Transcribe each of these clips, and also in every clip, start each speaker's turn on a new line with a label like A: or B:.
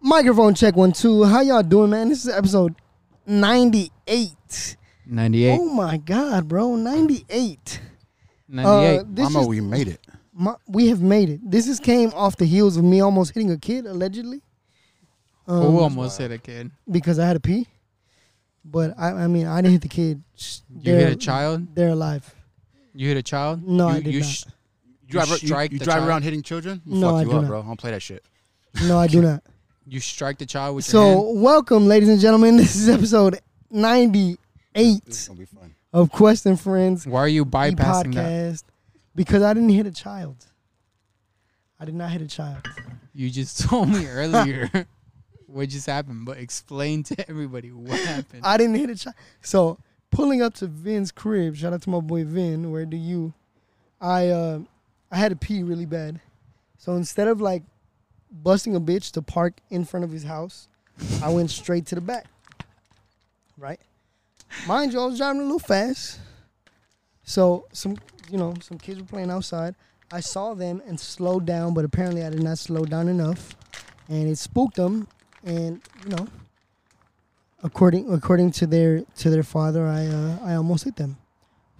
A: Microphone check one two. How y'all doing, man? This is episode ninety eight.
B: 98.
A: Oh my god, bro, ninety eight.
B: 98.
A: this
C: Mama,
A: is-
C: we made it.
A: my, we have made it. This is came off the heels of me almost hitting a kid allegedly Um,
B: oh, almost hit a kid.
A: because I had to pee. But I, I mean, I didn't hit the kid. Sh-
B: You hit
A: they're-
B: a child?
A: They're alive.
B: You hit a child?
A: No,
B: you,
A: I did
B: you
A: not.
B: you
C: You drive, you-
B: strike
C: you
B: the
C: drive
B: child?
C: around hitting children? We'll
A: No,
C: fuck
A: I
C: you
A: do
C: up,
A: not.
C: bro. I don't play that shit.
A: No, I do not.
B: You strike the child with your hand?
A: So, welcome, ladies and gentlemen. This is episode
C: This is
A: 98
C: gonna be fun.
A: of Quest and Friends
B: Why are you
A: the E
B: bypassing that?
A: podcast because I didn't hit a child. I did not hit a child.
B: You just told me earlier what just happened, but explain to everybody what happened.
A: I didn't hit a child. So, pulling up to Vin's crib, shout out to my boy Vin, where do you? I uh, I had to pee really bad. So, instead of like busting a bitch to park in front of his house, I went straight to the back. Right? Mind you, I was driving a little fast. So some you know, some kids were playing outside. I saw them and slowed down, but apparently I did not slow down enough. And it spooked them and you know according according to their to their father I uh, I almost hit them.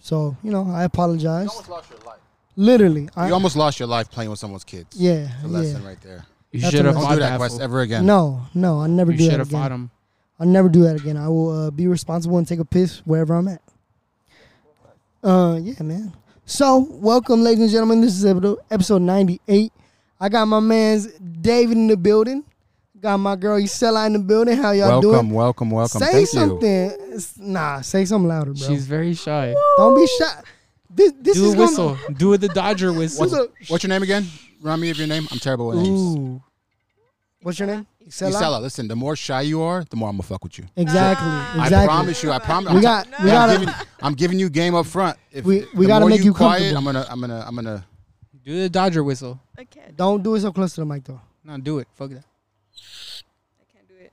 A: So, you know, I apologize.
C: lost your life.
A: Literally. I
C: You almost lost your life playing with someone's kids.
A: yeah,
C: It's a
A: yeah.
C: lesson right there.
B: you
A: that's
B: should have
A: what I-
C: Don't
B: fought
C: do that
B: that
C: quest
B: fool.
C: ever again.
A: No, no, I never
B: You
A: do
B: should
A: that
B: have
A: again.
B: fought him.
A: I'll never do that again. I will uh, be responsible and take a piss wherever I'm at. Uh, yeah, man. So, welcome, ladies and gentlemen. This is episode- episode 98. I got my man's David in the building. Got my girl Isela in the building. How y'all
C: welcome,
A: doing?
C: welcome, welcome.
A: Say
C: Thank
A: something.
C: you.
A: It's- Nah, say something louder, bro.
B: She's very shy.
A: Don't be shy. This, this
B: Do
A: is
B: a
A: gonna-
B: whistle. Do the Dodger whistle.
A: What's,
C: What's your name again? Remind me of your name. I'm terrible with names.
A: Ooh. What's your name? Isela.
C: Isela, listen, the more shy you are, the more I'm gonna fuck with you.
A: Exactly. Exactly.
C: I promise you. I promise.
A: We
C: I'm,
A: got. We
C: I'm
A: got.
C: giving, I'm giving you game up front. If
A: We- we
C: the
A: gotta
C: more
A: make you
C: quiet,
A: comfortable.
C: I'm gonna, I'm gonna, I'm gonna.
B: Do the Dodger whistle.
D: I can't.
A: Don't do it so close to the mic, though.
B: No, do it. Fuck that.
D: I can't do it.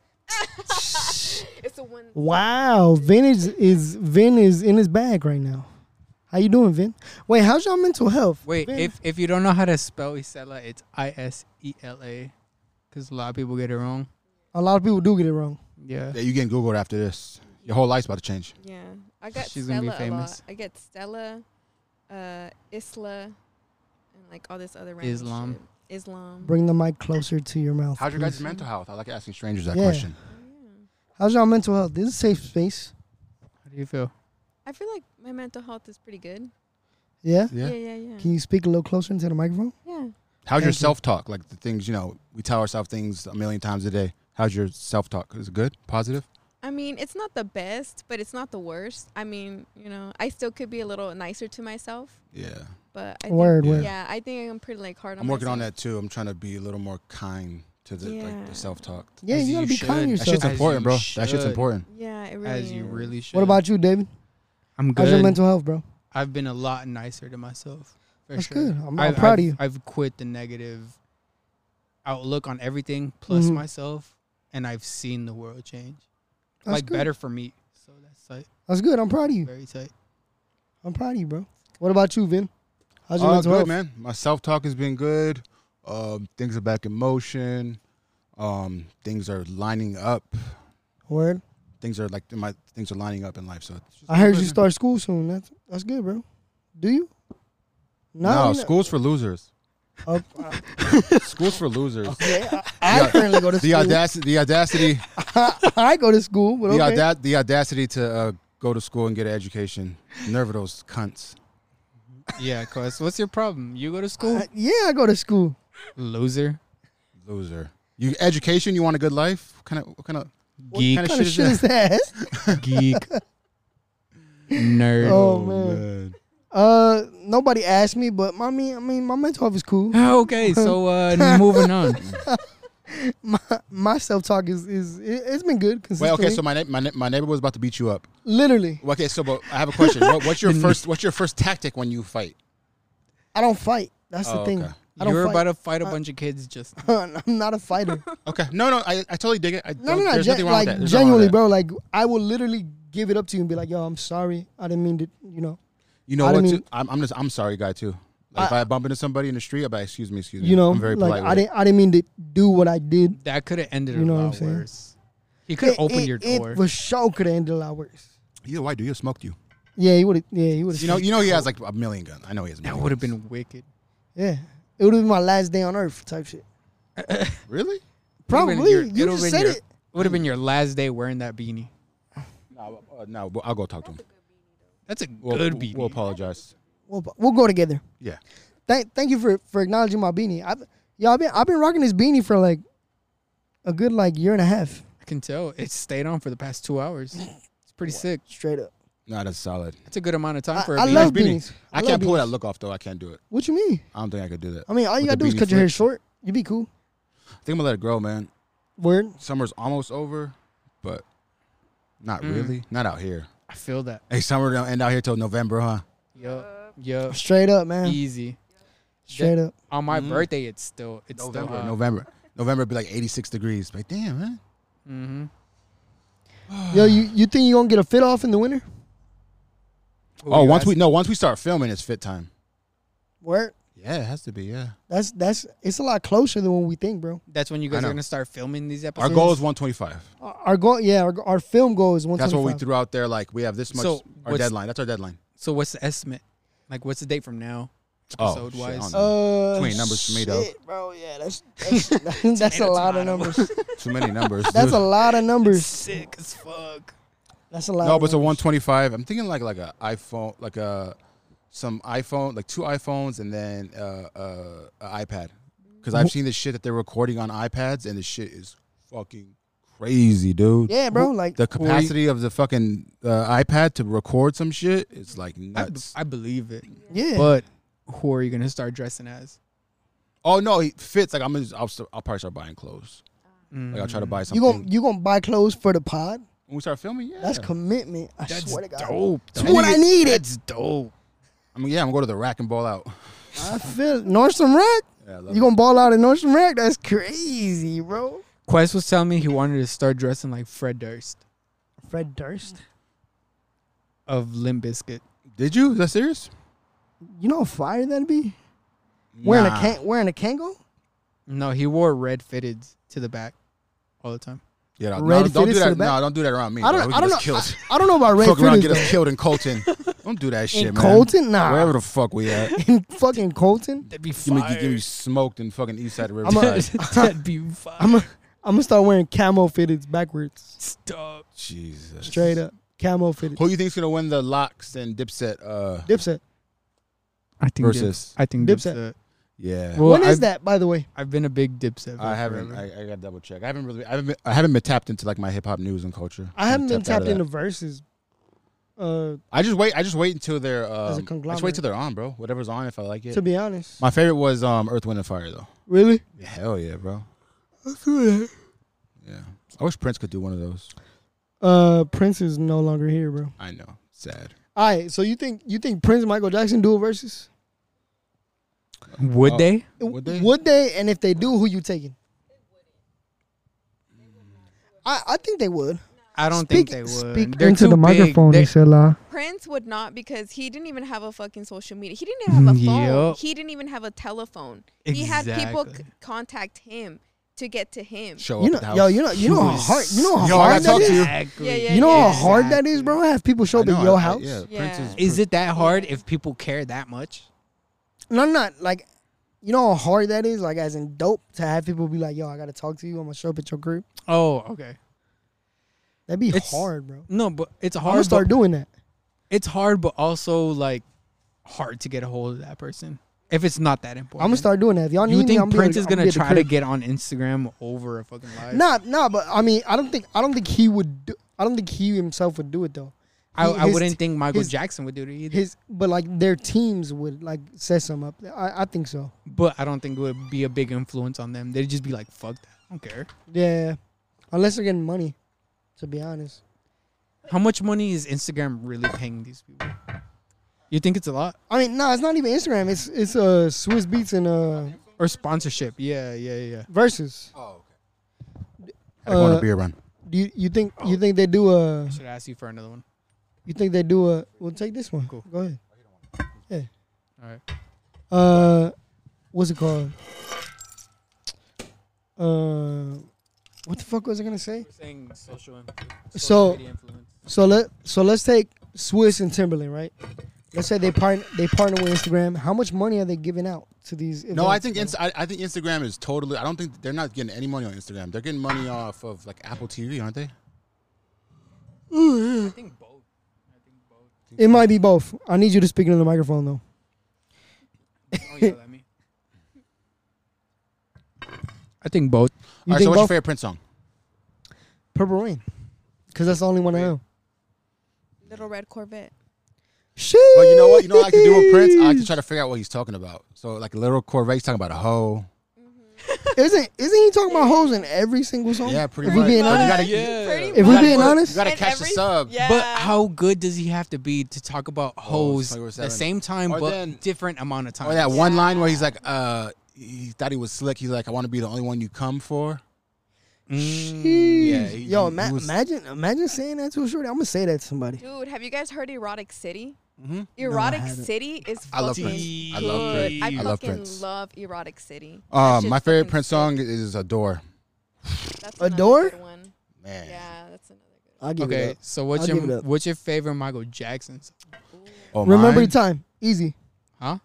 D: it's a one.
A: Wow, Vin is, is Vin is in his bag right now. How you doing, Vin? Wait, how's your mental health?
B: Wait,
A: Vin?
B: if if you don't know how to spell Isela, it's I S E L A, because a lot of people get it wrong.
A: a lot of people do get it wrong.
B: Yeah.
C: Yeah, you getting Googled after this. Your whole life's about to change.
D: Yeah, I got
B: She's gonna
D: Stella
B: be
D: a lot.
B: famous.
D: I get Stella, uh, Isla, and like all this other random
B: Islam.
D: shit. Islam.
A: Bring the mic closer to your mouth.
C: How's your
A: please.
C: guys' mental health? I like asking strangers that
A: Yeah.
C: question.
D: Oh,
A: How's your mental health? This is a safe space.
B: How do you feel?
D: I feel like my mental health is pretty good.
A: Yeah.
C: Yeah.
D: Yeah, yeah, yeah.
A: Can you speak a little closer into the microphone?
D: yeah.
C: How's your
A: Thank you.
C: self talk? Like the things, you know, we tell ourselves things a million times a day. How's your self talk? Is it good? Positive?
D: I mean, it's not the best, but it's not the worst. I mean, you know, I still could be a little nicer to myself,
C: Yeah.
D: but I
A: Word,
C: Yeah.
A: word.
D: Think, yeah, I think I'm pretty like hard on.
C: I'm working on
D: myself.
C: that too. I'm trying to be a little more kind to the like
D: Yeah.
C: the self talk.
A: Yeah,
B: As
A: you gotta
B: you
A: be kind to
B: should.
C: That
A: yourself.
C: shit's
B: As
C: important,
B: you
C: bro. That shit's
B: should.
C: important.
D: Yeah, it really.
B: As you
D: is.
B: really should.
A: What about you, David?
B: I'm
A: How's your
B: good.
A: mental health, bro?
B: I've been a lot nicer to myself. For
A: That's
B: sure.
A: good. I'm, I'm
B: I've-
A: proud
B: I've-
A: of you.
B: I've quit the negative outlook on everything plus
A: Mhm.
B: myself, and I've seen the world change.
A: That's
B: like
A: good.
B: better for me. So that's tight.
A: That's good. I'm proud of you.
B: Very tight.
A: I'm proud of you, bro. What about you, Vin? How's your
C: Oh,
A: mental
C: good,
A: health?
C: man. My self talk has been good. Um, things are back in motion. Um, things are lining up.
A: Word.
C: Things are like my things are lining up in life. So it's just-
A: I heard you start school soon. That's that's good, bro. Do you?
C: No,
A: you know-
C: school's for losers.
A: Oh,
C: school's for losers.
A: yeah, I, I currently go to
C: The
A: school.
C: audacity, the audacity,
A: I go to school, but
C: the,
A: okay.
C: auda- the audacity to uh, go to school and get an education. Nerve of those cunts.
B: Yeah, cause what's your problem? You go to school,
A: Uh, yeah, I go to school.
B: loser,
C: Loser. You education, you want a good life? What kind of what kind of What
B: geek,
A: What
C: kinda
A: kind of shit is that?
B: geek, nerd.
A: Oh, man. Uh, nobody asked me, but my, I mean, I mean, my mental health is cool.
B: Ah, Okay, so uh, moving on.
A: My, my self talk is is it, it's been good
C: Wait,
A: consistently.
C: okay, so my, neigh- my neigh- my neighbor was about to beat you up.
A: literally,
C: Well, Okay, so but I have a question. What, what's your first what's your first tactic when you fight?
A: I don't fight. That's the
C: Oh,
A: thing.
C: okay.
A: I
B: you
A: don't
B: were
A: fight. Uh,
B: about to fight a bunch of kids just
A: I'm not a fighter.
C: Okay, no, no, I, I totally dig it.
A: No,
C: I, don't-
A: no, no.
C: There's
A: gen-
C: nothing wrong
A: like
C: with that. There's nothing wrong
A: genuinely,
C: with that.
A: bro. Like I will literally give it up to you and be like, "Yo, I'm sorry. I didn't mean to. You know,
C: You know
A: I
C: what?
A: mean-
C: too? I'm I'm, just, I'm sorry, guy. Too. Like if I bump into somebody in the street, I'll be like, excuse me, excuse me.
A: You know,
C: I'm very
A: like
C: polite.
A: I
C: with it.
A: didn't I didn't mean to do what I did.
B: That could have ended
A: You know
B: a
A: what I'm
B: lot
A: saying?
B: worse. He could have
A: It-
B: opened
A: it-
B: your door.
A: It for sure could have ended a lot worse.
C: Either white dude, he smoked you.
A: Yeah, he would have. Yeah, he would have.
C: You know, you know, he has like a million guns. I know he has. A
B: that
C: million
B: would have
C: guns.
B: been wicked.
A: Yeah, it would have been my last day on earth type shit.
B: Would've been
C: really.
A: Probably.
B: your-
A: you
B: would've
A: just
B: been
A: said
B: your-
A: it.
B: Would have been your last day wearing that beanie.
C: No, uh, no, but I'll go talk to him.
B: That's a
C: We'll,
B: good
C: we'll-
B: beanie.
C: we'll apologize.
A: We'll, we'll go together.
C: Yeah,
A: Thank thank you for for acknowledging my beanie. I've y'all been I've been rocking this beanie for like a good like year and a half
B: I can tell it stayed on for the past two hours. It's pretty sick.
A: straight up.
C: no, that's solid.
B: That's a good amount of time
A: I,
B: for a
A: I
B: beanie.
A: love
C: Beanie.
A: beanies.
C: I,
A: love
C: can't pull
A: beanies.
C: that look off though. I can't do it.
A: What you mean?
C: I don't think I could do that.
A: I mean, all you
C: With the
A: gotta do is
C: beanie
A: cut your hair
C: flip.
A: short. You be cool.
C: I think I'm gonna let it grow, man.
A: Word.
C: Summer's almost over, but not
B: Mm.
C: really. Not out here.
B: I feel that.
C: Hey, summer don't end out here till November, huh?
B: Yup. Yup.
A: Straight up, man.
B: Easy.
A: Straight up.
B: On my
C: Mhm.
B: birthday, it's still it's
C: November,
B: still hot.
C: uh, November, November be like 86 degrees. Like, damn, man.
B: Mm-hmm.
A: Yo, you, you think you gonna get a fit off in the winter?
C: oh, once we no, once we start filming, it's fit time.
A: Word.
C: Yeah, it has to be. Yeah.
A: That's that's it's a lot closer than what we think, bro.
B: That's when you
C: I
B: guys are
C: know.
B: gonna start filming these
C: Our
B: episodes.
C: goal is 125.
A: Our, our goal, yeah, our, our film goal is one.
C: That's what we threw out there. Like we have this much.
B: So,
C: our
B: what's-
C: deadline. That's our deadline.
B: So what's the estimate? Like, what's the date from now?
C: Oh,
B: Episode
C: shit, I
B: wise.
C: don't know.
A: Uh,
C: Too many numbers for me, though.
A: shit, bro. Yeah, that's that's, that's, a lot of
B: tomato.
A: numbers.
C: Too many numbers.
A: That's a lot of numbers.
B: sick as fuck.
A: That's a lot.
C: no,
A: of
C: but it's a
A: numbers.
C: 125. I'm thinking like like a iPhone, like a some iPhone, like two iPhones, and then uh, uh, an iPad. Because I've seen the shit that they're recording on iPads, and the shit is fucking crazy, dude.
A: Yeah, bro. Like
C: The capacity of the fucking uh, iPad to record some shit is like
B: I, b-
C: nuts.
B: I believe it.
A: yeah.
B: But who are you gonna start dressing as?
C: oh no, it fits. Like I'm, gonna, I'll, st- I'll probably start buying clothes. Like I'll try to buy
A: you
C: something.
A: gonna you gonna buy clothes for the pod?
C: when we start filming, yeah.
A: That's commitment. I
B: That's
A: swear to God.
B: dope.
A: That's
B: though.
A: what I needed.
B: That's dope.
C: I mean, yeah, I'm gonna go to the rack and ball out.
A: I feel Nordstrom Rack.
C: Yeah, I love
A: You
C: it.
A: gonna ball out in Nordstrom Rack? That's crazy, bro.
B: Quest was telling me he wanted to start dressing like Fred Durst
A: Fred Durst.
B: of Limp Bizkit.
C: Did you? Is that serious?
A: You know how fire that'd be? Wearing a
C: Nah.
A: can- wearing a Kango?
B: No, he wore red fitted to the back all the time.
C: Yeah,
A: Red
C: no, no, don't do
A: fittest to the
C: that.
A: back?
C: No, don't do that around me.
A: I
C: bro.
A: don't
C: We
A: I
C: get
A: don't know.
C: us Killed.
A: I, I don't know about red
C: fuck around, get
A: fitters.
C: us killed in Colton. don't do that shit,
A: In
C: man.
A: Colton? Nah.
C: wherever the fuck we at.
A: though. In fucking Colton.
B: That'd be
C: You mean
B: fire.
C: you get me smoked in fucking East Side
A: I'm
C: Riverside?
B: That'd be fire.
A: I'm a, I'm gonna start wearing camo fitted backwards,
B: Stop.
C: Jesus.
A: straight up camo fitted.
C: Who you think's gonna win the locks and Dipset? Uh,
A: Dipset.
B: I think
C: Versus-
B: Dips, I think
A: Dipset.
B: Dipset.
C: yeah.
B: Well,
A: when is
B: I've-
A: that, by the way?
B: I've been a big Dipset.
C: I
B: fan
C: haven't.
B: forever.
C: I, I got to double check. I haven't really. I haven't. Been, I haven't been tapped into like my hip hop news and culture.
A: I haven't been
C: out
A: tapped
C: of
A: into
C: that.
A: verses. Uh,
C: I just wait. I just wait until they're. Um, I just wait
A: conglomerate.
C: till they're on, bro. Whatever's on, if I like it.
A: to be honest,
C: my favorite was um, Earth, Wind, and Fire, though.
A: really,
C: Hell yeah, bro. Yeah. I wish Prince could do one of those.
A: uh, Prince is no longer here, bro.
C: I know. Sad.
A: All right, so you think you think Prince and Michael Jackson do a verses?
B: Would
C: Oh.
B: they?
C: Would they?
A: Would they? And if they do, who you taking? I, I think they would.
B: I don't
A: Speak-
B: think they would.
A: Speak
B: They're
A: into
B: too
A: the microphone,
B: Big.
A: he
B: They're-
A: said. "La."
D: Prince would not because he didn't even have a fucking social media. He didn't even have a phone.
B: Yup.
D: He didn't even have a telephone. He had people c-
B: Exactly.
D: contact him to get to him.
C: Show
A: You
C: up
A: know,
C: at the house.
A: yo, you know, you know how
B: was-
A: hard, you know how
C: Yo, I
A: hard
C: gotta
A: that
C: talk to
A: is.
C: you.
B: Exactly.
D: Yeah, yeah,
A: You know how
D: yeah.
A: hard that is, bro. Have people show
C: I
A: up at
C: know,
A: your
C: I- I-
A: house?
C: yeah, Prince is,
D: Yeah.
B: Is it that hard if people care that much?
A: No, I'm not like, you know how hard that is. Like, as in dope to have people be like, "Yo, I gotta talk to you. I'm gonna show up at your crib."
B: Oh, okay.
A: That'd be
B: It's
A: hard, bro.
B: No, but it's
A: I'm gonna
B: hard.
A: start
B: but,
A: doing that.
B: it's hard, but also like hard to get a hold of that person if it's not that important.
A: I'm gonna start doing that. If y'all
B: You
A: need me, I'm
B: think
A: be
B: Prince
A: at-
B: is
A: I'm be
B: gonna
A: at the
B: try to
A: crib.
B: get on Instagram over a fucking live?
A: Nah, nah, but I mean, I don't think, I don't think he would. Do, I don't think he himself would do it though.
B: I,
A: He-
B: I
A: his
B: wouldn't
A: t-
B: think Michael
A: his-
B: Jackson would do it either.
A: His, but like their teams would like set some up. I, I think so.
B: but I don't think it would be a big influence on them. They'd just be like, "Fuck that, I don't care."
A: Yeah, unless they're getting money. To be honest,
B: How much money is Instagram really paying these people? You think it's a lot?
A: I mean, no, nah, it's not even Instagram. It's it's uh Swiss Beats and uh
B: Or sponsorship? Yeah, yeah, yeah.
A: versus.
C: Oh, okay. Oh. I go on
A: Uh,
C: a beer run.
A: Do you, you think you think they do uh, a
B: I should ask you for another one.
A: uh,
C: Oh,
A: you think they do a? We'll take this one.
B: Cool.
A: Go ahead.
B: All right.
A: uh, what's it called? Uh, what the fuck was I gonna say?
E: We're saying social, in-
A: So-
E: social media influence.
A: So let so let's take Swiss and Timberland, right? Let's say they partner they partner with Instagram. How much money are they giving out to these?
C: No, I
A: events,
C: think
A: bro?
C: Insta- I, I think Instagram is totally. I don't think they're not getting any money on Instagram. They're getting money off of like Apple TV, aren't they?
E: I think both. I think both.
A: it might be both. I need you to speak into the microphone though.
B: Oh,
E: Don't yell at me.
B: I think both.
A: You
C: All right.
A: think
C: So, what's your
A: both?
C: favorite Prince song?
A: Purple Rain, because that's the only one I know.
D: Little red Corvette.
A: Shit.
C: But you know what? You know what I like to do with Prince? I like to try to figure out what he's talking about. So like Little Corvette's talking about a hoe.
A: Isn't isn't he talking about hoes in every single song?
C: Yeah, pretty
A: If we
C: much.
A: being
C: But
A: honest-
C: you gotta,
E: Yeah.
D: Pretty
A: If
D: much.
A: we're being
C: you
A: honest,
C: gotta
D: And
C: catch
D: every-
C: the sub.
D: Yeah.
B: But how good does he have to be to talk about
C: Oh,
B: hoes the
C: 24/7.
B: same time
C: Or
B: but
C: then-
B: different amount of time?
C: Or that one line where he's like, uh, he thought he was slick. He's like, I want to be the only one you come for.
B: Mm.
C: Mm, Yeah, he-
A: Yo,
C: he-
A: ima-
C: he was-
A: imagine imagine saying that to a shorty. I'm gonna say that to somebody.
D: Dude, have you guys heard Erotic City?
C: Mhm.
D: Erotic
A: haven't.
D: City is
C: I love
D: fucking
C: Prince.
D: good.
C: I love Prince. I
D: fucking
C: love Prince.
D: love Erotic City. That
C: Um,
D: shit's
C: my favorite
D: fucking
C: Prince
D: sick.
C: song is Adore.
D: That's another
A: Adore?
D: good one.
C: Man.
D: Yeah, that's another good
A: I give it
B: Okay,
A: up.
B: so what's
A: I'll
B: your
A: give it up.
B: what's your favorite Michael Jackson? song?
C: Oh,
A: Remember the
C: mine?
A: time. Easy.
B: Huh?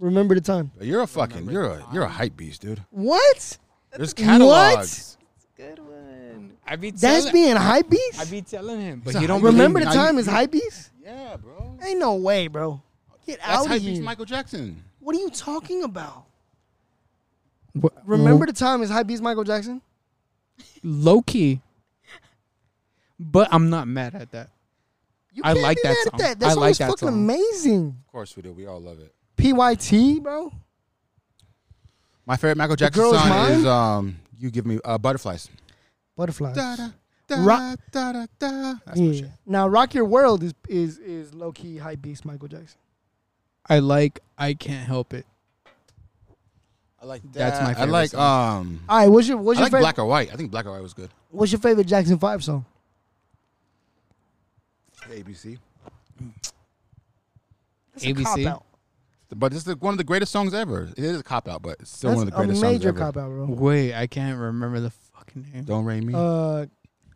A: Remember the time.
C: You're a fucking, you're a, you're a hype beast, dude.
A: What?
C: There's catalogs.
D: one. Good one.
B: I be telling,
A: That's being hype
B: I
A: beast?
B: be telling him,
C: He's
B: but
C: a
B: he don't
C: hype-
A: Remember the
C: Now you-
A: time is hype beast?
C: Yeah, bro.
A: Ain't no way, bro. Get
C: That's
A: out of
C: hype beast
A: here.
C: Michael Mm-hmm. Jackson.
A: What are you talking about?
B: believe-
A: Remember the time is hype beast Michael Jackson?
B: low key. But I'm not mad at that.
A: You
B: I
A: can't
B: like
A: be
B: that
A: mad
B: song.
A: At that.
B: I
A: that song
B: like
A: was
B: that
A: fucking
B: song.
A: amazing.
C: Of course we do. We all love it.
A: PYT, bro.
C: My favorite Michael Jackson
A: Girl Is
C: song
A: Mine?
C: is um, "You Give Me uh, Butterflies."
A: Butterflies.
C: da,
A: Ra-
C: da, da, da. That's my
A: yeah.
C: shit.
A: Now Rock Your World is is is low key hype beast Michael Jackson.
B: I like I can't help it.
C: I like that.
B: That's my favorite
C: I like
B: song.
C: um.
A: All right, what's your what's
C: I
A: your
C: like
A: favorite
C: black or white. I think black or white was good.
A: what's your favorite Jackson 5 song?
C: ABC.
A: That's a
B: ABC?
A: cop-out.
C: But it's the, one of the greatest songs ever. It is a cop out, but it's still one of the
A: That's
C: greatest
A: a major
C: songs ever.
A: cop out, bro.
B: Wait, I can't remember the fucking name.
C: Don't rain me.
A: Uh,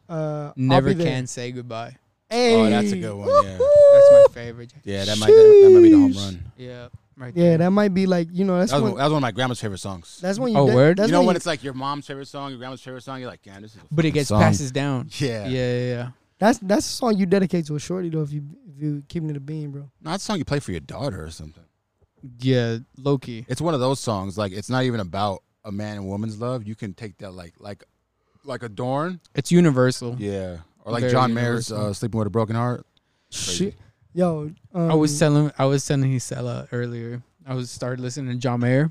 A: uh,
B: Never
A: I'll be
B: can say goodbye.
A: There.
C: Oh, that's a
A: Ayy.
C: good one, yeah.
A: Woo-hoo.
B: That's my favorite. Jack-
C: yeah, that might that, that might be the home
A: sheesh.
C: run.
B: Yeah, right.
A: Yeah,
B: there.
A: that might be like you know that's
C: That was,
A: when
C: one, that was one of my grandma's favorite songs.
A: that's when you
B: Oh,
A: that-
B: word?
A: That's
C: you know
A: when,
C: when
A: you-
C: it's like your mom's favorite song, your grandma's favorite song. You're like, damn, this is. A
B: but it
C: fucking
B: gets
C: song.
B: passes down. Yeah,
C: Yeah.
B: yeah, yeah.
A: that's that's a song you dedicate to a shorty though if you if you keeping it a bean, bro.
C: Not a song you play for your daughter or something.
B: Yeah, Loki.
C: It's one of those songs. Like it's not even about a man and woman's love. You can take that like like like Adorn.
B: It's universal.
C: Yeah. Or like
B: Very
C: John Mayer's
B: universal.
C: uh, "Sleeping with a Broken Heart."
A: Shit. Yo, um,
B: I was telling I was telling Hisela earlier. I was started listening to John Mayer.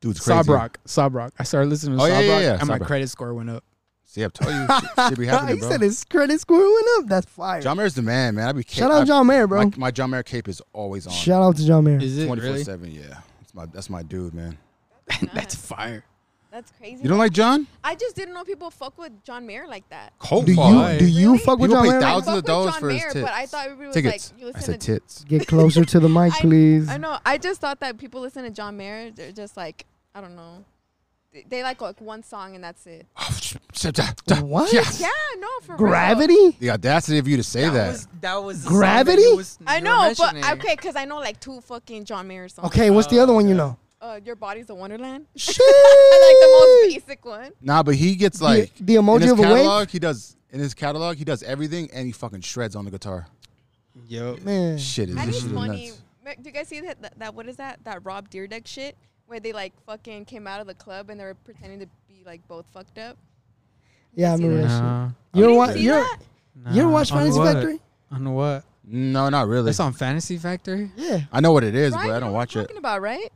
C: Dude's crazy.
B: Sob Rock. Sob Rock. I started listening to
C: Oh,
B: Sob
C: yeah,
B: Rock
C: yeah, yeah,
B: and my
C: Sob Rock.
B: credit score went up.
C: See, I told you, shit, shit be happening,
A: Oh, he
C: bro.
A: said his credit score went up. That's fire.
C: John Mayer's the man, man. I be
A: Shout out
C: I-
A: John Mayer, bro.
C: My, my John Mayer cape is always on.
A: Shout out to John Mayer.
B: Is it
C: Twenty four
B: really?
C: seven. Yeah, that's my that's my dude, man.
B: That's fire.
D: That's crazy.
C: You don't like John?
D: I just didn't know people fuck with John Mayer like that.
C: Cold
A: Do you
C: Fall.
A: do you
D: Really?
A: fuck with John
C: People pay
A: Mayer?
D: I
C: thousands-
D: fuck
C: of
D: with
C: dollars
D: John
C: for his
D: Mayer,
C: tits.
D: but I thought everybody was
C: Tickets.
D: like, you
C: I
D: listen
C: said
D: to
C: tits.
A: Get closer to the mic,
D: I-
A: please.
D: I know. I just thought that people listen to John Mayer. They're just like, I don't know. They, they like, like one song and that's it.
C: Oh,
A: What?
D: Yeah, no, for real.
A: Gravity?
C: The audacity of you to say that.
E: was that was the song that
A: Gravity?
E: you was-
D: I
E: you were
D: know, but
E: mentioning.
D: okay, because I know like two fucking John Mayer songs.
A: Okay, what's the other one you know?
D: Uh, Your Body's a Wonderland.
A: Shit.
D: like the most basic one.
C: Nah, but he gets like
A: the emoji
C: in his
A: of a wave?
C: catalog. He does in his catalog. He does everything, and he fucking shreds on the guitar.
B: Yo.
A: man.
C: Shit is
D: I
C: this
D: think
C: shit
D: it's
C: is
D: funny.
C: nuts.
D: Ma- Do you guys see that, that? That what is that? That Rob Deerdeck shit where they like fucking came out of the club and they were pretending to be like both fucked up.
A: Yeah, I
D: You see
A: remember
D: that?
A: that shit.
B: Nah,
A: You
D: You
A: ever
D: didn't
A: watch?
D: see
A: You ever-
D: that?
A: you ever
B: nah.
A: watch
B: On
A: Fantasy
B: what?
A: Factory?
B: On what?
C: No, not really.
B: That's on Fantasy Factory.
A: Yeah.
C: I know what it is,
D: Right?
C: but
D: You
C: I
D: know
C: don't
D: what
C: watch
D: I'm
C: it.
D: Talking about right?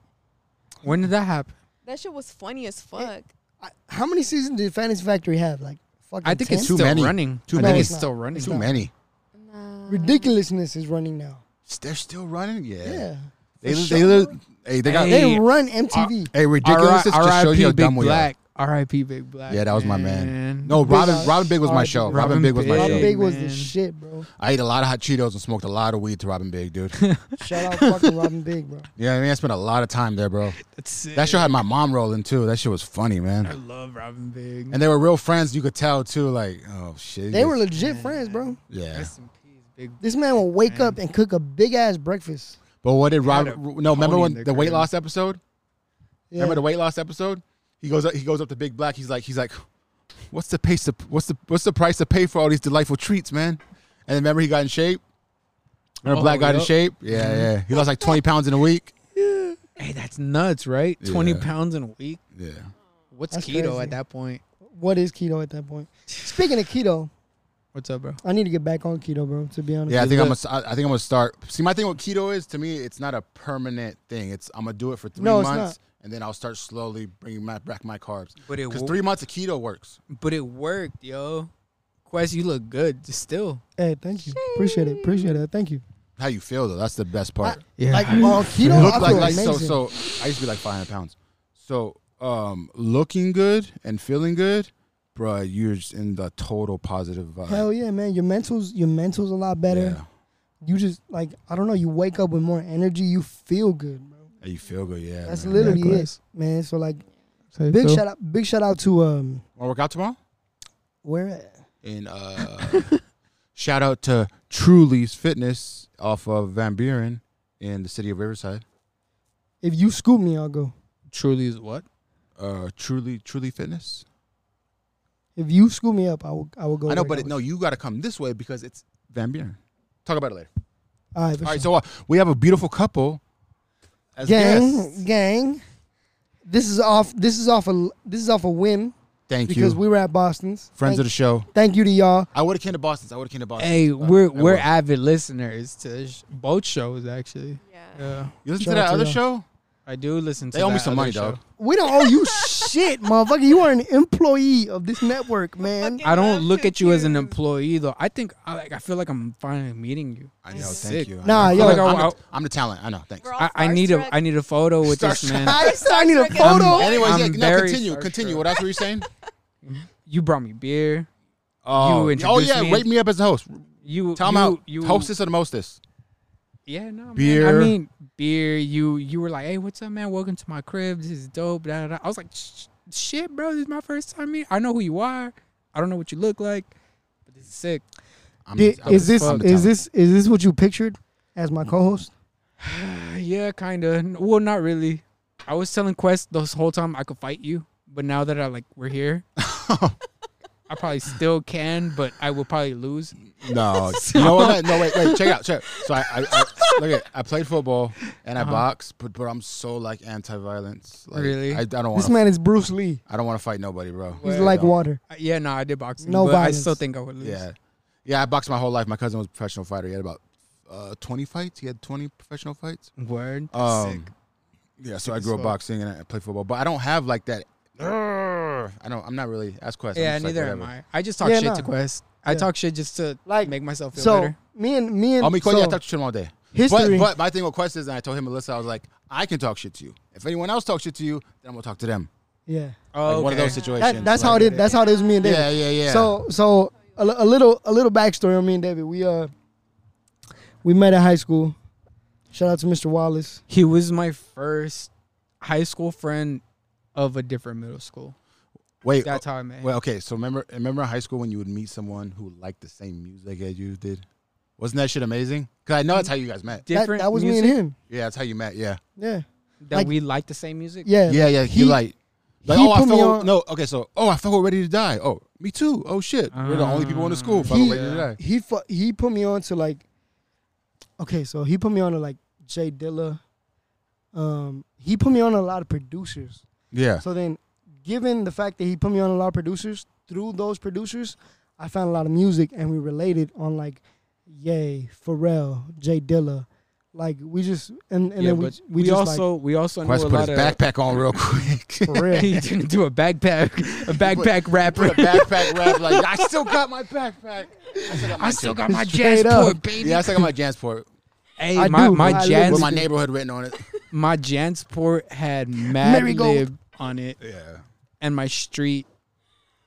B: When did that happen?
D: That shit was funny as fuck.
A: I, how many seasons did Fantasy Factory have? Like fucking.
B: I think
A: 10?
B: it's
C: Too
B: still
C: many.
B: running.
C: Too
B: I
A: many.
B: think it's
A: No,
B: still running.
C: Too many.
D: Nah.
A: ridiculousness is running now.
C: They're still running. Yeah.
A: Yeah.
C: They,
A: For
C: li-
A: sure.
C: they li- Hey, they got
B: Hey,
A: They run MTV.
C: hey ridiculous. Just
B: R.I.P.
C: shows you how
B: Big
C: dumb we are.
B: Black. R.I.P. Big Black.
C: Yeah, that was my man.
B: man.
C: No, Robin.
A: Big-
C: Robin Big was my
A: Robin
C: show.
A: Big.
C: Robin Big was my
A: Robin
B: Hey,
C: show.
A: Big was the
B: man.
A: shit, bro.
C: I ate a lot of hot Cheetos and smoked a lot of weed to Robin Big, dude.
A: Shout out fucking Robin Big, bro.
C: yeah, I mean, I spent a lot of time there, bro.
B: That's
C: That
B: it.
C: show had my mom rolling too. That shit was funny,
B: I
C: man.
B: love Robin Big.
C: And they were real friends. You could tell too. Like, oh shit.
A: They were legit friends, bro.
C: Yeah.
B: Rest in peace, Big.
A: This man will wake up and cook a big ass breakfast.
C: But what did
B: had
C: Robin?
B: a
C: No, remember
B: pony
C: when
B: in their
C: the weight
B: crib.
C: loss episode?
A: Yeah.
C: Remember the weight loss episode? He goes up. He goes up to Big Black. He's like, he's like, what's the pace? Of, what's the what's the price to pay for all these delightful treats, man? And remember he got in shape. Remember
B: Oh,
C: Black got in
B: yup.
C: shape. Yeah, yeah. He lost like twenty pounds in a week.
B: Hey, that's nuts, right? Twenty
C: Yeah.
B: pounds in a week.
C: Yeah.
B: What's
A: That's
B: keto
A: crazy.
B: at that point?
A: what is keto at that point? Speaking of keto,
B: What's up, bro?
A: I need to get back on keto, bro. To be honest,
C: Yeah, I
A: with
C: think
A: you.
C: I'm gonna. I I think I'm gonna start. See, my thing with keto is to me, it's not a permanent thing. It's I'm gonna do it for three
A: No, it's
C: months, and then I'll start slowly bringing my, back my carbs.
B: But it
C: Because three months of keto works.
B: but it worked, yo. Quest, you look good still.
A: Hey, thank you. Appreciate it. Appreciate it. Thank you.
C: How you feel though? That's the best part.
B: Yeah.
A: Like on keto,
C: You
A: I
C: look
A: feel
C: like, like so
A: amazing.
C: so. I used to be like 500 pounds. So um, looking good and feeling good, bruh, you're just in the total positive vibe.
A: Hell yeah, man. Your mental's your mental's a lot better.
C: Yeah.
A: You just like I don't know. You wake up with more energy. You feel good, bro.
C: And you feel good, yeah.
A: That's
C: man.
A: literally
B: Likewise.
A: it, man. So like, big shout out, big shout out to um,
C: Wanna work out tomorrow?
A: where at?
C: And uh, shout out to Truly's Fitness off of Van Buren in the city of Riverside.
A: If you scoop me, I'll go.
B: Truly is what?
C: Uh, Truly, Truly Fitness.
A: If you scoop me up, I will. I will go.
C: I know,
A: work
C: but
A: out
C: it, no,
A: with
C: you got to come this way because it's Van Buren. Talk about it later.
A: you. All right, for
C: All right,
A: sure.
C: so uh, we have a beautiful couple as
A: gang,
C: guests.
A: gang. This is off. This is off a. This is off a whim
C: Thank
A: because
C: you,
A: we were at Boston's.
C: friends
A: thank,
C: of the show.
A: Thank you to y'all.
C: I would have came to Boston. I would have came to Boston.
B: Hey,
C: Uh,
B: we're
C: I
B: we're
C: would've.
B: avid listeners to sh- both shows actually.
D: Yeah.
B: Yeah,
C: you listen
A: Shout
C: to that
A: out to
C: other
A: y'all.
C: show?
B: I do listen to.
C: They owe me
B: that
C: some
B: other
C: money,
B: show.
C: dog.
A: We don't owe you shit, motherfucker. You are an employee of this network, man.
D: Fucking
B: I don't
D: love
B: look at you as an
D: confused.
B: employee though. I think I like. I feel like I'm finally meeting you.
C: I know. Thank
B: Sick.
C: you. I
A: Nah,
C: know.
A: yo.
C: I'm, the-
B: Like,
C: I'm,
B: I-
C: the, I'm the talent. I know. Thanks.
D: We're all
B: I, I need a
D: starstruck.
B: I need a photo with this
C: Starstruck.
B: man.
A: I, I need a
D: I'm-
A: photo.
C: Anyways, yeah,
B: I'm
C: no,
B: very
C: continue.
B: starstruck.
C: Continue. What else were you saying?
B: You brought me beer.
C: Oh, oh
B: introduced
C: yeah.
B: me.
C: Rate me up as the host.
B: You
C: Tell
B: you,
C: them out.
B: You
C: Hostess or the mostest?
B: Yeah, no Man.
C: Beer.
B: I mean beer. You you were like, hey, what's up, man? Welcome to my crib. This is dope. Da, da, da. I was like, "Sh- shit, bro. This is my first time here. I know who you are. I don't know what you look like, but this is sick.
C: I'm,
A: Did-
C: I'm
A: is
C: the-
A: this
C: I'm the
A: is
C: talent.
A: this is this what you pictured as my co-host?
B: yeah, kind of. Well, not really. I was telling Quest this whole time I could fight you, but now that I like we're here, I probably still can, but I will probably lose.
C: No, you know what? No, wait, wait. Check it out. Check. it out. So I, I, I look at. I played football and I
B: Uh-huh.
C: boxed, but but I'm so like anti-violence. Like,
B: Really?
C: I, I don't want.
A: This
C: to.
A: man is Bruce Lee.
C: I don't want to fight nobody, bro.
A: He's
B: Well,
A: like
C: no.
A: water.
B: Uh, Yeah, no, I did boxing.
A: No
B: but
A: violence.
B: I still think I would lose.
C: Yeah, yeah. I boxed my whole life. My cousin was a professional fighter. He had about uh, 20 fights. He had 20 professional fights.
B: Word.
C: Um,
B: Sick.
C: Yeah, so I
B: as
C: grew up
B: fuck.
C: boxing and I played football, but I don't have like that. "Urgh." I don't. I'm not really. Ask questions.
B: Yeah, neither am I. I just talk
A: Yeah,
B: shit
A: nah.
B: to Quest. I
A: Yeah.
B: talk shit just to
A: Like,
B: like make myself feel
A: So
B: better.
A: me and me and
C: Oh, me, Cody,
A: so,
C: I talked shit all day.
A: history.
C: But, but my thing with Quest is, and I told him, Melissa, I was like, I can talk shit to you. If anyone else talks shit to you, then I'm gonna talk to them.
A: yeah.
B: Oh,
C: Like one of those
B: okay.
C: situations.
A: That, that's
C: like-
A: how it is. That's how it is. with Me and David.
C: Yeah, yeah, yeah.
A: So so a, li- a little a little backstory on me and David. We uh we met at high school. Shout out to Mr. Wallace.
B: He was my first high school friend of a different middle school.
C: wait,
B: That's how I met. him.
C: Well, okay. So remember, remember in high school when you would meet someone who liked the same music as you did? Wasn't that shit amazing? Because I know that's how you guys met.
A: That,
B: different.
A: that was me and him.
C: Yeah, that's how you met. Yeah,
A: Yeah.
B: That
A: Like-
B: we like the same music.
A: Yeah.
C: yeah, yeah. He,
A: He-
C: like, like,
A: he
C: oh, I
A: put me
C: felt
A: on-
C: no. Okay, so oh, I felt we're ready to die. Oh, me too. Oh shit, we're the only people in the school. Felt
A: Um, He-
C: ready to die.
A: He fu- he put me on to like Okay, so he put me on to like Jay Dilla. Um he put me on a lot of producers.
C: Yeah,
A: So then given the fact that he put me on a lot of producers, through those producers, I found a lot of music and we related on like Yay, Pharrell, Jay Dilla. Like we just and, and
B: Yeah,
A: then we
B: but
A: we,
B: we,
A: just
B: also we also knew a
C: Quest put
B: lot
C: his
B: of
C: backpack on real quick.
A: like for real.
B: he didn't do a backpack a backpack
C: put a
B: rapper.
C: backpack rap like I still got my backpack.
B: I still got my
A: Straight
B: jazz
A: up.
B: port, baby.
C: Yeah, I still got my Jansport
B: Hey,
A: I
B: my
A: do,
B: my
A: I live
B: jazz
C: with my neighborhood written on it.
B: my Jansport had Mad
A: Marigold.
B: Lib on it,
C: Yeah.
B: and my street,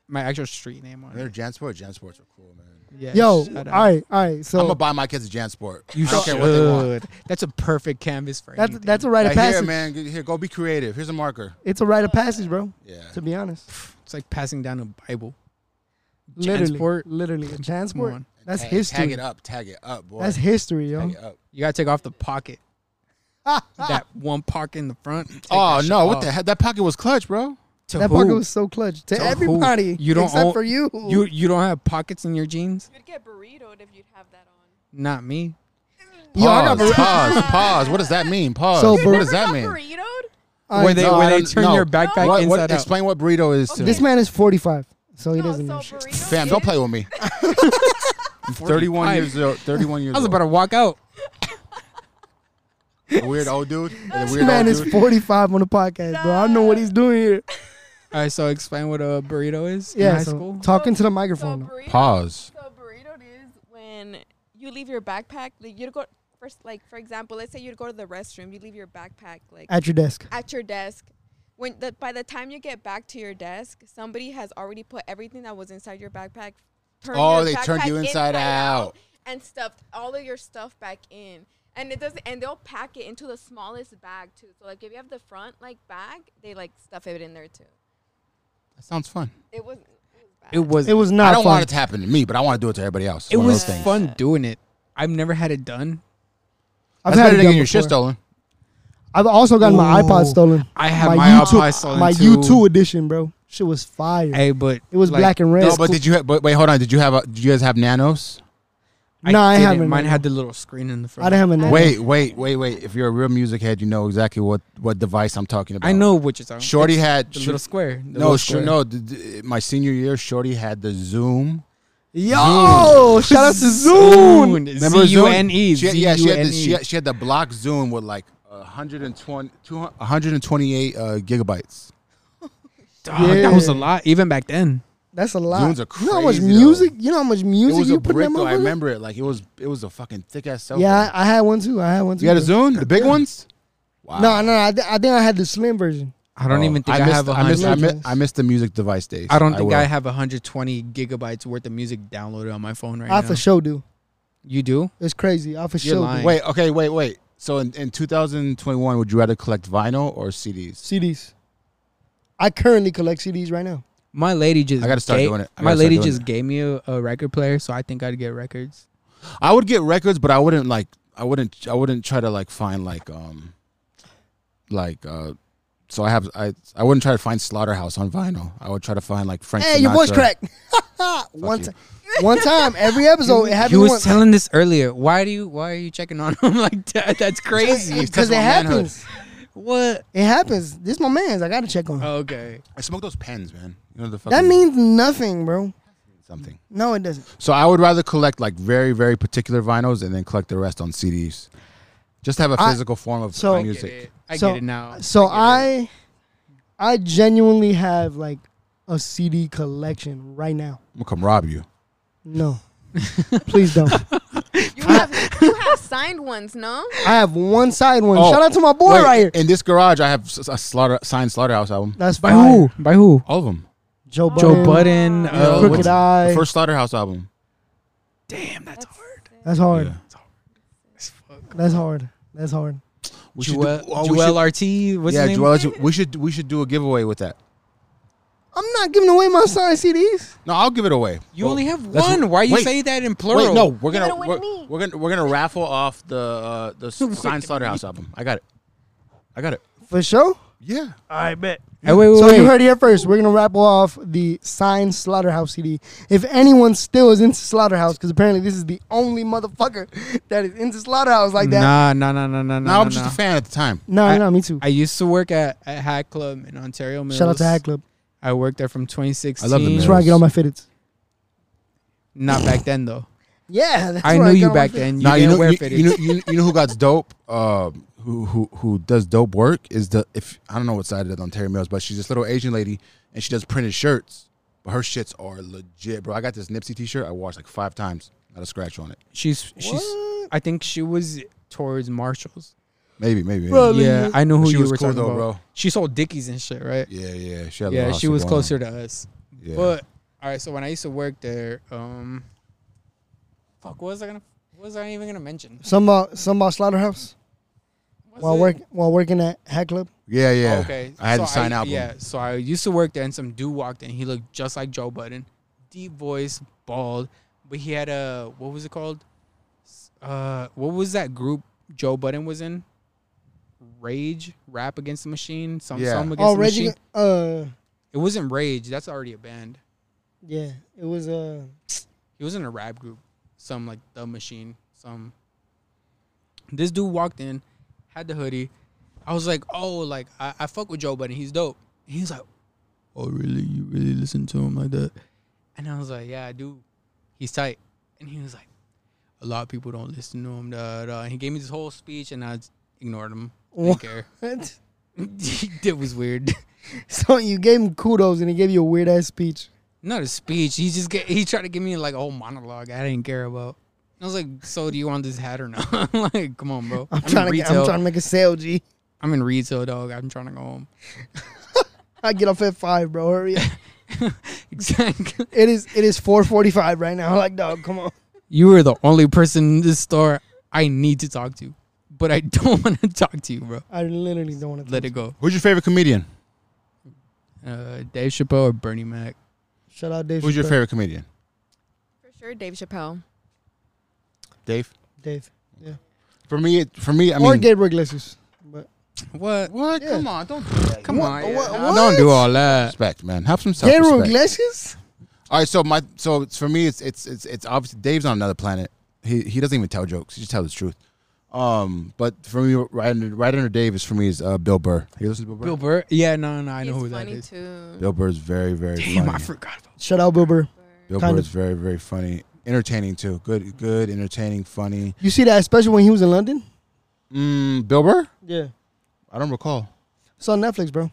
B: my actual street name on
C: They're
B: it.
C: JanSport. JanSports are cool, man.
B: Yeah,
A: Yo, all
B: shout out.
A: right, all right.
C: I'm gonna
A: So
C: buy my kids a JanSport.
B: You
C: I don't care what they want.
B: should. That's a perfect canvas for
A: that's
B: anything.
A: that's a rite of
C: Like, here,
A: passage.
C: man. g- Here, go be creative. Here's a marker.
A: It's a rite of passage, bro.
C: Yeah.
A: To be honest,
B: it's like passing down a Bible.
A: literally,
B: Jansport.
A: literally a
B: Come
A: transport.
B: on.
A: That's
C: tag, Tag
A: history.
C: it up. Tag it up, boy.
A: That's history, yo.
C: tag it up.
B: You gotta take off the pocket. that one pocket in the front. take
C: Oh
B: that shit
C: no! What
B: off.
C: the heck? That pocket was clutch, bro.
B: To
A: that
B: who?
A: pocket was so clutch to,
B: To who?
A: everybody.
B: You don't
A: except
B: own-
A: for you.
B: you. You don't have pockets in your jeans.
D: You'd get burritoed if you'd have that on.
B: Not me.
A: Yo, I got
C: Pause.
A: bur-
C: pause. Pause. What does that mean? Pause.
A: So bur-
C: what does that
D: Not
C: mean?
D: burritoed?
A: I-
B: where they
C: no, I
B: where they
C: don't
B: turn
C: know.
B: your backpack
C: What,
B: inside
C: what,
B: out.
C: explain what burrito is to
D: Okay.
A: This
C: me.
A: man is 45, so he
D: No,
A: doesn't know
D: Oh, so
A: shit.
D: burrito
C: Fam, don't
D: is-
C: play with me. I'm 31
B: 45.
C: years old. 31 years
B: I was
C: old.
B: about to walk out.
C: a weird old dude. A
A: This
C: weird
A: man
C: old
A: is
C: dude.
A: 45 on the podcast, bro. I don't know what he's doing here.
B: All right, so explain what a burrito is in
A: Yeah,
B: high
A: so
B: school.
A: talking to the
D: So
A: microphone.
D: burrito,
C: Pause.
D: so burritoed is when you leave your backpack. Like you go first, like for example, let's say you go to the restroom, you leave your backpack like
A: at your desk.
D: at your desk. When the, by the time you get back to your desk, somebody has already put everything that was inside your backpack. Turned
C: Oh,
D: your
C: they turned
D: backpack
C: you inside out.
D: and stuffed all of your stuff back in. And it doesn't. And they'll pack it into the smallest bag too. So like if you have the front like bag, they like stuff it in there too.
C: That sounds fun.
D: It was. It was bad.
B: It was
A: It was
C: I
A: not
C: don't
A: fun.
C: want it to happen to me, but I want to do it to everybody else. It's
B: it
C: one of
B: was
C: those things.
B: fun doing it. I've never had it done.
A: I've
C: That's
A: had
C: better
A: it
C: than
A: done
C: getting your shit
A: before.
C: stolen.
A: I've also gotten my iPod
B: Ooh.
A: stolen.
B: I have
A: My
B: my,
A: YouTube-
B: iPod stolen
A: My
B: too.
A: U2 edition, bro. Shit was fire.
B: Hey, but
A: it was
B: like,
A: black and red.
C: No, but did you? Ha- but wait, hold on. Did you have? A, did you guys have nanos?
A: No, I
B: didn't.
A: haven't,
B: Mine
A: no.
B: had the little screen in the front.
A: I didn't have a name.
C: Wait, wait, wait, wait. If you're a real music head, you know exactly what what device I'm talking about.
B: I know what you're talking.
C: Shorty
B: It's
C: had
B: the
C: sh-
B: little square. the
C: No,
B: little
C: sure.
B: square.
C: No, d- d- my senior year, Shorty had the Zoom.
A: Yo, shout out to Zune.
B: Zune.
C: Remember
B: Z U N E.
C: Zoom? She had- Yeah, she had, the, she,
B: Z-U-N-E.
C: had, she had the block Zoom with like 120, 200 128 uh, gigabytes.
B: Dog, That was a
A: Yeah.
B: lot, even back then.
A: That's a lot.
C: Zunes are
A: You know how much
C: crazy, though.
A: music? You know how much
C: It
A: music
C: was a
A: you put
C: brick
A: in that
C: though. I
A: motherfucker?
C: remember it. Like it was, it was a fucking thick ass cell.
A: Yeah,
C: phone.
A: I, I had one too. I had one too.
C: you had a
A: bro.
C: Zoom, the big
A: Yeah.
C: ones. Wow.
A: No, no, I, th- I think I had the slim version.
B: I don't
C: Oh,
B: even think I,
C: missed,
B: have a
C: I missed, I,
B: hundred.
C: missed, I missed the music device days.
B: I don't think
C: will.
B: I, have 120 gigabytes worth of music downloaded on my phone right
A: I
B: now.
A: for sure do.
B: You do?
A: It's crazy. I for
B: You're
A: sure
B: lying.
C: Wait, okay, wait, wait. So in, in 2021, would you rather collect vinyl or CDs?
A: do. CDs. I currently collect CDs right now.
B: My lady just
C: I gotta start
B: gave-
C: doing it. I
B: My
C: gotta start
B: lady
C: doing
B: just
C: it.
B: gave me a, a record player, so I think I'd get records.
C: I would get records, but I wouldn't like. I wouldn't. I wouldn't try to like find like um, like uh. So I have I I wouldn't try to find Slaughterhouse on vinyl. I would try to find like Frank.
A: Hey, your voice
C: Sinatra.
A: crack. one
C: you.
A: time, one time, every episode it
B: He
A: happened
B: was
A: once.
B: telling this earlier. Why do you? Why are you checking on him like that? That's crazy.
C: He's touching
A: it
C: my manhood.
A: happens.
B: what?
A: It happens. This my man's. I gotta check on. him.
B: Okay.
C: I smoke those pens, man. You know the
B: Oh,
C: fucking
A: that means nothing, bro.
C: something.
A: No, it doesn't.
C: So I would rather collect like very very particular vinyls and then collect the rest on CDs. Just have a
A: I-
C: physical form of
A: so-
B: Get
C: music.
B: it. I
A: So-
B: get it now.
A: So
B: I get it.
A: I, I genuinely have like a CD collection right now.
C: I'm gonna come rob you.
A: No, please don't.
D: You have you have signed ones, no?
A: I have one side one.
C: Oh,
A: Shout out to my boy
C: Wait,
A: right here.
C: In this garage, I have s- a slaughter signed Slaughterhouse album.
A: That's
B: by
A: fire.
B: who? By who?
C: All of them.
A: Joe
B: Joe
A: Budden.
B: Budden.
D: Yeah,
B: uh,
A: Crooked
B: what's-
A: Eye.
C: The first Slaughterhouse album.
B: damn, that's
D: That's-
B: hard.
A: That's hard.
C: Yeah.
B: as fuck.
A: That's hard. That's hard.
C: We should do-
B: Joel,
C: oh, we should-
B: Joel RT. What's
C: yeah,
B: his name?
C: Joel, Arch- we should we should do a giveaway with that.
A: I'm not giving away my signed CDs.
C: No, I'll give it away.
B: You only have
C: let's-
B: one. Why you
C: wait.
B: say that in plural?
C: Wait, no, we're
D: Give it
C: gonna
D: away to
C: we're,
D: me.
C: we're gonna we're gonna raffle off the uh, the signed Slaughterhouse album. I got it. I got it.
A: For sure.
C: Yeah.
B: Hey, Eh, wait, wait,
A: So
B: wait.
A: you heard it here first. We're gonna wrap off the signed Slaughterhouse CD. If anyone still is into Slaughterhouse, because apparently this is the only motherfucker that is into Slaughterhouse like that.
B: Nah, nah, nah, nah, nah,
C: No,
B: nah.
C: I'm
B: nah,
C: just
B: nah.
C: a fan at the time.
A: No, nah,
B: I-
A: no, me too.
B: I used to work at, at Hat Club in Ontario Mills.
A: Shout out to Hack Club.
B: I worked there from 2016.
A: That's
C: Mills.
A: where I get all my fitteds.
B: Not back then though.
A: Yeah, that's
B: I
A: where
B: knew
A: get
B: you
A: all my
B: back
A: fitteds.
B: then. You
C: Nah, you
B: didn't
C: know,
B: wear
C: you,
B: fitted.
C: you know you, you know who got dope? Uh, who who who does dope work is the if I don't know what side of the Ontario Mills, but she's this little Asian lady and she does printed shirts. But her shirts are legit, bro. I got this Nipsey T-shirt. I washed like five times, not a scratch on it.
B: she's she's. I think she was towards Marshalls.
C: Maybe, maybe. maybe.
A: Bro,
B: Yeah, I know
C: But
B: who
C: she
B: you
C: was
B: were
C: cool
B: talking
C: though,
B: about.
C: bro.
B: She sold Dickies and shit, right?
C: Yeah, yeah. She had a
B: Yeah,
C: lot
B: she
C: of
B: was
C: going on.
B: closer to us.
C: Yeah.
B: But all right, so when I used to work there, um, fuck, what was I gonna, what was I even gonna mention?
A: Some about some about slaughterhouse
B: Was
A: while
B: it-
A: work while working at Hat Club.
C: yeah, yeah.
B: Okay,
C: I had
B: so
C: to sign out.
B: Yeah, so I used to work there, and some dude walked in. He looked just like Joe Budden, deep voice, bald, but he had a what was it called? S- Uh, what was that group Joe Budden was in? Rage, rap against the machine, some
C: Yeah.
B: some against
A: Oh,
B: the
A: Reggie.
B: machine.
A: Uh,
B: It wasn't Rage. That's already a band.
A: yeah, it was uh,
B: He was in a rap group, some like The Machine, some. This dude walked in, had the hoodie. I was like, oh, like I, I fuck with Joe Budden, he's dope. And He's like, oh really? You really listen to him like that? And I was like, yeah, I do. He's tight. And he was like, a lot of people don't listen to him. Da, da. And he gave me this whole speech, and I just ignored him. Didn't
A: What?
B: care.
A: what?
B: it was weird.
A: So you gave him kudos and he gave you a weird ass speech.
B: Not a speech. He just get, he tried to give me like a whole monologue. I didn't care about. I was like, "So do you want this hat or not?" like, come on, bro.
A: I'm trying
B: in
A: to get,
B: retail.
A: I'm trying to make a sale, G.
B: I'm in retail, dog. I'm trying to go home.
A: I get off at five, bro. Hurry up.
B: exactly.
A: it is it is four forty five right now. Like dog, come on.
B: You were the only person in this store I need to talk to, but I don't want to talk to you, bro.
A: I literally don't want to
B: Let it go.
C: Who's your favorite comedian?
B: Uh, Dave Chappelle or Bernie Mac?
A: Shout out Dave.
C: Who's your
A: Chappelle.
C: favorite comedian?
D: For sure, Dave Chappelle.
C: Dave.
A: Dave
C: For me, it, for me, I mean,
A: or Gabriel Iglesias? But
B: What?
C: what?
A: Yeah.
C: Come on, don't do that.
B: Come on, yeah.
A: what-
B: I don't do
A: what?
B: all that.
C: Respect, man. Have some self
A: Gabriel
C: respect.
A: Iglesias?
C: All right, so my so it's, for me, it's it's it's it's obviously Dave's on another planet. He he doesn't even tell jokes. He just tells the truth. Um, but for me, right under, right under Dave is for me is uh, Bill Burr. You listen to Bill Burr?
B: Bill Burr? Yeah, no, no, I know
D: He's
B: who that
D: funny
B: is.
D: too.
C: Bill Burr's very very
B: Damn, I
C: funny.
B: forgot about.
A: Shout out Bill Burr.
C: Bill
A: kind
C: Burr's
A: of-
C: very very funny, entertaining too. Good good entertaining funny.
A: You see that special when he was in London?
C: Mm, Bill Burr?
A: Yeah.
C: I don't recall.
A: It's on Netflix, bro.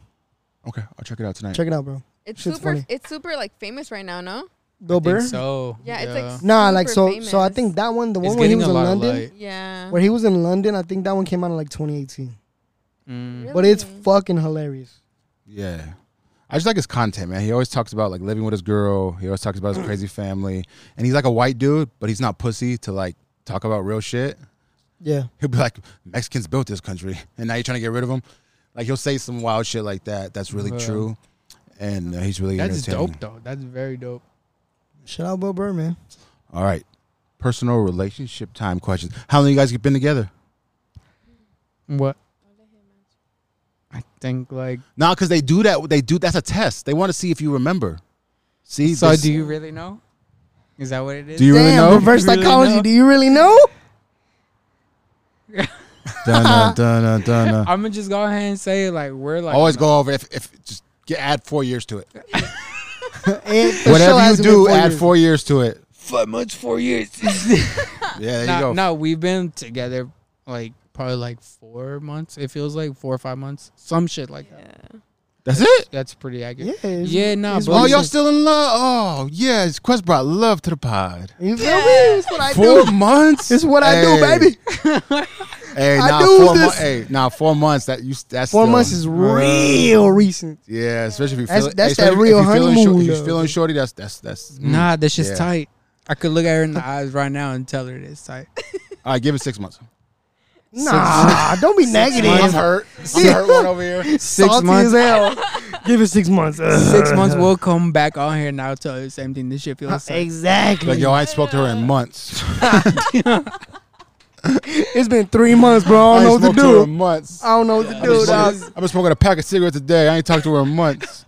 C: Okay, I'll check it out tonight.
A: Check it out, bro.
D: It's
A: Shit's
D: super.
A: funny.
D: It's super like famous right now. No.
A: Bill
B: Think
A: Burr?
B: so
D: Yeah, it's like
A: Nah, like so
D: super
A: so I
D: famous.
A: think that one, the
B: It's
A: one where he
B: getting
A: was
B: a
A: in
B: lot of
A: London,
B: light.
D: Yeah.
A: where he was in London, I think that one came out in like 2018.
B: Mm.
A: But it's
D: Really?
A: fucking hilarious.
C: Yeah. I just like his content, man. He always talks about like living with his girl. He always talks about his crazy family. And he's like a white dude, but he's not pussy to like talk about real shit.
A: Yeah.
C: He'll be like, Mexicans built this country, and now you're trying to get rid of them. Like he'll say some wild shit like that. That's really
B: Yeah.
C: true, and uh, he's really
B: That's
C: entertaining.
B: dope, though. That's very dope.
A: Shout out Bill Burr, man.
C: All right, personal relationship time questions. How long you guys been together?
B: What? I think like.
C: Nah, because they do that. They do that's a test. They want to see if you remember. See,
B: So
C: this-
B: do you really know? Is that what it is?
C: Do you really
A: Damn,
C: know?
A: reverse
B: You really
A: psychology.
B: know?
A: Do you really know?
C: Dun, dun, dun, dun, dun, dun.
B: I'm gonna just go ahead and say like we're like
C: Always go over if if just get add four years to it.
A: And the show
C: Whatever you
A: hasn't been
C: do,
A: four
C: add
A: years.
C: four years to it.
B: five months, four years.
C: Yeah, there you
B: no,
C: go.
B: no, we've been together like probably like four months. It feels like four or five months, some shit like that.
D: Yeah.
C: That's it.
B: That's pretty accurate.
A: Yeah, it's-
B: Yeah, nah,
A: it's
B: bro.
C: Oh,
A: what
C: y'all
A: it
C: still in love? Oh, yeah. Quest brought love to the pod.
A: is. You feel me? It's what I
C: Four
A: do.
C: months.
A: It's what I do,
C: Hey.
A: baby.
C: Hey,
A: I
C: nah,
A: do
C: four
A: this.
C: months. Hey, nah, four months. That you. That's
A: Four
C: still-
A: months is real recent.
C: Yeah, especially if you
A: That's-
C: feel.
A: that's
C: especially
A: that real
C: if you feeling
A: honeymoon
C: short- If you're
A: love.
C: feeling shorty, that's that's that's. mm.
B: Nah, that's just
C: Yeah.
B: tight. I could look at her in the eyes right now and tell her this tight.
C: All right, give it six months.
A: Nah, don't be
C: I'm
A: negative.
C: hurt. I'm hurt one over here.
B: Six
A: Salty
B: months.
A: as hell. Give it six months. Uh,
B: Six months, we'll come back on here and I'll tell you the same thing. This shit feels tight.
A: Exactly.
C: Like yo, I ain't spoke to her in months.
A: It's been three months, bro.
C: I
A: I
C: ain't
A: don't know what
C: spoke to
A: to do.
C: her in months.
A: I don't know what to
C: I've been
A: do, dog.
C: smoking- I've been smoking a pack of cigarettes a day. I ain't talked to her in months.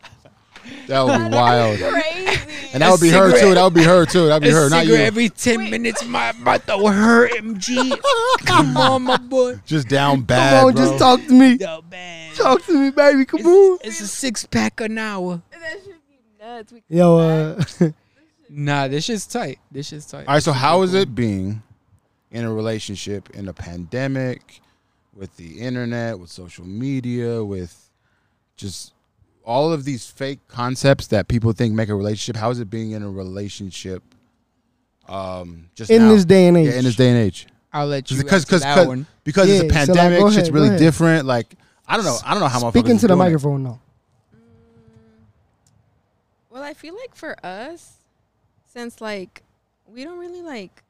C: That would be wild.
D: Crazy.
C: And that would be her too.
B: cigarette.
C: That would be her too. That'd be
B: A
C: her, not
B: cigarette
C: you.
B: every 10 minutes, my mouth will hurt, MG. Come on, my boy.
C: Just down bad,
A: Come on,
C: bro.
A: just talk to me.
B: Yo, man.
A: Talk to me, baby. Come on.
B: It's, it's a six pack an hour.
D: that should be nuts. We
A: Yo, uh,
B: Nah, this shit's tight. This shit's tight.
C: All right, so how is it being in a relationship in a pandemic with the internet, with social media, with just all of these fake concepts that people think make a relationship? How is it being in a relationship um just
A: in
C: now?
A: this day and age.
C: Yeah, in this day and age.
B: I'll let you
C: because
B: answer
C: because
B: that
C: because
B: one.
C: because
A: Yeah, so,
C: it's a
A: like, go
C: pandemic.
A: ahead,
C: shit's
A: go
C: really
A: ahead.
C: different. Like I don't know. I don't know how motherfuckers
A: Speak
C: is
A: into the
C: doing it.
A: microphone now.
D: Well, I feel like for us, since like we don't really like,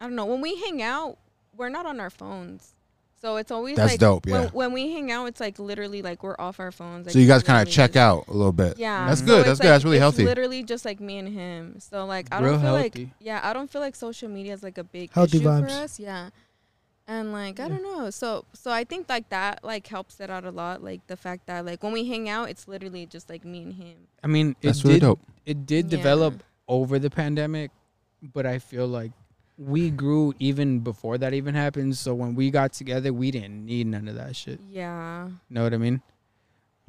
D: I don't know, when we hang out, we're not on our phones. So it's always
C: That's
D: like,
C: dope,
D: When,
C: yeah.
D: when we hang out, it's like literally like we're off our phones. Like
C: So you guys kind of
D: literally
C: check
D: just-
C: out a little bit.
D: Yeah,
C: That's
D: So
C: good.
D: it's,
C: That's good.
D: like-
C: That's really
D: it's
C: healthy.
D: Literally just like me and him. So like I don't
B: Real
D: feel like
B: healthy.
D: yeah, I don't feel like social media is like a big
A: Healthy
D: issue
A: vibes.
D: for us. Yeah, and like I don't know. So so I think like that like helps it out a lot. Like the fact that like when we hang out, it's literally just like me and him.
B: I mean, it
C: That's
B: did,
C: really dope.
B: It did
D: Yeah.
B: develop over the pandemic, but I feel like we grew even before that even happened. So when we got together, we didn't need none of that shit.
D: Yeah.
B: Know what I mean?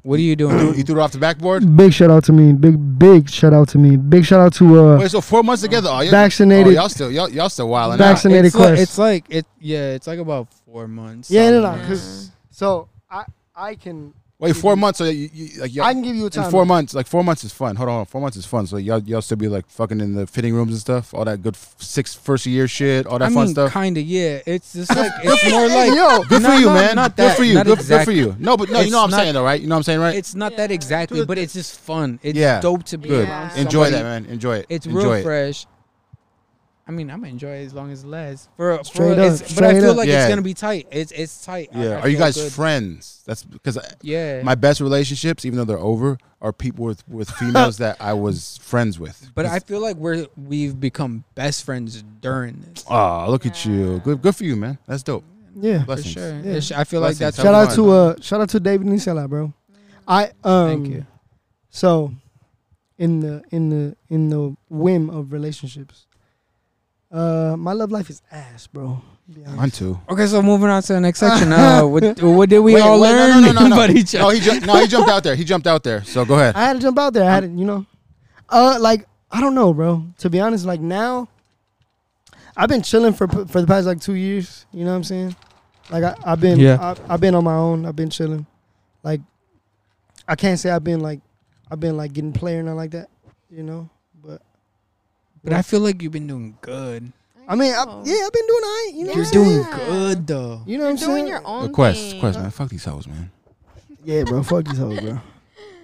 B: What are you doing?
C: you threw it off the backboard.
A: Big shout out to me. Big big shout out to me. Big shout out to uh
C: Wait, so four months together. Oh, y'all-
A: Vaccinated.
C: Oh, y'all still y'all, y'all still wilding
A: Vaccinated. Fascinated
B: it's like,
A: quest.
B: it's like it. Yeah, it's like about four months.
A: Yeah, no, no,
B: solid.
A: because so I I can
C: out. Wait, four months. So you, you like y'all,
A: I can give you a time.
C: in four months, like four months is fun. Hold on, four months is fun. So y'all y'all still be like fucking in the fitting rooms and stuff. All that good f- six first year shit. All that
B: I
C: fun
B: mean,
C: stuff.
B: kind of. Yeah, it's just like it's more like
C: yo, good
B: No,
C: for you,
B: no,
C: man.
B: not
C: good
B: that,
C: for you.
B: not
C: Good, good for
B: exact-
C: you. No, but no, you
B: It's
C: know what I'm
B: not-
C: saying though, right? You know what I'm saying, right?
B: it's not that
D: Yeah.
B: exactly, but it's just fun. It's
C: Yeah.
B: dope to be
C: good.
B: around.
C: Enjoy
B: somebody.
C: that, man. Enjoy it.
B: It's
C: Enjoy
B: real
C: it.
B: fresh. I mean, I'm gonna enjoy it as long as it lasts. For, for
A: Straight
B: it's-
A: up,
B: but I
A: straight
B: feel
A: up.
B: like
C: Yeah.
B: it's gonna be tight. It's it's tight. I-
C: Yeah.
B: I
C: Are you
B: feel
C: guys
B: good.
C: friends? That's because I,
B: Yeah.
C: my best relationships, even though they're over, are people with with females that I was friends with.
B: but I feel like we're we've become best friends during this.
C: Oh, look at you. Good, good for you, man. That's dope.
A: Yeah.
B: For
C: Blessings.
B: sure.
A: Yeah.
B: It's- I feel
C: Blessings.
B: like that's
A: Shout out
C: Come
A: to uh shout out to David Nisela, bro. I um
B: Thank you.
A: So, in the in the in the whim of relationships, uh, my love life is ass, bro. Be honest.
C: Mine too.
B: Okay, so moving on to the next section. Uh, what, what did we
C: Wait,
B: all
C: wait, no,
B: learn
C: No, no, no, no.
B: about each
C: No,
B: other?
C: he ju- no, he jumped out there. He jumped out there. So go ahead.
A: I had to jump out there. I had to, you know, uh, like I don't know, bro. To be honest, like now, I've been chilling for p- for the past like two years. You know what I'm saying? Like I, I've been,
B: Yeah.
A: I, I've been on my own. I've been chilling. Like I can't say I've been like, I've been like getting player and nothing like that. You know, but
B: But I feel like you've been doing good.
A: I mean, I,
D: know.
A: yeah, I've been doing all right. You know,
B: You're
A: what I'm
B: doing
D: Yeah.
B: good though.
A: saying? You know what I'm
D: doing
A: saying?
D: your own
C: Uh, Quest,
D: thing.
C: quest, man. Fuck these hoes, man.
A: Yeah, bro. Fuck these hoes, bro.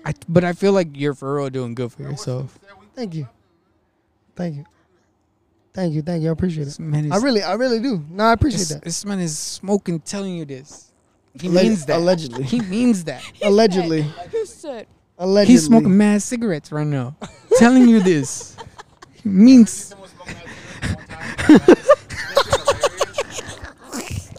B: I, but I feel like you're for real doing good for yourself.
A: Thank you. Thank you. Thank you. Thank you. I appreciate it.
B: This man is,
A: I really, I really do. No, I appreciate
B: this,
A: that.
B: this man is smoking, telling you this. He
A: Alleg-
B: means that.
A: Allegedly.
B: He means that.
A: Allegedly.
D: He said,
A: Allegedly.
B: He's smoking mad cigarettes right now. telling you this. He means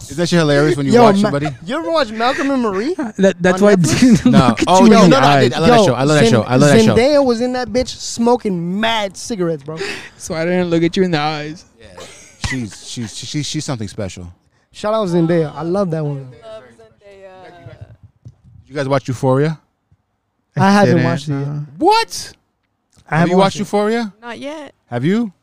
C: Is that shit hilarious when you
A: Yo,
C: watch
A: Ma-
C: somebody?
A: You ever watch Malcolm and Marie?
B: that, that's
A: On
B: why I
A: Netflix?
B: didn't
C: No.
B: look at
C: Oh,
B: you
C: no,
B: in
C: no,
B: the
C: no, I
B: eye.
C: did. I love that show. I love that show. I love that
A: Zendaya
C: show.
A: Zendaya was in that bitch smoking mad cigarettes, bro.
B: So I didn't look at you in the eyes.
C: She's she's she's she's something special.
A: Shout out Zendaya. I love that woman.
D: "Love Zendaya."
C: Did you guys watch Euphoria?
A: I haven't
B: Didn't,
A: watched it yet.
B: uh,
C: What?
A: I
C: Have
A: haven't
C: you watched
A: it.
C: Euphoria?
D: Not yet.
C: Have you?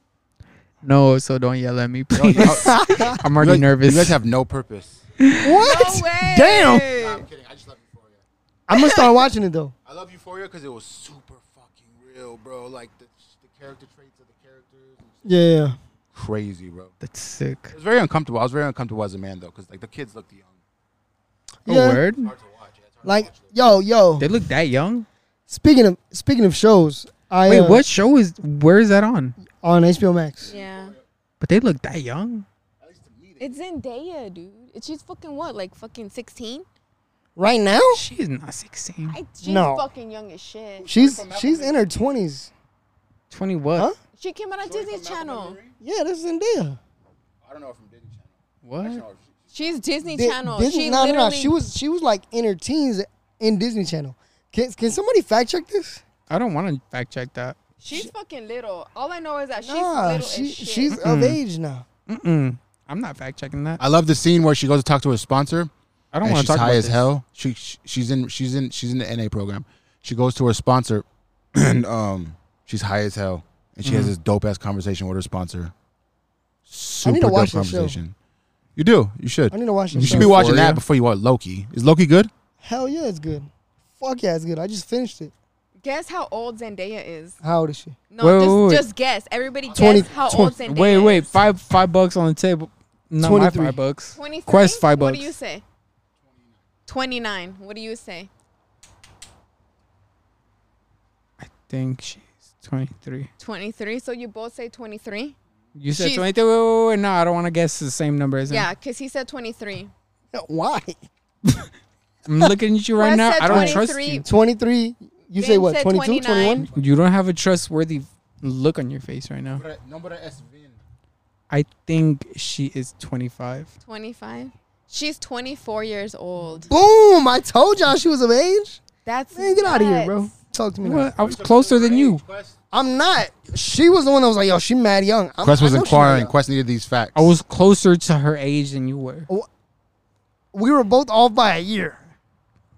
B: No, so don't yell at me,
C: No,
B: please.
C: you- oh,
B: I'm
C: you
B: already
C: guys-
B: nervous.
C: You guys have no purpose.
A: What?
D: way.
A: Damn.
C: I'm kidding. I just love Euphoria.
A: I'm gonna start watching it though.
C: I love Euphoria because it was super fucking real, bro. Like the, the character traits of the characters.
A: Yeah.
C: Crazy, bro.
B: That's sick.
C: It was very uncomfortable. I was very uncomfortable as a man though, because like the kids looked young.
B: A
A: Yeah.
B: word?
C: Hard to watch. Yeah, it's hard to
A: Like,
C: watch.
A: yo, yo.
B: They look that young?
A: Speaking of speaking of shows, I
B: Wait,
A: uh,
B: what show is where is that on?
A: on HBO Max?
D: Yeah.
B: But they look that young.
D: It's Zendaya, dude. And She's fucking what, like fucking 16?
A: Right now?
B: She's not 16.
D: I, she's
A: No.
D: fucking young as shit.
A: She's she's in her twenties.
B: 20 what?
A: Huh?
D: She came out on Disney Channel.
A: Yeah, that's Zendaya.
C: I don't know from Disney Channel.
B: What?
D: She's Disney
A: Di-
D: Channel.
A: Disney-
D: she
A: no, no,
D: literally.
A: no. She was she was like in her teens in Disney Channel. Can can somebody fact check this?
B: I don't want to fact check that.
D: She's fucking little. All I know is that she's
A: Nah,
D: little
A: she
D: as shit.
A: she's of age now.
B: Mm-mm. I'm not fact checking that.
C: I love the scene where she goes to talk to her sponsor.
B: I don't
C: and
B: want to
C: she's
B: talk
C: high
B: about
C: as
B: this.
C: hell. She sh- she's in she's in she's in the NA program. She goes to her sponsor, and um, she's high as hell, and she has this dope ass conversation with her sponsor. Super
A: need to
C: dope
A: watch this show.
C: conversation. You do. You should.
A: I need to watch
C: You
A: this.
C: should
A: show.
C: be watching
B: Euphoria.
C: that before you watch Loki. Is Loki good?
A: Hell yeah, it's good. Fuck yeah, it's good. I just finished it.
D: Guess how old Zendaya is.
A: How old is she?
D: No,
B: Wait,
D: just,
B: wait, wait.
D: just guess. Everybody guess
A: 20
D: how
A: twen-
D: old Zendaya
B: Wait, wait.
D: is.
B: 5 5 bucks on the table. Not my
A: 23.
B: five bucks.
D: 23?
B: Quest, five
D: What do
B: bucks.
D: you say? 29. What do you say?
B: think she's 23.
D: 23. So you both say 23?
B: You said
D: She's-
B: 23. Wait, wait, wait, No, I don't want to guess the same number as him.
D: Yeah, because he said 23.
A: Why?
B: I'm looking at you right
D: Wes
B: now.
D: said
B: I don't trust
D: 23.
B: you.
A: 23. You say
D: Ben
A: what?
D: said
A: 22,
D: 29.
A: 21?
B: You don't have a trustworthy look on your face right now.
C: Number es Vin.
B: I think she is 25.
D: 25. She's 24 years old.
A: Boom! I told y'all she was of age.
D: That's
A: Man, get out of here, bro.
D: nuts.
A: Talk to me. now.
B: What? I was closer than you.
A: I'm not. She was the one that was like, yo, she mad young. I'm,
C: Quest
A: I
C: was
A: know she mad
C: inquiring.
A: young.
C: Quest needed these facts.
B: I was closer to her age than you were.
A: We were both off by a year.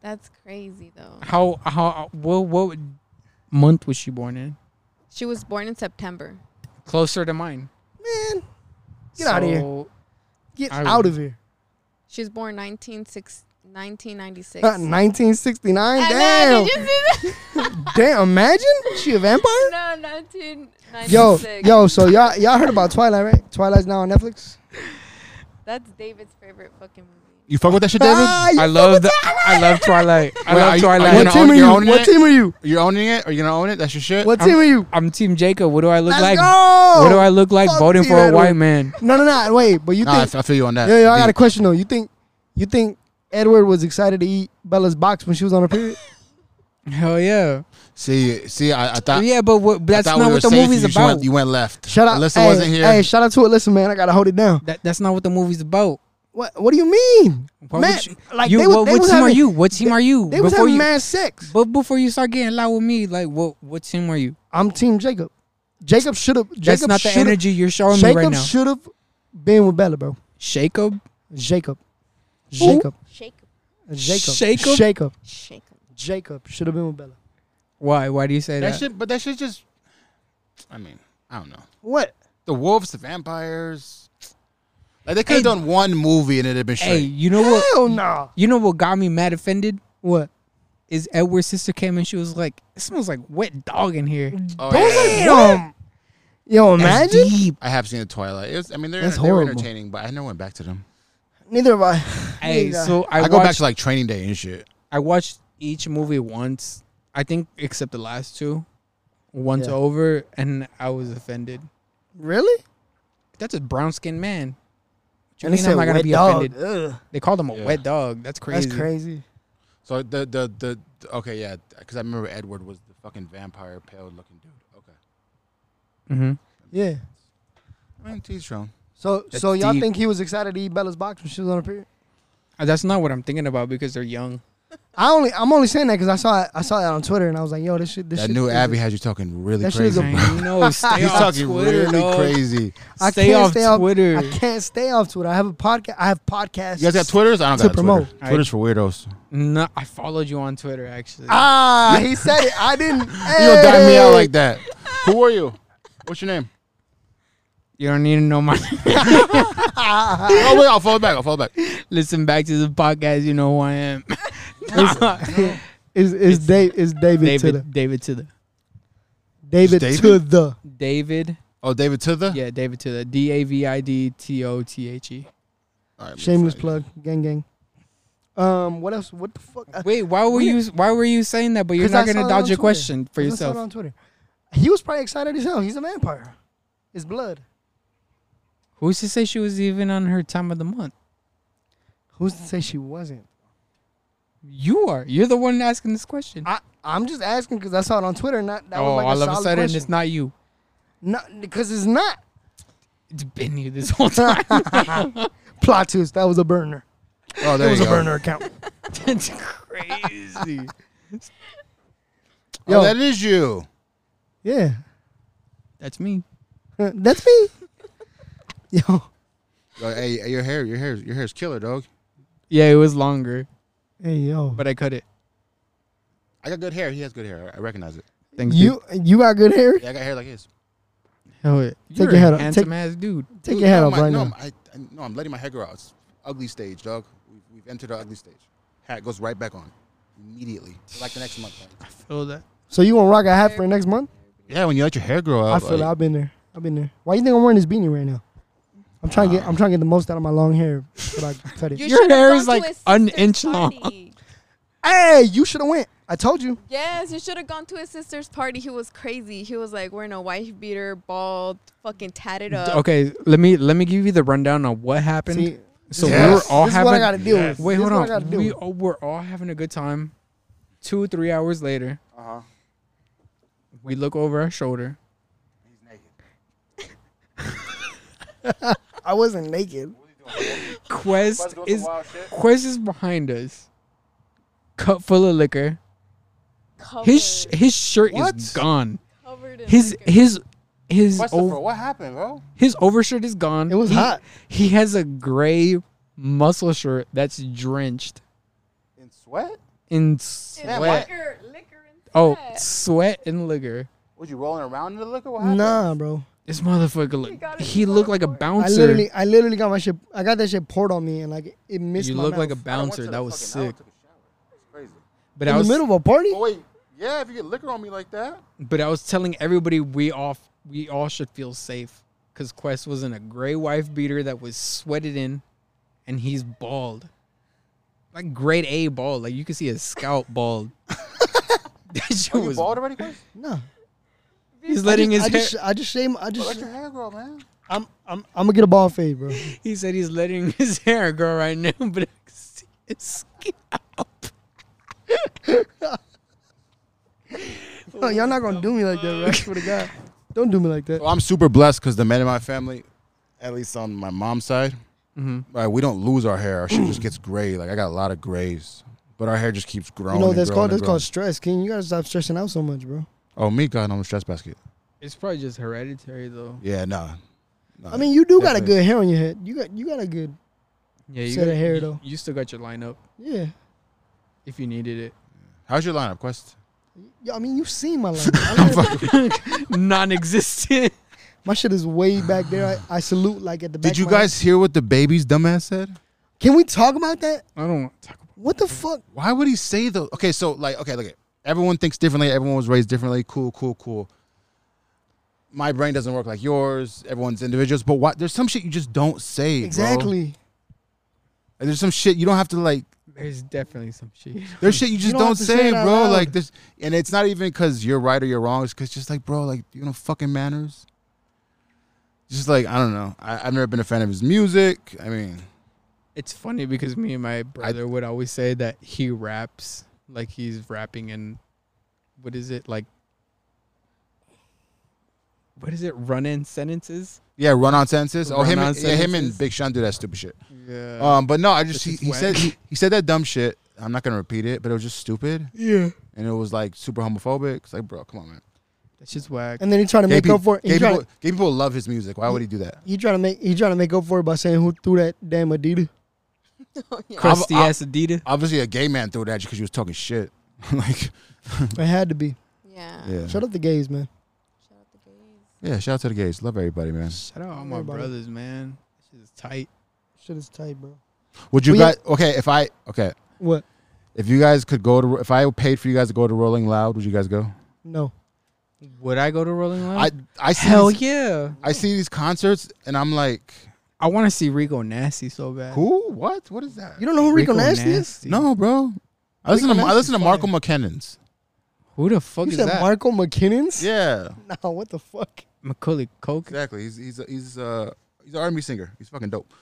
D: That's crazy, though.
B: How how what what month was she born in?
D: She was born in September.
B: Closer to mine.
A: Man, Get outta here.
B: So,
A: get
B: I
A: out
B: would-
A: of here.
D: She was born 1996 1996.
A: 1969.
D: And then-
A: damn.
D: did you see
A: Damn. Imagine she a vampire.
D: that? No, 1996.
A: Yo, yo. So y'all, y'all heard about Twilight, right? Twilight's now on Netflix.
D: That's David's favorite fucking movie.
C: You fuck with that shit, David?
A: Ah, you
B: I love the I love Twilight. I
C: Wait,
B: love
C: are you- are
B: Twilight.
C: you
A: What
C: gonna
A: team
C: own-
A: are
C: you're
A: you?
C: owning
A: What
C: it?
A: team are you?
C: You're owning it? Are you gonna own it? That's your shit.
A: What
B: I'm-
A: team are you?
B: I'm Team Jacob. What do I look
A: Let's
B: like?
A: go.
B: What do I look like
A: Fuck
B: voting
A: Team
B: for a
A: Edward.
B: white man?
A: No, no, no. Wait, but you
C: Nah, I
A: think?
C: f- I feel you on that.
A: Yo, yo, I got a
C: Deep.
A: question though. You think, you think Edward was excited to eat Bella's box when she was on her period?
B: Hell yeah.
C: see, see, I, I thought.
B: yeah, but what,
C: I
B: that's
C: thought
B: not
C: we were
B: what the
C: safe.
B: movie's
C: you just
B: about.
C: Went, you went left.
A: Shout out.
C: Alyssa
A: hey,
C: wasn't here.
A: Hey, shout out to it. Listen, man, I gotta hold it down.
B: that, that's not what the movie's about.
A: What? What do you mean?
B: Why
A: Man,
B: would you,
A: like,
B: you
A: they was-
B: what,
A: they
B: what
A: was
B: team are
A: having-
B: you? What team are you?
A: They was
B: before
A: having
B: you,
A: mad sex.
B: but before you start getting loud with me, like what what team are you?
A: I'm Team Jacob. Jacob should have. Jacob
B: That's not the
A: should've-
B: energy you're showing
A: Jacob
B: me right now.
A: should have been with Bella, bro.
B: Jacob,
A: Jacob. Jacob.
D: Shake
A: Jacob.
D: him.
B: Jacob?
A: Jacob.
D: Shake him.
A: Jacob should have been with Bella.
B: why why do you say
C: that
B: that?
C: shit, but that shit just. I mean, I don't know.
A: What?
C: The wolves, the vampires. Like they could
B: Hey.
C: have done one movie and it'd have been
B: Hey,
C: straight.
B: you know what?
A: Hell nah.
B: You know what got me mad offended
A: What?
B: is Edward's sister came and she was like, "It smells like wet dog in here."
C: Oh,
A: Those
C: yeah.
A: are dumb. Yo,
B: That's
A: imagine.
B: deep.
C: I have seen the Twilight. It was, I mean, they're,
A: That's
C: they were
A: horrible.
C: entertaining, but I never went back to them.
A: Neither of I.
B: Hey,
A: Neither.
B: so I,
C: I,
B: watched,
C: go back to like Training Day and shit.
B: I watched each movie once. I think except the last two, once
A: Yeah.
B: over, and I was offended.
A: really?
B: That's a brown skinned man. What you
A: And they
B: mean
A: said
B: I'm not gonna
A: wet
B: be
A: dog.
B: offended?
A: Ugh,
B: They called him a
C: Yeah.
B: wet dog. That's crazy.
A: that's crazy.
C: So the the the, the okay, yeah, because I remember Edward was the fucking vampire, pale looking dude. Okay,
B: Mm-hmm.
A: Yeah.
C: I mean, he's strong.
A: So,
B: That's
A: so y'all
B: deep.
A: think he was excited to eat Bella's box when she was on her period?
B: Uh, That's not what I'm thinking about because they're young.
A: I only, I'm only saying that because I saw, it, I saw that on Twitter, and I was like, "Yo, this shit, this
C: That
A: shit."
C: new
A: is-
C: Abby had you talking really
A: That shit is
C: crazy.
A: a-
B: I know. Stay
C: He's
B: off
C: talking
B: Twitter,
C: really
B: dog.
C: crazy.
A: I
B: Stay
A: can't
B: off
A: stay off-
B: Twitter.
A: I can't stay off Twitter. I have a podcast. I have podcasts.
C: You guys got Twitters? I don't
A: To
C: got a Twitter.
A: promote.
C: Twitter's for weirdos.
B: No, I followed you on Twitter actually.
A: Ah, he said it. I didn't.
C: You don't dime me out
A: Hey.
C: like that. Who are you? What's your name?
B: you don't need to know my.
C: Oh wait, I'll follow back. I'll follow back.
B: Listen back to the podcast. You know who I am.
A: Is is Dave is David, to the
B: David. David to the.
A: David,
C: David?
A: to the
B: David.
C: Oh, David Tither.
B: Yeah, David to the. D a v i d t o t h e.
C: All right,
A: shameless
C: fine.
A: plug gang gang. Um, what else? What the fuck? I-
B: Wait, why were you? Why were you saying that? But you're
A: 'Cause I
B: not
A: saw
B: gonna
A: it on
B: dodge your
A: Twitter.
B: question for
A: I just saw it
B: yourself.
A: on Twitter. He was probably excited as hell. He's a vampire. It's blood.
B: Who's to say she was even on her time of the month?
A: Who's to say she wasn't?
B: You are. You're the one asking this question.
A: I I'm just asking because I saw it on Twitter. and that that
B: oh,
A: was like
B: all
A: a
B: of a
A: solid
B: sudden
A: question.
B: it's not you.
A: not because it's not
B: It's been you this whole time.
A: plot twist. That was a burner.
C: Oh, there
A: it was
C: you
A: a
C: go.
A: burner account.
B: That's crazy.
C: Oh,
A: Yo.
C: that is you.
A: Yeah,
B: That's me.
A: Uh, that's me. Yo,
C: Yo, hey, hey, your hair, your hair, your hair's killer, dog.
B: Yeah, it was longer,
A: hey yo.
B: but I cut it.
C: I got good hair. He has good hair. I recognize it.
B: Thanks,
A: you you got good hair.
C: Yeah, I got hair like his.
B: dude. Hell yeah.
A: Take your
B: You're a
A: head off.
B: Handsome
A: Take-
B: ass dude.
A: Take
C: Dude,
A: your hat
C: no,
A: off
C: my-
A: right
C: no,
A: now.
C: I, I, no, I'm letting my hair grow out. It's ugly stage, dog. We've, we've entered the ugly stage. Hat goes right back on immediately, for like the next month.
B: I feel that.
A: So you gonna rock a hat for next month?
C: Yeah, when you let your hair grow
A: I feel it. I've been there. I've been there. Why you think I'm wearing this beanie right now? I I'm trying to get. I'm trying to get the most out of my long hair. But I cut it.
D: You
B: Your
D: should've
B: hair
D: gone
B: is,
D: to
B: like,
D: his
B: an
D: sister's
B: inch long.
D: party.
A: hey, you should have went. I told you.
D: Yes, you should have gone to his sister's party. He was crazy. He was like wearing a wife beater, bald, fucking tatted up.
B: Uh, Okay, let me let me give you the rundown on what happened.
A: See,
B: so we
C: Yes.
B: were all
A: this is
B: having.
A: what I gotta deal
E: Yes.
A: with.
B: wait,
A: This is
B: hold
A: what I gotta
B: on.
A: deal
B: We
A: with.
B: all, we're all having a good time. Two three hours later,
C: Uh-huh.
B: we look over our shoulder.
C: He's naked.
A: I wasn't naked.
B: Quest is Quest is behind us. Cup full of liquor.
D: Covered,
B: His sh- his shirt is
C: What?
B: gone.
D: covered in
B: His
D: liquor.
B: his his ov-
C: what happened, bro?
B: his overshirt is gone.
A: It was
B: He-
A: hot.
B: He has a gray muscle shirt that's drenched
C: In sweat?
B: in
D: Yeah,
B: sweat.
D: liquor, liquor and
B: Oh,
D: sweat.
B: sweat and liquor.
C: Was you rolling around in the liquor? What
A: Nah, bro.
B: This motherfucker
D: He
B: look.
D: got it
B: He
D: before
B: looked
D: the
B: like a
D: court.
A: I
B: bouncer.
A: literally, I literally got my shit. I got that shit poured on me, and like it missed
B: you
A: my
B: look
A: mouth.
B: like a bouncer. That was sick.
C: crazy.
B: But
A: in
B: I was,
A: the middle of a party.
C: Oh, wait. Yeah, if you get liquor on me like that.
B: but I was telling everybody we all we all should feel safe because Quest was in a gray wife beater that was sweated in, and he's bald, like grade A bald. Like you can see his scalp bald. that shit
C: Are you
B: was.
C: bald already, Chris?
A: No,
B: He's letting
A: I
B: his hair.
A: just, I just shame. I
C: Let
A: just,
C: your hair grow, man.
A: I'm, I'm, I'm gonna get a ball fade, bro.
B: He said he's letting his hair grow right now, but I can see his scalp.
A: No, y'all not gonna do me like that, bro. I swear to God, don't do me like that.
C: Well, I'm super blessed because the men in my family, at least on my mom's side,
A: Mm-hmm.
B: Mhm.
C: like, we don't lose our hair. Our shit just gets gray. Like I got a lot of grays, but our hair just keeps growing.
A: You know
C: and
A: that's
C: growing
A: called
C: and
A: that's
C: growing.
A: called stress, King. You gotta stop stressing out so much, bro.
C: Oh, me got on the stress basket.
B: It's probably just hereditary, though.
C: Yeah, nah. Nah.
A: I mean, you do got a
C: definitely.
A: good hair on your head. You got, you got a good,
B: Yeah, you
A: Set
B: got-
A: of hair,
B: you-
A: though.
B: You still got your lineup
A: yeah.
B: if you needed it.
C: how's your lineup, Quest?
A: Yeah, I mean, you've seen my life. I literally-
B: Non-existent.
A: my shit is way back there. I, I salute like at the. back
C: Did
A: of
C: you
A: my head.
C: guys hear what the baby's dumbass said?
A: Can we talk about that?
B: I don't want to talk about.
A: What the fuck?
C: Why would he say though? Okay, so like, okay, look, at everyone thinks differently. Everyone was raised differently. Cool, cool, cool. My brain doesn't work like yours. Everyone's individuals, but what? There's some shit you just don't say. bro.
A: Exactly.
C: Like, there's some shit you don't have to like.
B: There's definitely some shit.
C: There's shit you just
A: don't
C: don't,
A: have to say
C: say,
A: it out
C: bro.
A: loud.
C: Like this, and it's not even because you're right or you're wrong. It's because just like, bro, like you know, fucking manners. Just like I don't know. I, I've never been a fan of his music. I mean,
B: It's funny because me and my brother would always say that he raps like he's rapping in, what is it like? What is it? Run-in sentences.
C: yeah, run on sentences. Oh, him,
B: Run-on
C: and, yeah, him and
B: sentences.
C: Big Sean do that stupid shit.
B: Yeah.
C: Um, but no, I
B: Which
C: just he,
B: is
C: he
B: whack.
C: said he, he said that dumb shit. I'm not gonna repeat it, but it was just stupid,
B: yeah.
C: and it was like super homophobic. It's like, bro, come on, man.
B: That's just whack.
A: And then he tried to
C: Gay,
A: make
C: peop-
A: up for it.
C: gay
A: He tried,
C: people, gay people love his music. Why would he do that?
A: he tried to make he tried to make up for it by saying who threw that damn Adidas.
D: Oh, yeah.
B: Crusty
C: I've-
B: ass Adidas.
C: Obviously, a gay man threw it at you because you was talking shit. like,
A: It had to be.
D: yeah.
C: yeah,
A: Uh, Shut up the gays, man.
D: Shout out the gays.
C: yeah. Shout out to the gays. Love everybody, man.
B: Shout out all
A: Hey,
B: my
A: buddy.
B: brothers, man. This is tight.
A: Shit is tight, bro.
C: Would you
A: Well, yeah.
C: guys? Okay, if I okay,
A: What?
C: if you guys could go to, if I paid for you guys to go to Rolling Loud, would you guys go?
A: No.
B: Would I go to Rolling
C: I
A: Uh,
B: Loud?
C: I see
B: Hell
C: these,
B: yeah.
C: I see these concerts and I'm like,
B: I want to see Rico Nasty so bad.
C: who? What? What is that?
A: You don't know who Rico, Nasty, is?
C: No, bro. I listen to
A: Rico
C: I listen to
A: Nasty's
C: Marco
A: fire.
C: McKinnon's.
B: Who the fuck
A: You
B: is
A: said
B: that?
A: Marco McKinnon's?
C: Yeah,
A: Nah, what the fuck?
B: Macaulay Coke.
C: exactly. He's he's a, he's uh he's an R&B singer. He's fucking dope.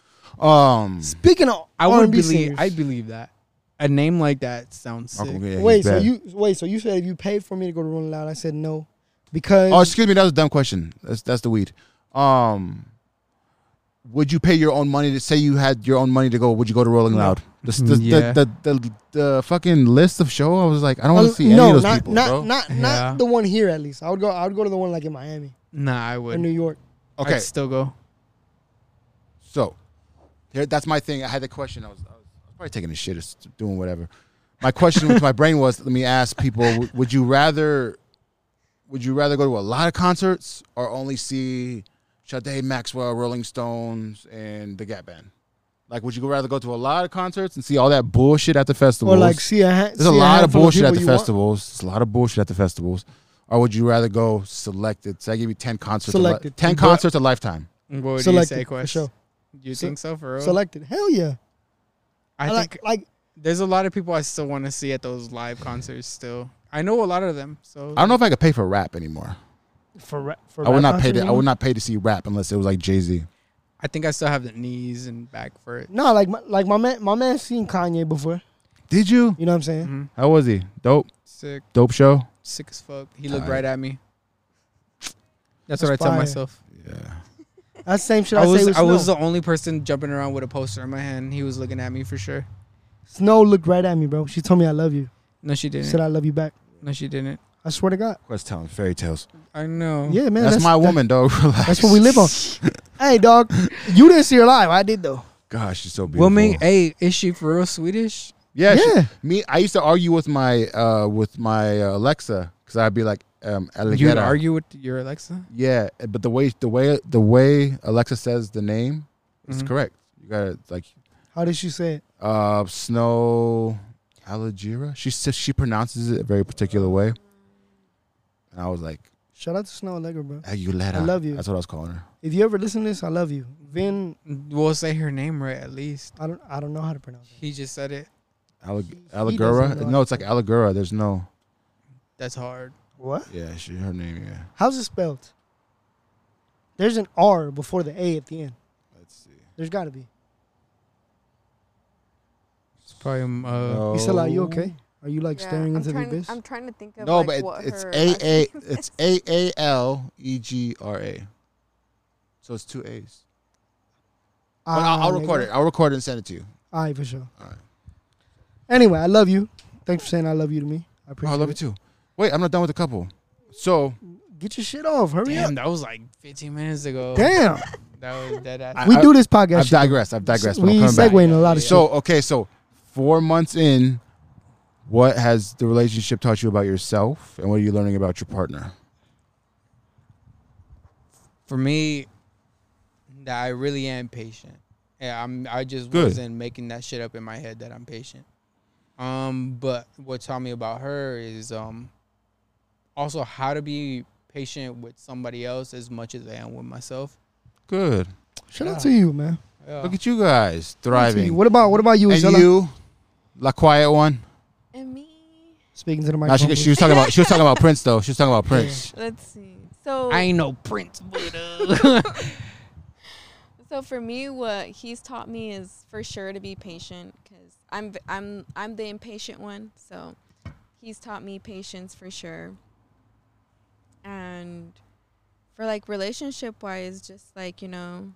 C: Um,
A: Speaking of
B: I would
A: R&B
B: believe.
A: singers.
B: I believe that. A name like that sounds sick.
C: Marco McKinnon,
A: wait,
C: he's
A: so
C: bad.
A: you wait, so you said if you paid for me to go to Rolling Loud, I said no.
C: Oh,
A: Because
C: excuse me, that was a dumb question. That's that's the weed. Um, would you pay your own money to say you had your own money to go? Would you go to Rolling
A: No.
C: Loud? The,
B: Mm,
C: the,
B: yeah.
C: the, the, the, the fucking list of show, I was like, I don't
A: Uh,
C: want to see any
A: no,
C: of those
A: not
C: people,
A: not
C: bro.
A: not
B: Yeah.
A: not the one here at least. I would go I would go to the one like in Miami
B: Nah, I
A: or
B: would.
A: New York.
C: okay,
B: I'd still go.
C: so here, that's my thing. I had the question. I was, I was, I was probably taking a shit or s- doing whatever. My question to my brain was, let me ask people: w- Would you rather, would you rather go to a lot of concerts or only see Sade, Maxwell, Rolling Stones, and the Gap Band? Like, would you go- rather go to a lot of concerts and see all that bullshit at the festivals?
A: Or like see a ha-
C: There's a
A: see
C: lot of
A: handful
C: bullshit at
A: people
C: the
A: you want.
C: festivals. There's a lot of bullshit at the festivals. Or would you rather go selected? So I give you ten concerts. a li-
A: Selected.
C: ten
A: But-
C: concerts a lifetime.
B: What would you
A: Selected,
B: say,
A: for
B: Quest?
A: sure.
B: You
A: So-
B: think so, for real?
A: Selected. Hell yeah.
B: I
A: like,
B: think
A: like
B: there's a lot of people I still want to see at those live concerts. Still, I know a lot of them. So
C: I don't know if I could pay for rap anymore.
A: for ra- for
C: I would
A: rap
C: not pay
A: concerts,
C: to, I
A: you
C: would
A: know?
C: not pay to see rap unless it was like Jay Z.
B: I think I still have the knees and back for it.
A: No, like my, like my man my man seen Kanye before.
C: Did you?
A: You know what I'm saying?
B: hmm
C: How was he? Dope.
B: Sick,
C: Dope show.
B: sick as fuck. He looked
C: Tight.
B: right at me. That's,
A: That's
B: what I tell
A: fire.
B: myself.
C: Yeah. Mm.
A: That's the same shit I,
B: I was
A: say with
B: I
A: Snow.
C: uh,
B: was the only person jumping around with a poster in my hand. He was looking at me for sure.
A: Snow looked right at me, bro. She told me I love you.
B: No, she
A: She
B: didn't.
A: said I love you back.
B: no, she didn't.
A: I swear to God.
C: Quest telling fairy tales.
B: I know.
A: Yeah, man.
C: Oh. that's, my woman, dog. Relax.
A: That's what we live on. hey, dog. You didn't see her live. I did though.
C: Gosh, she's so beautiful.
B: Woman, hey, is she for real Swedish?
C: Yeah, she-
A: Yeah.
C: me. I used to argue with my uh with my uh, Alexa because I'd be like,
B: You
C: um,
B: would
C: Alligator.
B: argue with your Alexa?
C: Yeah, but the way the way the way Alexa says the name, it's
B: Mhm.
C: correct. You gotta like
A: How did she say it?
C: uh Snow Alajira. She says she pronounces it a very particular way, and I was like,
A: Shout out to Snow Allegra, bro.
C: Aluleta.
A: I love you.
C: That's what I was calling her.
A: If you ever listen to this, I love you. Vin,
B: We'll say her name right at least.
A: I don't I don't know how to pronounce it.
B: He just said it.
C: Alleg-
A: He doesn't
C: Allegura.
A: know.
C: No, it's like Allegura. There's no.
B: That's hard.
A: What?
C: Yeah, she, her name. Yeah.
A: How's it spelled? There's an R before the A at the end.
C: Let's see.
A: There's got to be.
B: It's probably um, uh,
A: Isela, are you okay?
C: Oh.
A: Are you like
D: Yeah,
A: staring
D: I'm
A: into
D: trying,
A: the abyss?
D: I'm trying to think of
C: No,
D: like,
C: but it,
D: what
C: it's
D: her
C: A A.
D: actual-
C: It's A A L E G R A. So it's two A's.
A: Ah,
C: But I'll, Oh, I'll record it. I'll record it and send it to you.
A: All right, for sure.
C: All right.
A: Anyway, I love you. Thanks for saying I love you to me. I
C: Oh,
A: appreciate
C: I love
A: it.
C: it too. Wait, I'm not done with the couple. So
A: Get your shit off. Hurry
B: Damn,
A: up.
B: that was like 15 minutes ago.
A: Damn.
B: That was dead ass.
C: I-
A: we
C: I-
A: do this podcast.
C: I've
A: shit.
C: digressed. I've digressed. But
A: we
C: I'm coming
A: segueing a lot
B: Yeah.
A: of
C: back.
A: shit.
C: So okay, so four months in, what has the relationship taught you about yourself, and what are you learning about your partner?
B: For me, that I really am patient. Yeah, I'm. I just
C: Good.
B: wasn't making that shit up in my head that I'm patient. Um, but what taught me about her is um, also how to be patient with somebody else as much as I am with myself.
C: Good.
A: Shout out to you, man.
B: Yeah.
C: Look at you guys
A: Shout out to you.
C: thriving.
A: What about what about you,
C: And
A: Isela?
C: you, la quiet one.
D: and me.
A: Speaking to the
C: Now
A: microphone.
C: she, she was talking about she was talking about Prince though. She was talking about Prince.
D: Let's see. So
B: I ain't no prince, but uh,
D: So for me, what he's taught me is for sure to be patient because I'm v- I'm I'm the impatient one. So he's taught me patience for sure. And for like relationship wise, just like you know,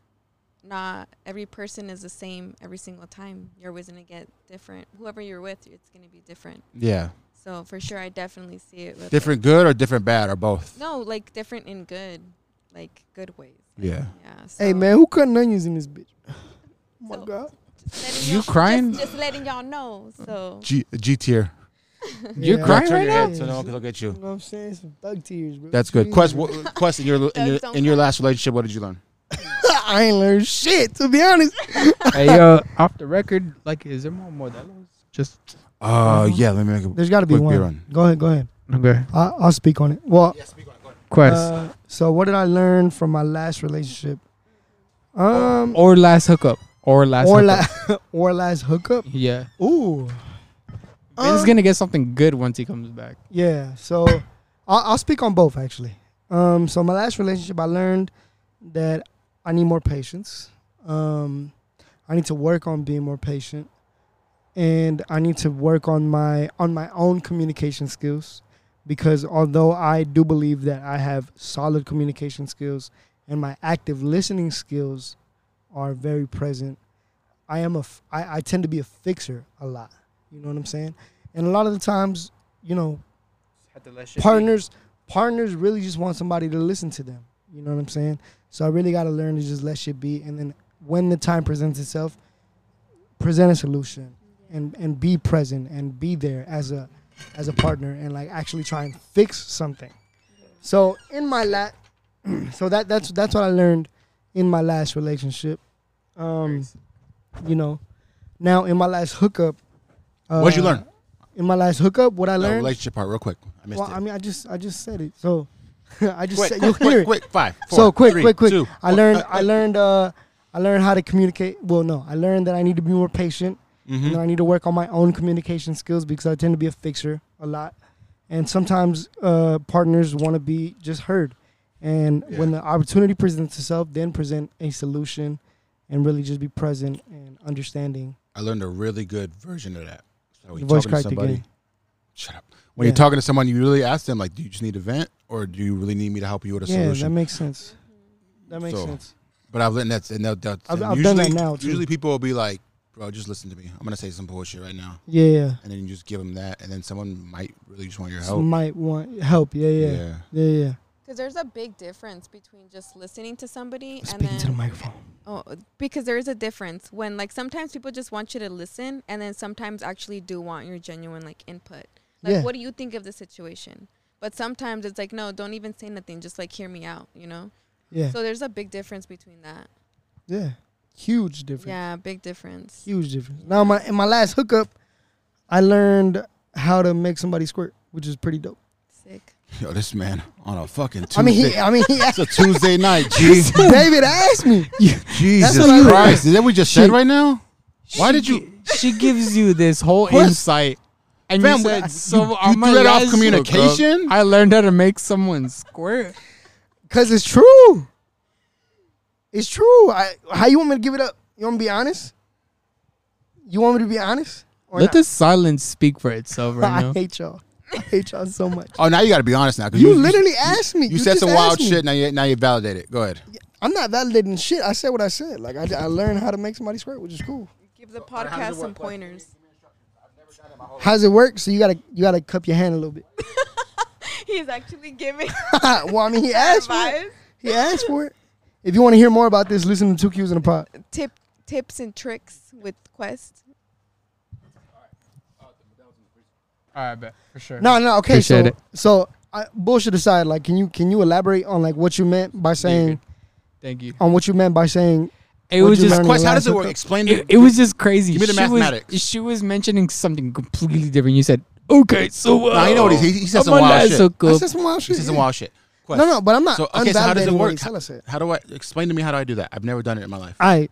D: not every person is the same every single time. You're always gonna get different. Whoever you're with, it's gonna be different.
C: Yeah,
D: So for sure, I definitely see it. With like-
C: different good or different bad or both.
D: no, like different in good, like good ways.
C: Yeah.
D: Yeah. So
A: Hey man, who cutting onions in this bitch? Oh my
D: So-
A: god.
D: just letting
B: You
D: y'all- just-
B: crying?
D: Just, letting y'all know. So
C: G G tier.
B: You're
A: Yeah.
B: crying right now.
A: head so no one can
C: look at
A: You Mm. know what I'm saying? Some thug tears, bro.
C: That's good.
A: Jesus.
C: Quest, what, Quest, in your in your,
D: Dogs don't
C: in your
D: cry.
C: last relationship, what did you learn?
A: I ain't learned shit to be honest.
B: hey, yo, off the record, like, is there more Modelo's? Just
C: Uh, yeah. Let me make a
A: There's got to be
C: Quick beer
A: one.
C: run.
A: Go ahead, go ahead.
B: okay.
A: I, I'll speak on it. Well,
B: Quest
A: uh, so what did I learn from my last relationship? Um,
B: Uh, or last hookup or last
A: or
B: hookup.
A: last or last hookup.
B: yeah,
A: Ooh,
B: Vin's
A: Um,
B: gonna get something good once he comes back.
A: Yeah. So I'll, I'll speak on both actually. Um, so my last relationship, I learned that I need more patience. Um, I need to work on being more patient, and I need to work on my on my own communication skills. Because although I do believe that I have solid communication skills and my active listening skills are very present, I am a f- I, I tend to be a fixer a lot. You know what I'm saying? And a lot of the times, you know, partners partners really just want somebody to listen to them you know what i'm saying so i really got to learn to just let shit be and then when the time presents itself present a solution and and be present and be there as a as a partner and like actually try and fix something so in my last so that that's that's what i learned in my last relationship um you know now in my last hookup uh,
C: What'd you learn?
A: in my last hookup what i
C: No,
A: learned
C: relationship part, real quick. I missed
A: well,
C: it.
A: I mean, I just, I just said it. So, I just
C: quick,
A: said,
C: quick,
A: you'll hear
C: quick,
A: it.
C: quick, five.
A: so
C: four,
A: quick,
C: three,
A: quick, quick.
C: two,
A: I
C: one.
A: learned,
C: Uh,
A: I learned, uh, I I learned how to communicate. Well, no, I learned that I need to be more patient
C: Mm-hmm.
A: and then I need to work on my own communication skills because I tend to be a fixer a lot. And sometimes uh, partners want to be just heard. And when
C: Yeah.
A: the opportunity presents itself, then present a solution and really just be present and understanding.
C: I learned a really good version of that. So
A: Your
C: when you're
A: voice
C: talking to
A: cracked
C: somebody,
A: again.
C: shut up. When
A: Yeah.
C: you're talking to someone, you really ask them, like, do you just need a vent or do you really need me to help you with a
A: yeah, that
C: solution?
A: makes sense.
D: Mm-hmm.
A: That makes
C: So,
A: sense.
C: but I've learned that's, and that, that,
A: I've-
C: and
A: I've done that
C: usually,
A: now, too.
C: Usually people will be like, bro, just listen to me. I'm going to say some bullshit right now.
A: Yeah, yeah.
C: And then you just give them that. And then someone might really just want your
A: Just
C: help.
A: might want help. Yeah, yeah, yeah, yeah. yeah.
D: Because there's a big difference between just listening to somebody and
A: Speaking
D: then
A: to the microphone.
D: oh, because there is a difference when like sometimes people just want you to listen, and then sometimes actually do want your genuine like input. Like,
A: Yeah.
D: what do you think of the situation? But sometimes it's like, no, don't even say nothing. Just like hear me out, you know.
A: Yeah,
D: So there's a big difference between that.
A: yeah. Huge difference.
D: Yeah, big difference.
A: Huge difference. Now my in my last hookup, I learned how to make somebody squirt, which is pretty dope.
D: Sick.
C: Yo, this man on a fucking Tuesday.
A: I mean, he, I mean, he
C: it's a Tuesday night, G.
A: David asked me.
C: Jesus
A: what you-
C: Christ. Is that what you just said
B: She-
C: right now? Why
B: She
C: did you?
B: gi- She gives you this whole
C: What's-
B: insight, and
C: Fam,
B: you
C: what-
B: said so.
C: you-
B: on
C: you
B: my
C: threw that off
B: last look up,
C: communication?
B: I learned how to make someone squirt.
A: Cause it's true. It's true. I, how you want me to give it up? You want me to be honest? You want me to be honest? Or
B: Let
A: not?
B: the silence speak for itself right
A: I
B: now.
A: hate y'all. I hate y'all so much.
C: Oh, now you got to be honest now. 'cause
A: You literally asked me.
C: You, said
A: just
C: some wild
A: asked me.
C: shit. Now you, now you validate it. Go ahead.
A: I'm not validating shit. I said what I said. Like I, I learned how to make somebody squirt, which is cool.
D: Give the podcast some pointers.
A: How does it work? So you gotta you gotta cup your hand a little bit.
D: He's actually giving
A: well, I mean, he asked for it.
D: advice,
A: He asked for it. If you want to hear more about this, listen to Two Qs in a Pot.
D: tip tips and tricks with Quest.
B: All right, bet for sure.
A: No, no, okay.
B: Appreciate
A: so,
B: it.
A: so I, bullshit aside, like, can you can you elaborate on like what you meant by saying
B: Thank you.
A: on what you meant by saying?
B: It
A: What'd
B: was
A: you
B: just
A: learn in
B: quite-
A: the
C: Quest, how
A: last
C: does it work?
A: hookup?
C: Explain
B: it,
C: it.
B: it was just crazy.
C: Give me the
B: she Was,
C: mathematics.
B: she was mentioning something completely different. You said, "Okay, so uh,
C: Nah, you know what he, he, he said
B: I'm
C: some
B: on
C: wild
B: that
C: shit.
B: so
A: I
B: good.
A: said some wild
C: He
A: shit.
C: said some
A: yeah.
C: wild shit. Quest.
A: No, no, but I'm not.
C: So okay, so how does it
A: unvalidating what
C: work?
A: Isela said.
C: How do I explain to me how do I do that? I've never done it in my life. I,
A: All right,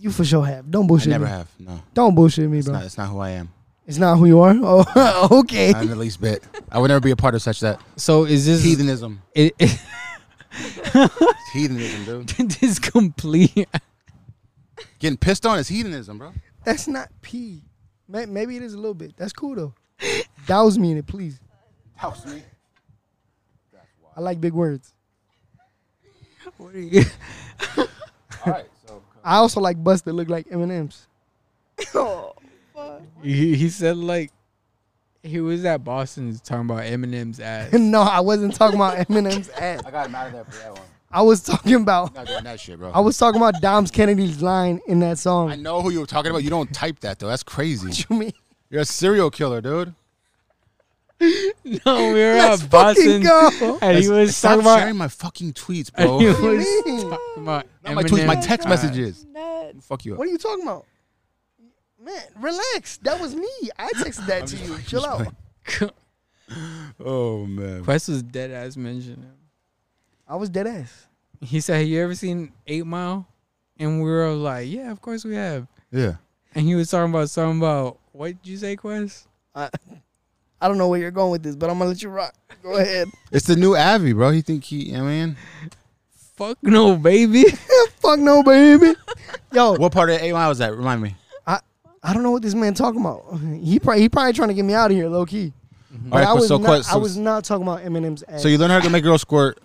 A: you for sure have. Don't bullshit.
C: never
A: me.
C: have. No,
A: Don't bullshit me,
C: it's
A: bro.
C: not. It's not who I am.
A: It's not who you are. Oh, okay.
C: Not in the least bit. I would never be a part of such that
B: So is this
C: heathenism.
B: i- i-
C: It's heathenism, dude.
B: this complete?
C: Getting pissed on is heathenism, bro.
A: That's not pee. May- Maybe it is a little bit. That's cool though. Douse me in it, please.
C: Helps me.
A: I like big words.
B: What are you-
C: All right. So
A: I also like busts that look like M and M's.
D: Oh,
B: he, he said like he was at Boston talking about Eminem's ass.
A: no, I wasn't talking about M and M's ass.
C: I got him out of there for that one.
A: I was talking about.
C: Not doing that shit, bro.
A: I was talking about Dom's Kennedy's line in that song.
C: I know who you were talking about. You don't type that though. That's crazy.
A: What you mean?
C: You're a serial killer, dude.
B: no, we were
A: Let's
B: at Boston,
A: fucking go.
B: and he was
C: Stop
B: talking about.
C: sharing my fucking tweets,
B: And he
C: bro.
B: was
A: you mean?
B: talking about uh,
C: Not my tweets, my
B: Eminem's
C: text
B: ass.
C: messages.
D: nuts.
C: Fuck you. up.
A: What are you talking about? Man, relax. That was me. I texted that to you. Chill out.
C: Oh man.
B: Quest was dead ass mentioning him.
A: I was dead ass.
B: He said, "Have you ever seen Eight Mile?" And we were like, "Yeah, of course we have."
C: Yeah.
B: And he was talking about something about what did you say, Quest?
A: I, I don't know where you're going with this, but I'm gonna let you rock. Go ahead.
C: It's the new Avi, bro. He think he, I mean,
B: Fuck no, baby.
A: Fuck no, baby. Yo,
C: what part of A Mile was that? Remind me.
A: I don't know what this man talking about. He probably he probably trying to get me out of here, low key. But I
C: cool.
A: was
C: so,
A: not,
C: quite- so,
A: I was not talking about Eminem's ass.
C: so you learned how to make girls squirt.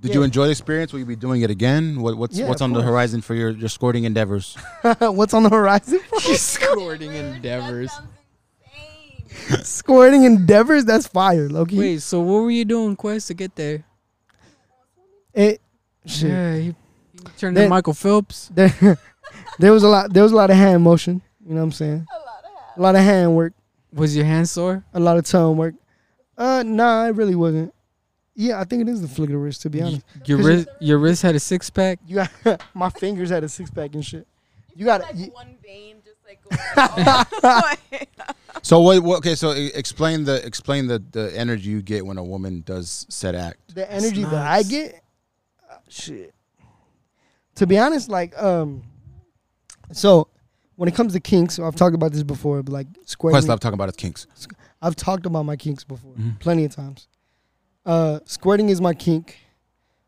C: Did you
A: Yeah.
C: enjoy the experience? Will you be doing it again? What, what's
A: Yeah,
C: what's
A: of
C: on the
A: course.
C: horizon for your, your squirting endeavors?
A: what's on the horizon?
B: Squirting endeavors.
A: Squirting endeavors. That's fire, Loki.
B: Wait, so what were you doing, Quest, to get there?
A: It shit.
B: Yeah, he, he turned
A: Then-
B: to Michael Phelps.
A: There, there was a lot. There was a lot of hand motion. You know what I'm saying? A lot of hand work.
B: Was your hand sore?
A: A lot of tongue work. Uh, nah, it really wasn't. Yeah, I think it is the flick of the wrist. To be honest,
B: Y- Your
A: 'Cause
B: wrist, your wrist had a six pack.
A: you got my fingers had a six pack and shit. You got
D: like
A: it.
D: one vein just like going all-
C: So what, what? Okay, so e- explain the explain the the energy you get when a woman does said act.
A: the energy that I
B: nuts.
A: get, uh, shit. to be honest, like um, so when it comes to kinks, I've talked about this before, but like squaring.
C: Questlove talking about his kinks.
A: I've talked about my kinks before,
C: Mhm.
A: plenty of times. Uh, squirting is my kink.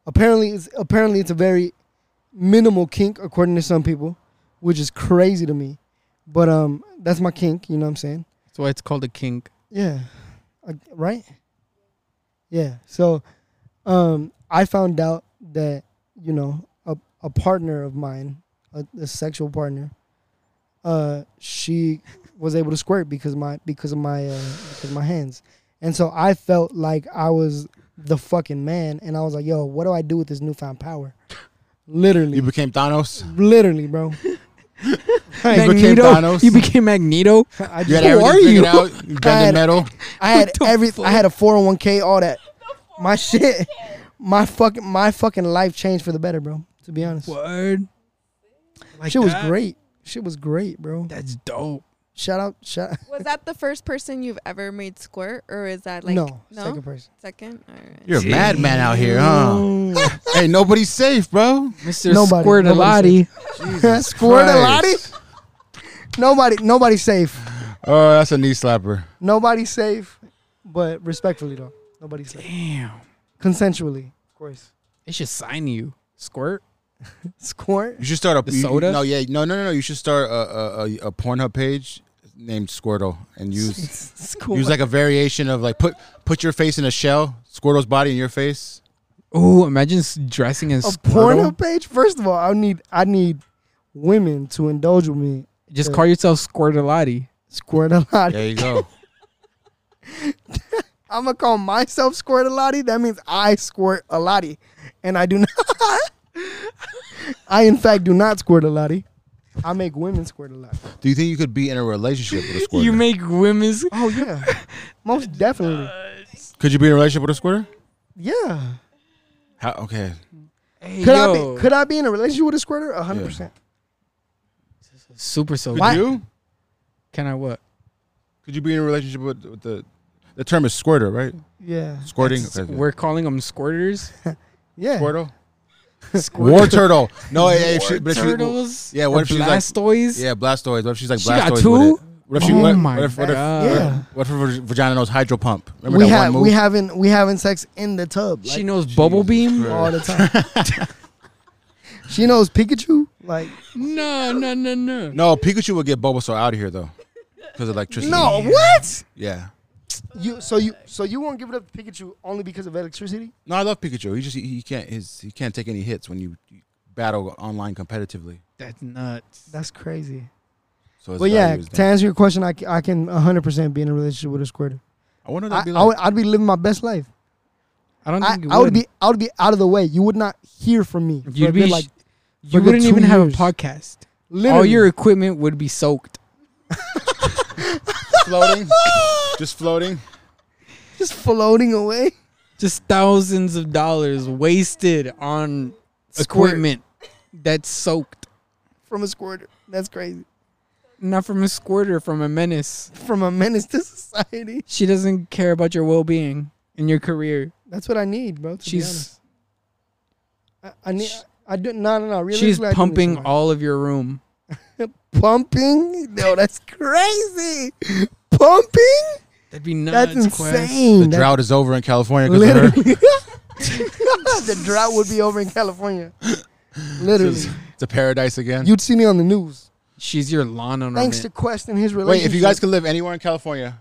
A: Apparently, it's apparently it's a very minimal kink according to some people, which is crazy to me. But um, that's my kink. You know what I'm saying?
B: That's why it's called a kink.
A: Yeah, I, right. Yeah. So, um, I found out that you know a a partner of mine, a, a sexual partner, uh, she was able to squirt because my because of my uh, because of my hands, and so I felt like I was the fucking man, and I was like, yo, what do I do with this newfound power? Literally,
C: You became Thanos.
A: literally, bro. Like,
C: Magneto? became Thanos.
B: You became Magneto.
A: I
C: You
A: just,
C: had everything figured out. You
A: I
C: bend
A: had-
C: the metal.
A: I had
B: the
A: everything. I had a 401k, all that. My
D: oh
A: shit, my fucking, my fucking life changed for the better, bro. To be honest,
B: Word. Like
A: shit was
B: that?
A: great. Shit was great, bro.
B: That's dope.
A: Shout out, shout.
D: Was that the first person you've ever made squirt, or is that like
A: no,
D: no
A: second person.
D: second? All right.
C: You're a madman out here, huh?
A: Mm.
C: hey, nobody's safe, bro.
B: Mr.
A: Nobody- nobody
B: Squirtalotti.
C: Jesus
A: Squirt a
C: Christ.
A: nobody, nobody safe.
C: Oh, that's a knee slapper.
A: Nobody safe. But respectfully though, nobody safe.
B: Damn.
A: Consensually, of course.
B: They should sign you. Squirt.
A: Squirt.
C: You should start a
B: The
C: you- you-
B: soda?
C: No, yeah, no, no, no, no. You should start a a, a, a Pornhub page named Squirtle and use
A: Squirt.
C: use like a variation of like put put your face in a shell, Squirtle's body in your face.
B: Ooh, imagine s- dressing as
A: a
B: Squirtle.
A: porno page. First of all, I need, I need women to indulge with me.
B: Just call yourself Squirtalotti.
A: Squirt a lot.
C: There you go.
A: I'm gonna call myself squirt a lottie. That means I squirt a lottie, and I do not. I in fact do not squirt a lottie. I make women squirt a lot.
C: Do you think you could be in a relationship with a squirter?
B: You make women's.
A: Oh yeah, most definitely.
C: could you be in a relationship with a squirter?
A: Yeah.
C: How, okay.
B: Hey,
A: Could I
B: yo.
A: be? Could I be in a relationship with a squirter? A hundred
C: Yeah.
A: percent.
B: Super so.
C: Could
A: Why-
C: you?
B: Can I what?
C: Could you be in a relationship with, with the the term is squirter, right?
A: Yeah.
C: Squirting.
B: That's- We're calling them squirters.
A: Yeah.
C: Squirtle. War
B: Squirt-
C: turtle. No, hey, if she, but if she-
B: turtles.
C: yeah, what
B: or
C: if she's like-
B: Blastoise?
C: yeah, Blastoise. What if she's like
B: She got
C: Blastoise?
B: two?
C: With it? What if she?
B: Oh
C: what,
B: my
C: what if, what if,
B: God.
A: Yeah.
C: What if her vag- vagina knows hydro pump? Remember
A: We
C: that
A: have
C: one
A: we
C: movie?
A: having we having sex in the tub
B: She
A: like,
B: knows Bubble
C: Jesus
B: Beam.
C: Christ.
A: all the time. she knows Pikachu. Like
B: No, no, no, no.
C: no, Pikachu would get Bulbasaur out of here though, because of electricity.
A: no, what?
C: Yeah.
A: You so you so you won't give it up to Pikachu only because of electricity?
C: No, I love Pikachu. He just he, he can't his he can't take any hits when you you battle online competitively.
B: That's nuts.
A: That's crazy.
C: So his
A: But yeah,
C: value is down.
A: to answer your question, I, c- I can 100% be in a relationship with a squirter.
C: I wonder what
A: I,
C: that'd be
A: I would,
C: like.
A: I'd be living my best life.
B: I don't
A: I,
B: think you
A: I would be I would be out of the way. You would not hear from me. for a
B: You'd be
A: good,
B: sh-
A: like for
B: You
A: a good
B: wouldn't
A: two
B: even have a
A: years.
B: podcast.
A: Literally.
B: All your equipment would be soaked.
C: floating, just floating.
A: just floating away.
B: Just thousands of dollars wasted on
A: Squirt.
B: equipment that's soaked.
A: From a squirter. That's crazy.
B: Not from a squirter, from a menace.
A: From a menace to society.
B: She doesn't care about your well being and your career.
A: That's what I need, bro. To be honest,
B: She's
A: I, I need. I do no no no. Really,
B: she's pumping all of your room.
A: pumping. No, that's crazy. Pumping.
B: That'd be
A: That's
B: nuts. Quest.
A: insane.
C: The
A: That's
C: drought is over in California because of her.
A: Literally. the drought would be over in California. Literally.
C: It's a paradise again.
A: You'd see me on the news.
B: She's your lawn ornament.
A: Thanks to Quest and his
C: Wait,
A: relationship.
C: if you guys could live anywhere in California,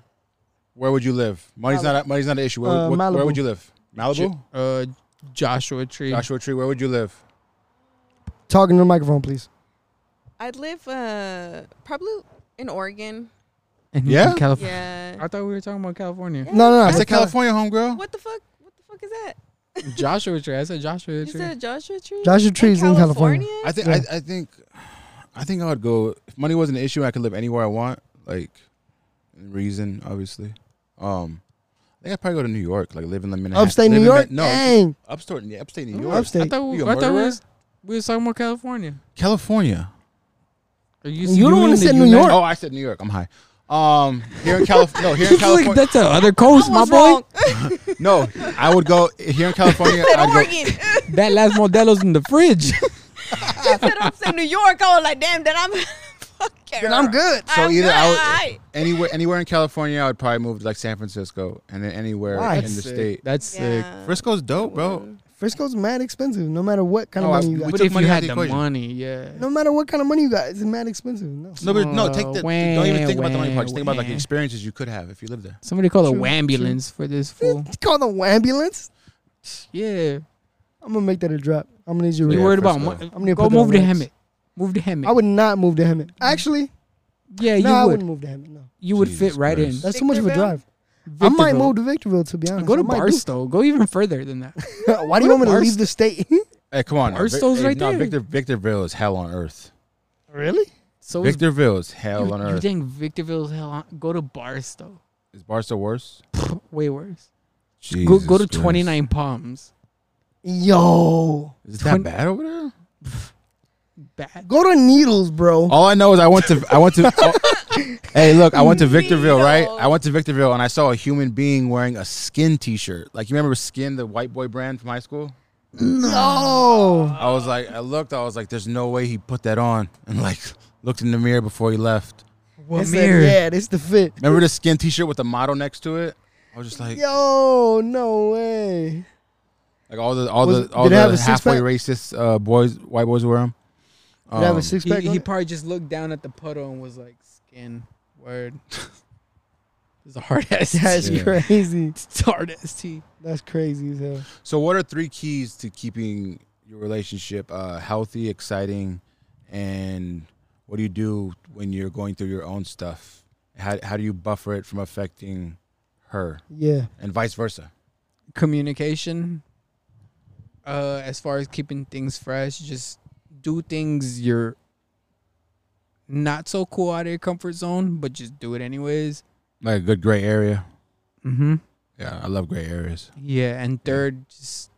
C: where would you live? Money's not a- money's not an issue. Where,
A: Uh,
C: would- what- where
A: Malibu.
C: would you live? Malibu,
B: uh, Joshua Tree.
C: Joshua Tree. Where would you live?
A: Talking to the microphone, please.
D: I'd live uh probably in Oregon.
B: And
C: Yeah?
B: California.
D: Yeah.
B: I thought we were talking about California.
A: No, no, no.
C: I said
A: but Cali-
C: California, homegirl.
D: What the fuck? What the fuck is that?
B: Joshua Tree. I said Joshua
D: You
B: Tree.
D: said Joshua Tree?
A: Joshua Tree's in California.
C: I think
A: Yeah.
C: I, I think I think I would go if money wasn't an issue. I could live anywhere I want, like in reason, obviously. Um, I think I'd probably go to New York, like live in the Manhattan,
A: Upstate
C: live
A: New
C: in
A: York.
C: Ma- no,
A: Dang.
C: upstate, yeah, upstate New
A: Ooh,
C: York,
A: upstate.
B: I thought, we-
C: You a
B: I thought we,
C: murderer?
B: was, we was talking about California.
C: California.
B: Are you,
A: You don't
B: mean
A: wanna
B: the
A: say New
B: United-
A: York.
C: Oh, I said New York. I'm high. Um, here in California, no, here in
B: It's like
C: California,
B: that's the other coast, my boy.
C: no, I would go here in California.
D: said
C: I'd go,
D: Oregon.
B: That last Modelo's in the fridge.
D: she said I'm from New York, I was like, damn, then I'm fuck
A: Then I'm good.
C: So
D: I'm
C: either
D: good,
C: I would,
D: alright.
C: anywhere anywhere in California, I would probably move to like San Francisco, and then anywhere
A: Why?
C: in
A: That's
C: the
B: sick.
C: state.
B: That's sick.
D: Yeah.
C: Frisco's dope, bro.
A: Frisco's mad expensive. No matter what kind of
C: Oh, I-
A: money you
C: we
A: got.
B: But
C: took
B: if
C: money
B: you
C: out
B: had
C: the
B: the
C: equation.
B: money, yeah.
A: No matter what kind of money you got, it's mad expensive. No.
C: No, but no, take
B: Oh,
C: the don't even think about the money
B: wah,
C: part. Just think about like the
B: wah.
C: experiences you could have if you lived there.
B: Somebody called a
A: True, true.
B: wambulance for this fool.
A: It's called the ambulance.
B: yeah.
A: I'm gonna make that a drop. I'm gonna need you.
B: You
C: Yeah,
A: to
B: worried about
C: Frisco.
B: money?
A: I'm gonna
B: Go
A: put that on
B: move to
A: the
B: Hemet.
A: list.
B: Move to Hemet.
A: I would not move to Hemet. Actually,
B: yeah,
A: no, I
B: you would.
A: wouldn't move to Hemet. No,
B: You would
C: Jesus
B: fit right
C: Christ.
A: that's too much of a
D: Victorville?
A: drive.
B: in.
A: I might
B: Victorville.
A: move to Victorville to be honest.
B: Go to
A: I might do-
B: Barstow. Go even further than that.
A: Why do you want me to
B: Barst-
A: leave the state?
C: Hey, come on,
B: Barstow's
C: Vic- hey,
B: right
C: no,
B: there.
C: Victor Victorville is hell on earth.
A: really?
B: So is-
C: Victorville is hell
B: you,
C: on
B: you
C: earth.
B: think Victorville's hell? On, go to Barstow.
C: Is Barstow worse?
B: Way worse. Go, go to 29 Palms.
A: Yo,
C: Is it
B: Twen-
C: that bad over there?
B: Bad.
A: go to Needles, bro.
C: All I know is I went to I went to. oh, hey, look, I went to Victorville, right?
D: No.
C: I went to Victorville and I saw a human being wearing a Skin T-shirt. Like you remember Skin, the white boy brand from high school?
A: No.
C: I was like, I looked, I was like, there's no way he put that on, and like looked in the mirror before he left.
A: They
B: What
A: said,
B: mirror?
A: yeah, this the fit.
C: Remember the Skin T-shirt with the model next to it? I was just like,
A: Yo, no way.
C: like all the all
A: Was-
C: the all
A: did it have
C: the
A: a six-pack?
C: halfway racist uh, boys, white boys wear them.
A: Did I have
C: Um,
A: a six pack?
B: He, he probably just looked down at the puddle and was like, skin. Word. it's a hard ass.
A: That's
C: Yeah.
A: crazy.
B: It's a hard ass tea.
A: That's crazy as hell.
C: So, what are three keys to keeping your relationship uh, healthy, exciting, and what do you do when you're going through your own stuff? How, how do you buffer it from affecting her
A: Yeah.
C: and vice versa?
B: communication uh as far as keeping things fresh just do things you're not so cool out of your comfort zone but just do it anyways
C: Like a good gray area.
B: mm-hmm
C: Yeah, I love gray areas.
B: yeah and third just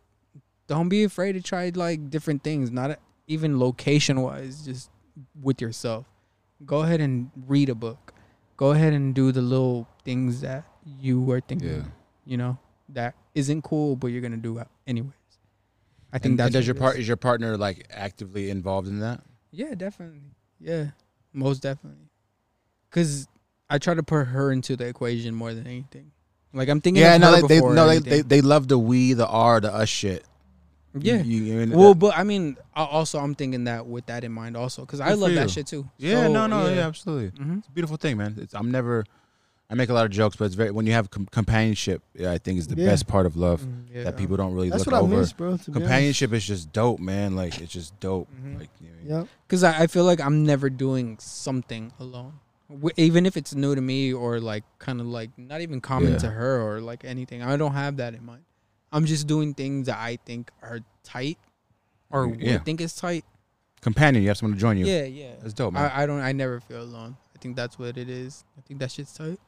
B: don't be afraid to try like different things not even location wise just with yourself go ahead and read a book go ahead and do the little things that you were thinking
C: Yeah.
B: you know that isn't cool but you're gonna do it anyways i think
C: And,
B: that's
C: and does your
B: part.
C: part is your partner like actively involved in that?
B: Yeah, definitely. Yeah, most definitely. Cause I try to put her into the equation more than anything. Like I'm thinking.
C: Yeah,
B: of
C: no,
B: her
C: they, they
B: before
C: no they, they
B: anything.
C: they love the we, the R, the us shit.
B: yeah.
C: You- you- you-
B: well, but I mean, I also I'm thinking that with that in mind also, because I
C: Good for
B: love
C: you.
B: that shit too.
C: yeah,
B: So,
C: no, no, yeah, absolutely.
B: Mhm.
C: It's a beautiful thing, man. It's, I'm never, I make a lot of jokes, but it's very when you have com- companionship. Yeah, I think is the
A: Yeah.
C: best part of love
B: Yeah.
C: that people don't really
A: That's
C: look
A: what I
C: over.
A: miss, bro. To be honest.
C: companionship is just dope, man. Like it's just dope.
B: Mhm.
C: Like you know,
A: Yep.
B: Cause I, I feel like I'm never doing something alone, w- even if it's new to me or like kind of like not even common
C: Yeah.
B: to her or like anything. I don't have that in mind. I'm just doing things that I think are tight or would
C: Mm, Yeah.
B: think is tight
C: companion. You have someone to join you.
B: Yeah, yeah.
C: That's dope, man.
B: I, I don't. I never feel alone. I think that's what it is. I think that shit's tight.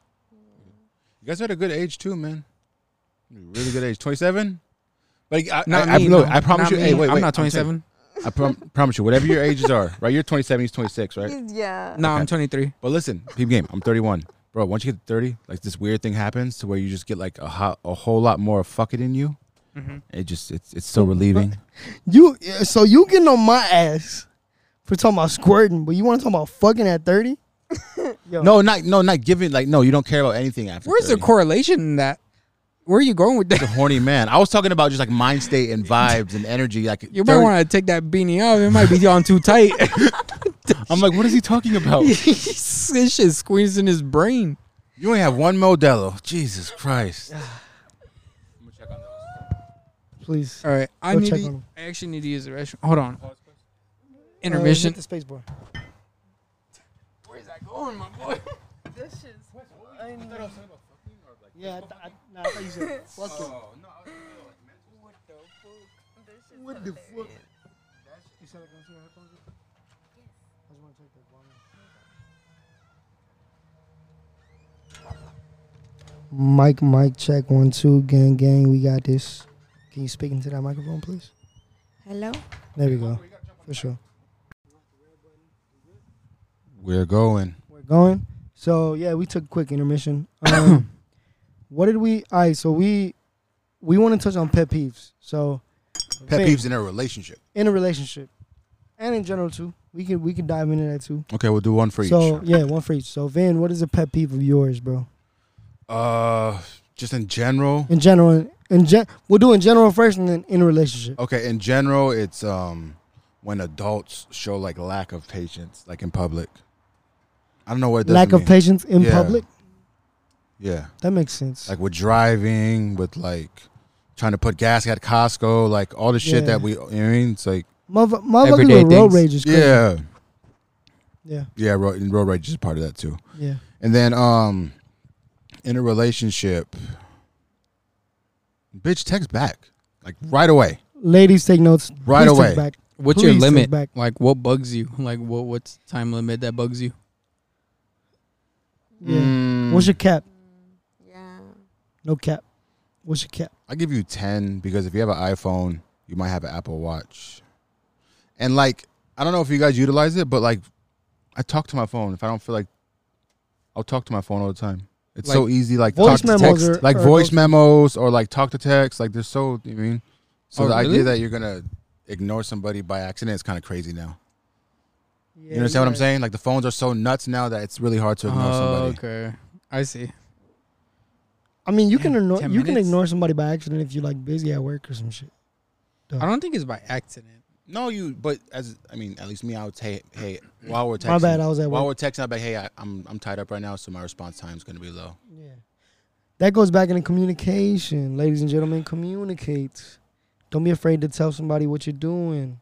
C: you guys are at a good age too, man. You're Really good age, twenty seven. Like I,
B: Not
C: I,
B: me.
C: I, look,
B: no.
C: I promise
B: Not
C: you.
B: me.
C: Hey, wait,
B: I'm
C: wait,
B: not
C: telling you,
B: 27.
C: I prom- promise you, whatever your ages are, right? You're twenty seven. He's twenty six, right?
D: He's- Yeah.
B: No, I'm
C: Okay.
B: 23.
C: But listen, peep game. I'm 31, bro. Once you get to 30, like this weird thing happens to where you just get like a ho- a whole lot more of fuck it in you. It just it's it's so relieving.
A: You yeah, so you getting on my ass for talking about squirting, but you want to talk about fucking at thirty? Yo,
C: No, not no, not giving. Like no, you don't care about anything after.
B: Where's the
C: 30.
B: correlation in that? Where are you going with
C: He's
B: that?
C: a horny man? I was talking about just like mind state and vibes and energy. Like
B: You might
C: 30
B: want to take that beanie off. It might be on too tight.
C: I'm like, what is he talking about?
B: this shit squeezes in his brain.
C: you only have one Modelo. Jesus Christ.
A: please.
B: All right, I
A: Go
B: need.
A: check
B: To,
A: on him.
B: I actually need to use the restroom. Hold on.
A: Uh, hit
B: Intermission.
A: Uh, the space bar.
B: Where's that going, my boy?
A: Yeah, I, th- I, nah, Oh, I oh, thought you said fuck it. What the fuck? You said I can see your headphones? Yes. I just want to check that Mike, Mike, check one, two, gang, gang. We got this. Can you speak into that microphone, please?
D: Hello.
A: There Oh, we go. For sure.
C: We're going.
A: We're going. So yeah, we took a quick intermission. Um, what did we? All right, so we we want to touch on pet peeves. So
C: Pet
A: Finn,
C: peeves in a relationship.
A: in a relationship. and in general too. We could we could dive into that too.
C: Okay, we'll do one for
A: so
C: each.
A: yeah, one for each. So Van, what is a pet peeve of yours, bro?
C: Uh, just in general.
A: In general, in gen, we'll do in general first, and then in a relationship.
C: Okay, in general, it's um when adults show like lack of patience, like in public. I don't know what it doesn't
A: Lack of
C: mean.
A: patience in
C: Yeah.
A: public.
C: Yeah,
A: That makes sense.
C: like with driving, with like trying to put gas at Costco, like all the shit
A: Yeah.
C: that we. You know what I mean, it's like
A: Mother, motherfuckers
B: Everyday
A: with road
B: things.
A: rage is crazy.
C: yeah,
A: yeah,
C: yeah. Road, and road rage is part of that too.
A: yeah.
C: And then um, in a relationship, bitch, text back like right away.
A: Ladies, take notes
C: Right
A: Please take
C: away.
A: Back.
B: What's
A: Please
B: your
A: take
B: limit?
A: back.
B: Like, what bugs you? Like, what what's time limit that bugs you?
A: Yeah.
C: Mm,
A: What's your cap?
D: Yeah.
A: No cap. What's your cap?
C: I give you ten because if you have an iPhone, you might have an Apple Watch. And like, I don't know if you guys utilize it, but like, I talk to my phone. If I don't feel like, I'll talk to my phone all the time. It's so
B: Like,
C: easy, like
A: voice
C: talk to
A: memos
C: text,
A: are-
C: like
A: are
C: voice
A: those-
C: memos or like talk to text. Like they're so. You mean? So
B: Oh,
C: the
B: really?
C: idea that you're gonna ignore somebody by accident is kind of crazy now.
A: Yeah,
C: you understand what I'm saying? Like the phones are so nuts now that it's really hard to ignore
A: Oh,
C: somebody.
B: Oh, okay, I see.
A: I mean, you can
B: Damn,
A: ignore
B: 10
A: you can
B: minutes?
A: ignore somebody by accident if you're like busy at work or some shit.
B: I don't think it's by accident.
C: No, you. But as I mean, at least me, I would say, hey, while we're texting,
A: My bad, I was at
C: while
A: work.
C: we're texting, I'd be, hey, I, I'm I'm tied up right now, so my response time is gonna be low.
A: Yeah. That goes back into communication, ladies and gentlemen. Communicate. Don't be afraid to tell somebody what you're doing.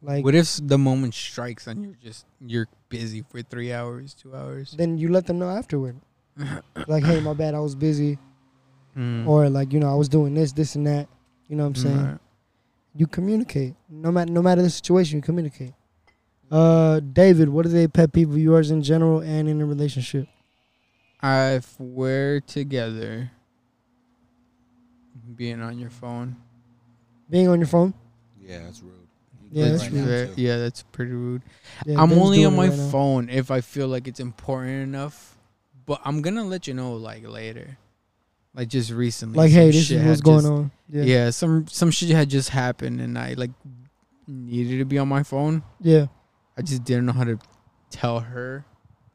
A: Like
B: What if s- the moment strikes and you're just you're busy for three hours, two hours?
A: then you let them know afterward. like, hey, my bad, I was busy,
B: Mm.
A: or like you know I was doing this, this, and that. You know what I'm saying?
B: Alright.
A: You communicate. No matter no matter the situation, you communicate. Uh, David, what are they pet peeve of yours in general and in a relationship?
B: If we're together, being on your phone,
A: Being on your phone.
C: Yeah, that's rude.
A: Yeah,
B: That's
A: that's
B: ve-
A: rude.
C: now, too.
B: yeah, that's pretty rude.
A: Yeah,
B: I'm
A: Ben's
B: only on
A: doing it
B: my
A: right now.
B: phone if I feel like it's important enough. But I'm gonna let you know like later, like just recently.
A: Like,
B: some
A: hey, this
B: shit
A: is what's
B: had
A: going
B: just-
A: on. Yeah.
B: Yeah.
A: yeah,
B: some some shit had just happened, and I like needed to be on my phone. I just didn't know how to tell her.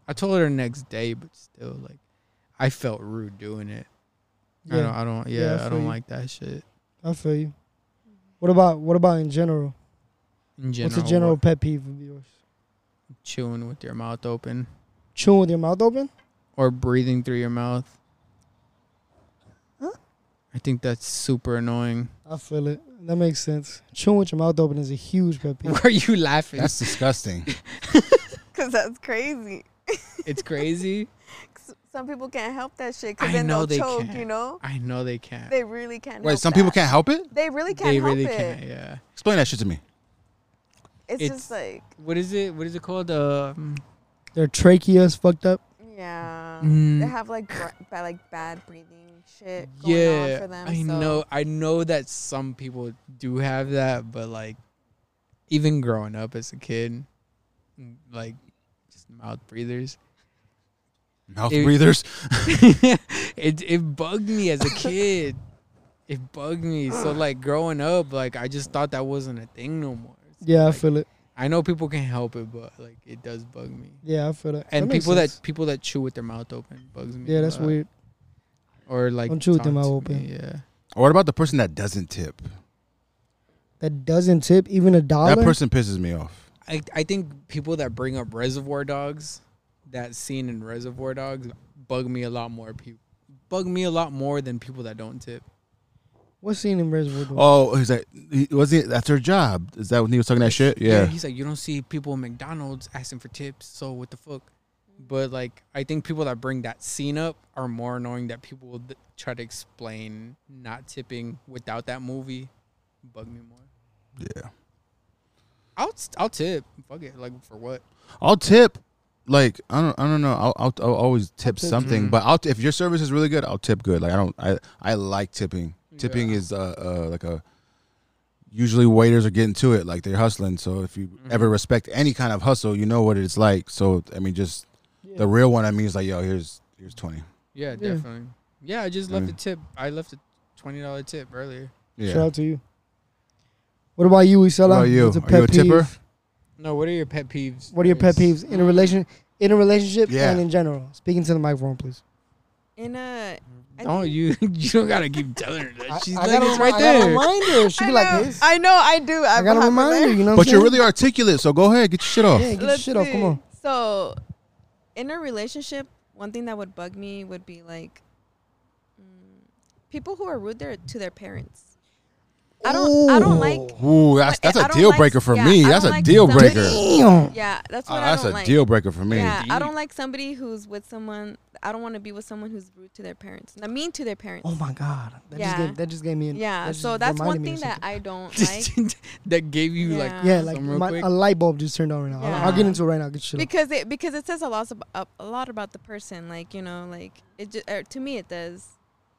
B: I told her the next day, but still, like, I felt rude doing it. I don't.
A: yeah.
B: I don't.
A: Yeah, I
B: Yeah, I
A: feel
B: don't
A: you.
B: like that shit.
A: I feel you. What about what about in general?
B: In general,
A: What's a general
B: what-
A: pet peeve of yours?
B: chewing with your mouth open
A: Chewing with your mouth open?
B: or breathing through your mouth. I think that's super annoying.
A: I feel it. That makes sense. Chewing with your mouth open is a huge pet
B: Why
A: peeve.
B: are you laughing?
C: That's disgusting.
D: Cause that's crazy.
B: it's crazy.
D: 'Cause Some people can't help that shit. Cause
B: I
D: then
B: know
D: they'll
B: they
D: choke.
B: can't.
D: You know,
B: I know they can't.
D: they really can't.
C: Wait,
D: help
C: some people
D: that.
C: can't help it.
D: They really can't
B: They
D: help
B: really
D: it.
B: can't. Yeah.
C: Explain that shit to me.
D: It's,
B: It's-
D: just like
B: What is it? What is it called? Um,
A: Their trachea is fucked up.
D: yeah. They
B: Mm.
D: have like br- ba- like bad breathing shit going
B: yeah.
D: on for them.
B: I
D: so-
B: know. I know that some people do have that, but like, even growing up as a kid, mm, like, just mouth breathers.
C: Mouth
B: It-
C: breathers.
B: it it bugged me as a kid. It bugged me. So like growing up, like I just thought that wasn't a thing no more. So,
A: Yeah, I
B: like,
A: feel it.
B: I know people can help it, but like it does bug me.
A: Yeah, I feel it.
B: And
A: That makes
B: people
A: sense.
B: that people that chew with their mouth open bugs me.
A: yeah,
B: a
A: that's
B: lot.
A: weird.
B: Or like
A: Don't chew with their
B: talk
A: mouth
B: to
A: open.
B: me, Yeah.
C: Or what about the person that doesn't tip?
A: That doesn't tip even a dollar.
C: That person pisses me off.
B: I I think people that bring up Reservoir Dogs, that scene in Reservoir Dogs, bug me a lot more. People bug me a lot more than people that don't tip.
A: what scene in Reservoir Dogs?
C: Oh, is that he- was it? That's her job. Is that when he was talking that shit? Yeah.
B: He's like, you don't see people in McDonald's asking for tips, so what the fuck? But like, I think people that bring that scene up are more annoying that people will th- try to explain not tipping without that movie. Bug me more.
C: Yeah.
B: I'll st- I'll tip. Fuck it. Like for what?
C: I'll tip. Like I don't, I don't know. I'll, I'll, I'll always tip
A: tip.
C: something,
B: Mhm.
C: but I'll if your service is really good, I'll tip good. Like I don't, I, I like tipping. Tipping
B: Yeah.
C: is uh, uh like a. Usually waiters are getting to it, like they're hustling. So if you
D: Mm-hmm.
C: ever respect any kind of hustle, you know what it's like. So I mean, just
A: Yeah.
C: the real one. I mean, is like, yo, here's here's twenty.
B: Yeah,
A: Yeah.
B: definitely. Yeah, I just left
C: Mm.
B: a tip. I left a twenty dollar tip earlier.
C: Yeah.
A: Shout out to you. What about you, Isela?
C: What about you?
A: What's
C: Are you a tipper?
A: peeve?
B: No, what are your pet peeves?
A: What are your pet
B: There's-
A: peeves in a relation in a relationship
C: Yeah.
A: and in general? Speaking to the microphone, please.
D: In a, I
B: Don't you? You don't gotta keep telling her that. She's like,
A: got
B: it's
A: a-
B: right
A: I got a
B: there.
A: reminder. She
D: I
A: be like
D: know,
A: this.
D: I know, I do.
A: I
D: I'm
A: got a
D: halfway
A: reminder.
D: there.
A: You know. What
C: But
A: I'm
C: you're
A: saying?
C: really articulate, so go ahead, get your shit off.
A: Yeah, get your
D: Let's
A: shit off. Come
D: see.
A: on.
D: So, in a relationship, one thing that would bug me would be like mm, people who are rude their, to their parents. I don't. I don't like.
C: Ooh, that's that's
D: I
C: a
D: don't
C: deal
D: like-
C: breaker for
D: yeah,
C: me.
D: I
C: That's
D: don't
C: a
D: like
C: deal
D: somebody-
C: breaker.
A: Damn.
D: Yeah, that's
C: Uh,
D: what I
C: That's
D: don't
C: a
D: like.
C: deal breaker for me.
D: Yeah, I
B: Deep.
D: don't like somebody who's with someone. I don't want to be with someone who's rude to their parents. Not mean to their parents.
A: Oh my god. That just
D: Yeah.
A: gave, that just gave me. An,
D: yeah,
A: that just
D: so that's one
A: reminded me
D: thing
A: of
D: that
A: something.
D: I don't like
B: that gave you like
D: Yeah.
A: Yeah, like
B: Some real
A: my,
B: quick.
A: a light bulb just turned on right now. I'll- I'll,
D: Yeah.
A: get into it right now. Get your shit off.
D: because it because it says a lot about, a lot about the person. Like you know, like it ju- or to me it does.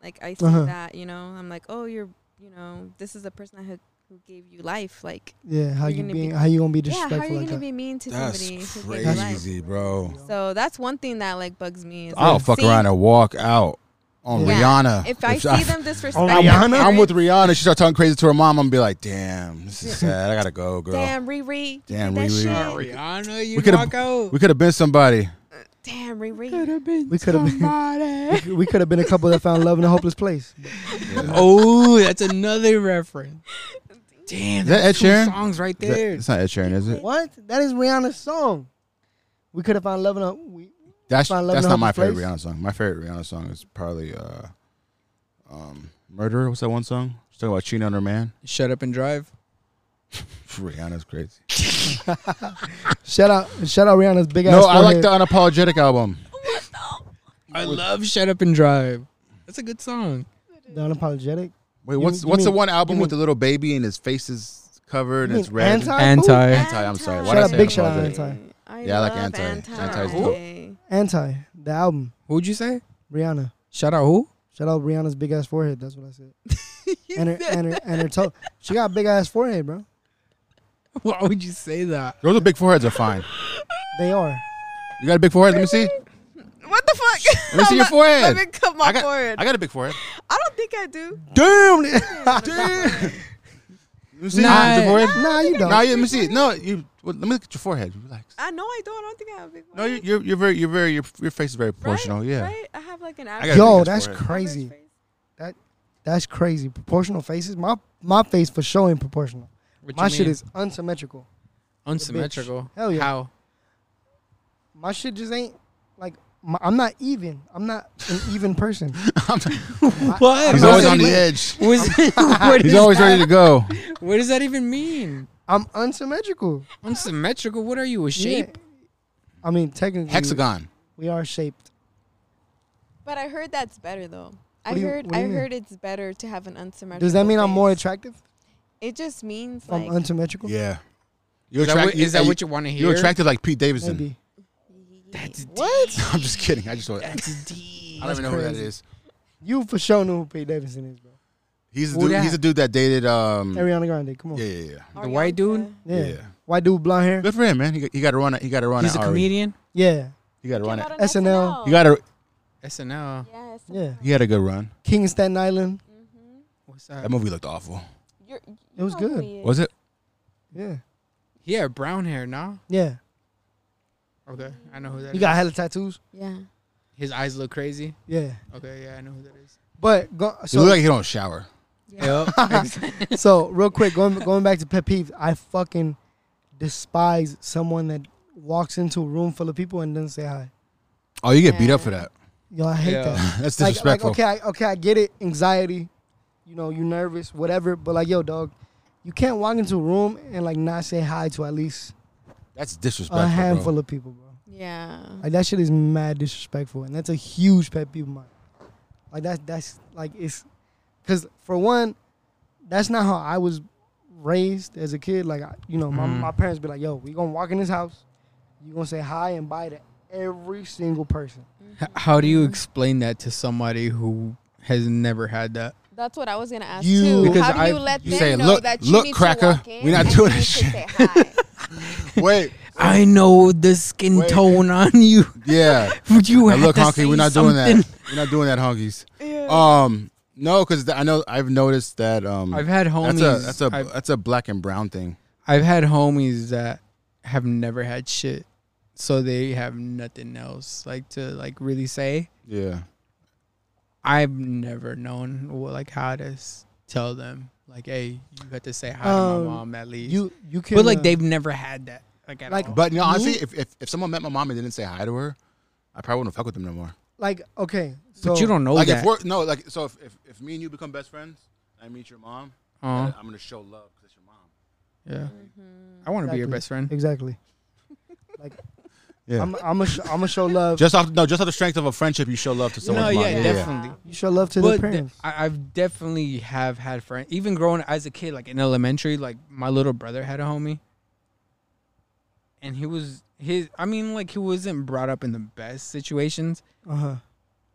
D: Like I see
A: Uh-huh.
D: that you know, I'm like, oh, you're you know, this is the person who who gave you life. Like
A: Yeah, how
D: you're
A: you
D: gonna
A: being?
D: be-
A: how you gonna be
D: yeah, how
A: disrespectful
D: are you
A: like
D: gonna
A: that?
D: be mean to
C: That's
D: somebody who gave you life?
C: crazy, bro.
D: So that's one thing that like bugs me. Is
C: I'll
D: like,
C: fuck
D: seeing-
C: around and walk out on
D: Yeah.
C: Rihanna.
D: If I see them disrespect,
A: I'm-
D: their
A: Rihanna?
C: Oh, I'm with
D: parents,
C: Rihanna. She starts talking crazy to her mom. I'm gonna be like, damn, this is sad. I gotta go, girl.
D: Damn, Riri. you
C: Damn,
D: did that
C: Riri.
D: shit.
B: Uh, Rihanna, you
C: We could've-
B: walk out.
C: We could have been somebody.
D: Damn, Riri.
B: could have been.
A: We could've been-
B: somebody.
A: We could have been a couple that found love in a hopeless place.
B: oh, that's another reference. Damn,
C: that
B: that's
C: Ed
B: two
C: Sheeran?
B: songs right
C: Is that-
B: there.
C: it's not Ed Sheeran, is it?
A: What? That is Rihanna's song. We could have found love in a. We,
C: That's
A: Find Love
C: that's
A: in a
C: not my
A: Hopeless
C: favorite Rihanna song. My favorite Rihanna song is probably uh, um, "Murderer." What's that one song? She's talking about cheating on her man.
B: Shut up and drive.
C: Rihanna's crazy.
A: shout out! Shout out Rihanna's big ass.
C: no, I like
A: forehead.
C: the unapologetic album.
B: I love Shut Up and Drive. That's a good song.
A: The unapologetic.
C: Wait,
A: You-
C: what's
A: you
C: what's the
A: mean-
C: one
A: you
C: album with
A: mean-
C: the little baby and his face is covered
A: You
C: and it's
A: mean
C: red?
A: anti- Ooh.
B: Anti.
C: Anti, I'm sorry.
A: Why'd I say big shout out apologetic? Anti.
D: I
C: Yeah, I like
D: love
C: Anti.
D: Anti.
C: Anti's
A: Anti the album.
B: Who'd you say?
A: Rihanna.
B: Shout out who?
A: Shout out Rihanna's big ass forehead. That's what I said. and her and her and her toe. She got a big ass forehead, bro.
B: Why would you say that?
C: Girls with big foreheads are fine.
A: They are.
C: You got a big forehead? Let me see.
D: What the fuck?
C: Let me see your
D: Let
C: forehead.
D: me cut my
C: I got,
D: forehead.
C: I got a big forehead.
D: I don't think I do.
C: Damn. Damn. Let me see
B: Nah.
C: your forehead.
A: Nah, you don't.
C: No, you, let me see. it. No, you. Well, let me look at your forehead. Relax.
D: I know I don't. I don't think I have a big
C: No,
D: one.
C: you- you're you're very you're very your, your face is very proportional.
D: Right?
C: Yeah.
D: Right? I have like an
C: got
D: average.
C: a
A: Yo,
C: big ass
A: that's
C: forehead.
D: average
A: crazy.
D: face.
A: That's crazy. Proportional faces. My my face for showing proportional.
B: What
A: My
B: you
A: shit
B: mean?
A: is unsymmetrical.
B: unsymmetrical.
A: Hell yeah.
B: How?
A: My shit just ain't like my, I'm not even. I'm not an even person.
B: What?
C: He's
A: I'm
C: always
A: not
C: on the
A: even-
C: edge.
B: Was, what,
C: He's
B: is
C: always
B: that?
C: ready to go.
B: what does that even mean?
A: I'm unsymmetrical.
B: Unsymmetrical? What are you, a shape?
A: Yeah. I mean, technically,
C: Hexagon.
A: We are shaped.
D: But I heard that's better though. I
A: What do you-
D: heard
A: what do
D: I
A: you mean?
D: heard it's better to have an unsymmetrical.
A: Does that mean I'm more
D: face.
A: attractive
D: It just means
A: if I'm
D: like
A: unsymmetrical?
C: Yeah. You're
B: Is that what-
C: attracted.
B: is that what you want to hear?
C: You're attracted like Pete Davidson.
A: Maybe.
B: That's deep.
C: I'm just kidding. I just don't, I
B: That's deep.
C: don't even know who that
A: crazy.
C: is.
A: You for sure know who Pete Davidson is, bro.
C: He's a
B: Who
C: dude.
B: that?
C: He's a dude that dated. Um. Yeah,
A: Ariana Grande. Come on.
C: yeah,
A: Yeah.
C: yeah.
B: The white
D: Ariana.
B: dude?
C: yeah.
A: White dude, blonde hair.
C: Good for him, man. He got, he got to run. it- He got to run.
B: He's
C: it
B: a
C: already.
B: comedian?
A: Yeah.
C: He got to
D: Came
C: run it.
D: out on
A: SNL.
C: He got a.
B: SNL.
D: Yeah, SNL.
A: Yeah.
C: He had a good run.
A: King of Staten Island.
D: Mhm.
B: What's that?
C: That movie looked awful.
D: You're, you
A: It was
D: know who
A: good.
D: he is.
C: Was it?
A: Yeah.
B: He had brown hair, no?
A: Yeah.
B: Okay. I know who that is.
A: You got hella tattoos.
D: Yeah.
B: His eyes look crazy.
A: Yeah.
B: Okay, yeah, I know who that is.
A: But go,
C: it
A: so
C: looked like he don't shower.
A: so real quick going going back to pet peeves. I fucking despise someone that walks into a room full of people and doesn't say hi.
C: Oh, you get beat up
D: Yeah.
C: for that.
A: Yo, I hate
B: Yeah.
A: that.
C: That's
A: like, like
C: disrespectful.
A: okay, I, okay, I get it. Anxiety, you know, you nervous, whatever. But like, yo, dog, you can't walk into a room and like not say hi to at least
C: That's
A: a
C: disrespectful.
A: handful
C: bro.
A: of people, bro.
D: Yeah.
A: Like that shit is mad disrespectful, and that's a huge pet peeve of mine. Like that's that's like it's, cause for one, that's not how I was raised as a kid. Like I, you know, my,
B: Mhm.
A: my parents be like, yo, we gonna walk in this house, you gonna say hi and bye to every single person.
B: H- How do you explain that to somebody who has never had that?
D: That's what I was gonna ask
A: You-
D: too.
B: Because
D: How do you
B: I've-
D: let
C: You
D: them
C: say,
D: know
C: "Look-
D: that you
C: look,
D: need
C: cracker,
D: to walk in
C: we're not
D: and
C: doing that
D: you need
C: shit."
D: to say hi?
C: Wait.
B: I know the skin
C: Wait.
B: tone on you.
C: Yeah.
B: You
C: Now
B: have
C: look,
B: to
C: honky,
B: say
C: we're not doing
B: something.
C: that. We're not doing that, honkies.
D: yeah.
C: Um, no, because I know I've noticed that. Um,
B: Mm. I've had homies.
C: that's a that's a
B: I've,
C: that's a black and brown thing.
B: I've had homies that have never had shit, so they have nothing else like to like really say.
C: Yeah.
B: I've never known what, like how to s- tell them like, hey, you got to say hi to
A: Um,
B: my mom at least.
A: You you can
B: but like
A: uh,
B: they've never had that like at
A: Like,
B: all.
C: But you know, honestly,
A: Me?
C: if, if if someone met my mom and didn't say hi to her, I probably wouldn't fuck with them no more.
A: like okay. So
B: but you don't know
C: like
B: Oh, that.
C: if we're no, like so if, if if me and you become best friends, I meet your mom,
B: Uh,
C: I'm gonna show love because it's your mom.
B: yeah, I want to be your
A: Mm-hmm. Exactly.
B: best friend.
A: exactly. Like
C: Yeah.
A: I'm I'm a sh- I'm a show love.
C: just off no, just off the strength of a friendship, you show love to someone's
B: No,
C: mom.
B: yeah, definitely.
A: You show love to their
B: But de-
A: parents.
B: I, I've definitely have had friends. Even growing as a kid, like in elementary, like my little brother had a homie, and he was his. I mean, like he wasn't brought up in the best situations,
A: Uh huh.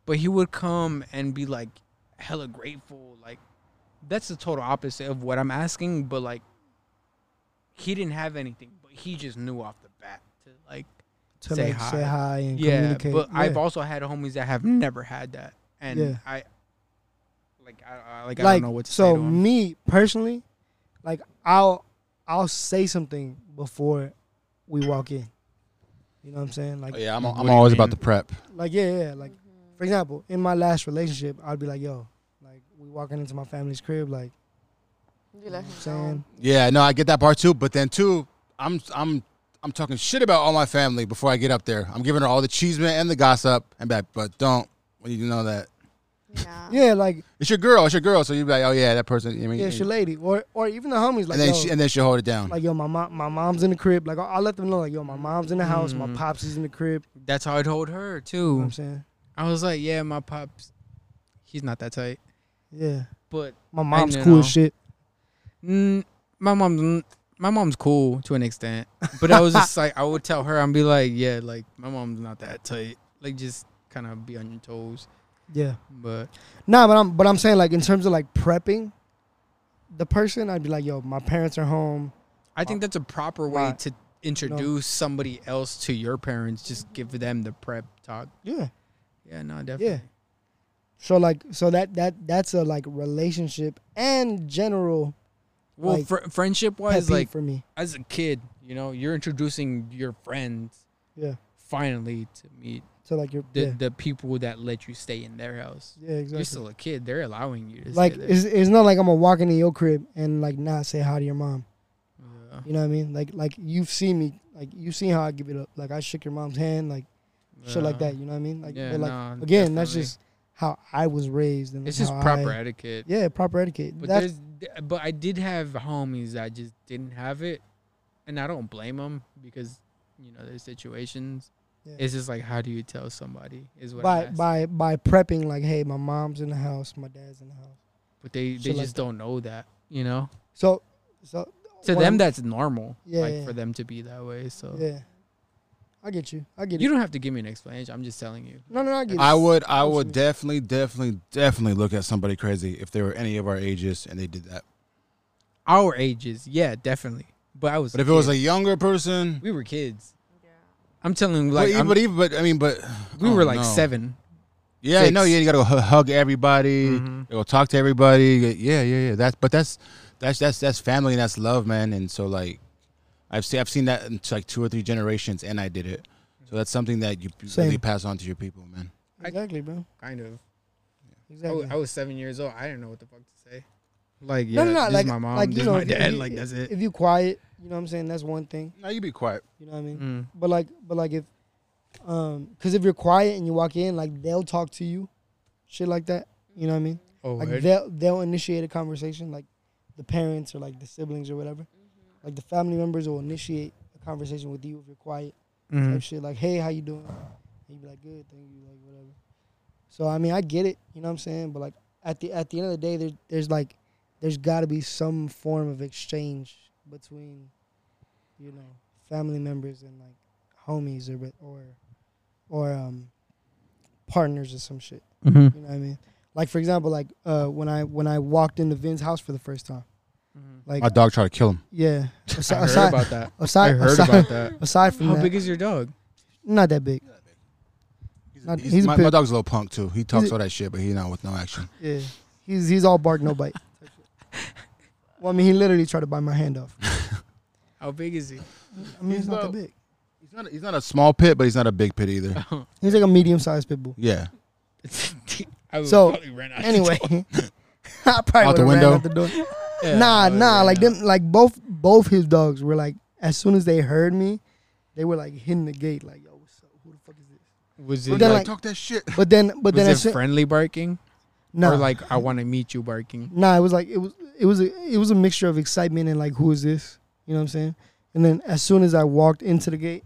B: but he would come and be like hella grateful. Like that's the total opposite of what I'm asking. But like he didn't have anything, but he just knew off the bat to like
A: To
B: Say
A: like
B: hi.
A: say hi and
B: yeah.
A: communicate.
B: But I've
A: Yeah.
B: also had homies that have never had that, and
A: Yeah.
B: I. Like I, I like, I
A: like
B: don't know what to
A: so
B: say to him.
A: me personally, like I'll I'll say something before we walk in. You know what I'm saying? Like
C: Oh, Yeah, I'm,
B: What
C: I'm
B: do you
C: always
B: mean?
C: about the prep.
A: like yeah yeah like for example in my last relationship I'd be like yo like we walking into my family's crib like
D: You
A: you know what
D: let
A: I'm
D: him know.
A: saying
C: Yeah, no, I get that part too. But then too, I'm I'm I'm talking shit about all my family before I get up there. I'm giving her all the cheese man and the gossip and back, but don't when you know that
D: Yeah.
A: yeah like
C: it's your girl, it's your girl. So you be like, oh yeah, that person. I mean,
A: yeah
C: and,
A: it's your lady or or even the homies like
C: and then
A: yo,
C: she and then she'll hold it down.
A: like yo my mom my mom's in the crib like I- I'll let them know like yo my mom's in the house my
C: Mm-hmm.
B: Mm.
A: pops is in the crib you
B: That's how I told her
A: know what
B: too.
A: I'm saying
B: I was like, yeah, my pops, he's not that tight,
A: yeah
B: but
A: my mom's
B: know.
A: cool as shit
B: mm, my mom's my mom's cool to an extent. But I was just like, I would tell her, I'd be like, yeah, like my mom's not that tight. Like just kind of be on your toes.
A: yeah
B: But
A: Nah, but I'm but I'm saying like in terms of like prepping the person, I'd be like, yo, my parents are home.
B: I think that's a proper way
A: Right.
B: to introduce somebody else to your parents. Just give them the prep talk.
A: Yeah.
B: Yeah, no, definitely.
A: Yeah. So like so that that that's a like relationship and general
B: Well,
A: Like,
B: fr- friendship
A: pet
B: wise,
A: peeve
B: like
A: for me.
B: as a kid, you know, you're introducing your friends
A: Yeah.
B: finally to meet
A: So like your
B: the,
A: yeah.
B: the people that let you stay in their house.
A: yeah, exactly.
B: You're still a kid. They're allowing you to
A: like
B: stay there.
A: it's, it's not like I'm gonna walk into your crib and like not say hi to your mom.
B: yeah.
A: You know what I mean? Like like you've seen me like you've seen how I give it up. Like I shook your mom's hand, like shit like
B: Yeah.
A: that. You know what I mean? Like,
B: Yeah,
A: but, like
B: no,
A: again, that's
B: definitely.
A: just how I was raised and
B: It's
A: how
B: just proper
A: I,
B: etiquette.
A: yeah, proper etiquette.
B: But
A: that's
B: there's, but I did have homies that just didn't have it, and I don't blame them because you know there's situations.
A: Yeah.
B: It's just like how do you tell somebody is what. I'm
A: by by
B: asking.
A: by prepping like hey my mom's in the house my dad's in the house
B: but they they
A: shit
B: just
A: like that.
B: don't know that you know.
A: so so
B: To
A: what
B: them,
A: I'm-
B: that's normal.
A: Yeah,
B: like
A: yeah.
B: for them to be that way. So
A: yeah i get you i get
B: Oh. you
A: it
B: don't have to give me an explanation. I'm just telling you.
A: no no no, i get
C: I
A: it
C: would, I
A: Excuse
C: would
A: me.
C: definitely, definitely, definitely look at somebody crazy if they were any of our ages and they did that.
B: Our ages, yeah, definitely. But I was.
C: But if
B: a
C: it was
B: kid.
C: a younger person,
B: we were kids.
D: Yeah.
B: I'm telling you,
C: like,
B: like
C: but,
B: I'm-
C: but even, but I mean, but
B: we
C: oh,
B: were like
C: no.
B: seven.
C: Yeah,
B: six.
C: no, yeah, you gotta go hu- hug everybody,
B: Mhm.
C: you go talk to everybody. Yeah, yeah, yeah. That's but that's that's that's that's family and that's love, man. And so like, I've seen I've seen that in like two or three generations, and I did it. So that's something that you really
A: Same.
C: pass on to your people, man.
B: I-
A: exactly bro
B: Kind of. I
A: exactly
B: wa- I was seven years old. I didn't know what the fuck to say. Like, yeah,
A: No, no, no,
B: this
A: like-
B: is my mom,
A: like, you
B: this is
A: know,
B: my
A: if you-
B: dad.
A: if-
B: like, that's it.
A: if you quiet you know what i'm saying that's one thing
C: Now you be quiet.
A: you know what i mean
B: Mm.
A: but like but like if um because if you're quiet and you walk in like they'll talk to you shit like that you know what i mean
B: Oh,
A: like
B: word.
A: they'll they'll initiate a conversation like the parents or like the siblings or whatever
B: Mm-hmm.
A: like the family members will initiate a conversation with you if you're quiet
B: Mhm.
C: Mm-hmm.
A: type shit like hey how you doing and you be like good thank you like whatever so i mean i get it you know what i'm saying but like at the at the end of the day there's there's like there's got to be some form of exchange between you know family members and like homies or or or um partners or some shit you know what I mean? Like for example, like uh, when I when I walked into Vin's house for the first time, like
C: My dog tried to kill him.
A: yeah,
B: I
A: aside
B: heard
A: aside,
B: about that. I
A: aside,
B: heard
A: aside,
B: about that.
A: aside from
B: How
A: that,
B: big is your dog?
A: not that big.
C: He's,
A: Not-
C: he's-
A: he's a
C: my,
A: pig.
C: my dog's a little punk too. He talks
A: a-
C: all that shit, but he not with no action.
A: Yeah, he's he's all bark no bite. well, I mean, he literally tried to bite my hand off.
B: How big is he?
A: I mean, he's,
C: He's
A: not that
C: about-
A: big.
C: He's not. He's not a small pit, but he's not a big pit either.
A: He's like a medium-sized pit bull.
C: Yeah.
B: I would
A: So,
B: probably run out the
A: Anyway,
B: door.
A: I probably
C: Out the
A: would've ran
C: window?
A: out the door.
B: Oh, Yeah,
A: nah,
B: I would
A: nah.
B: run
A: Like
B: out.
A: them, like both both his dogs were like as soon as they heard me, they were like hitting the gate like, yo, what's up? Who the fuck is this?
B: Was
A: But
B: it
A: then,
B: like,
A: like-
C: talk that shit.
A: But then, but then, as
B: was it
A: soon,
B: friendly barking
A: nah,
B: or like I want to meet you barking?
A: nah. It was like it was it was a, it was a mixture of excitement and like, who is this? You know what I'm saying? And then as soon as I walked into the gate,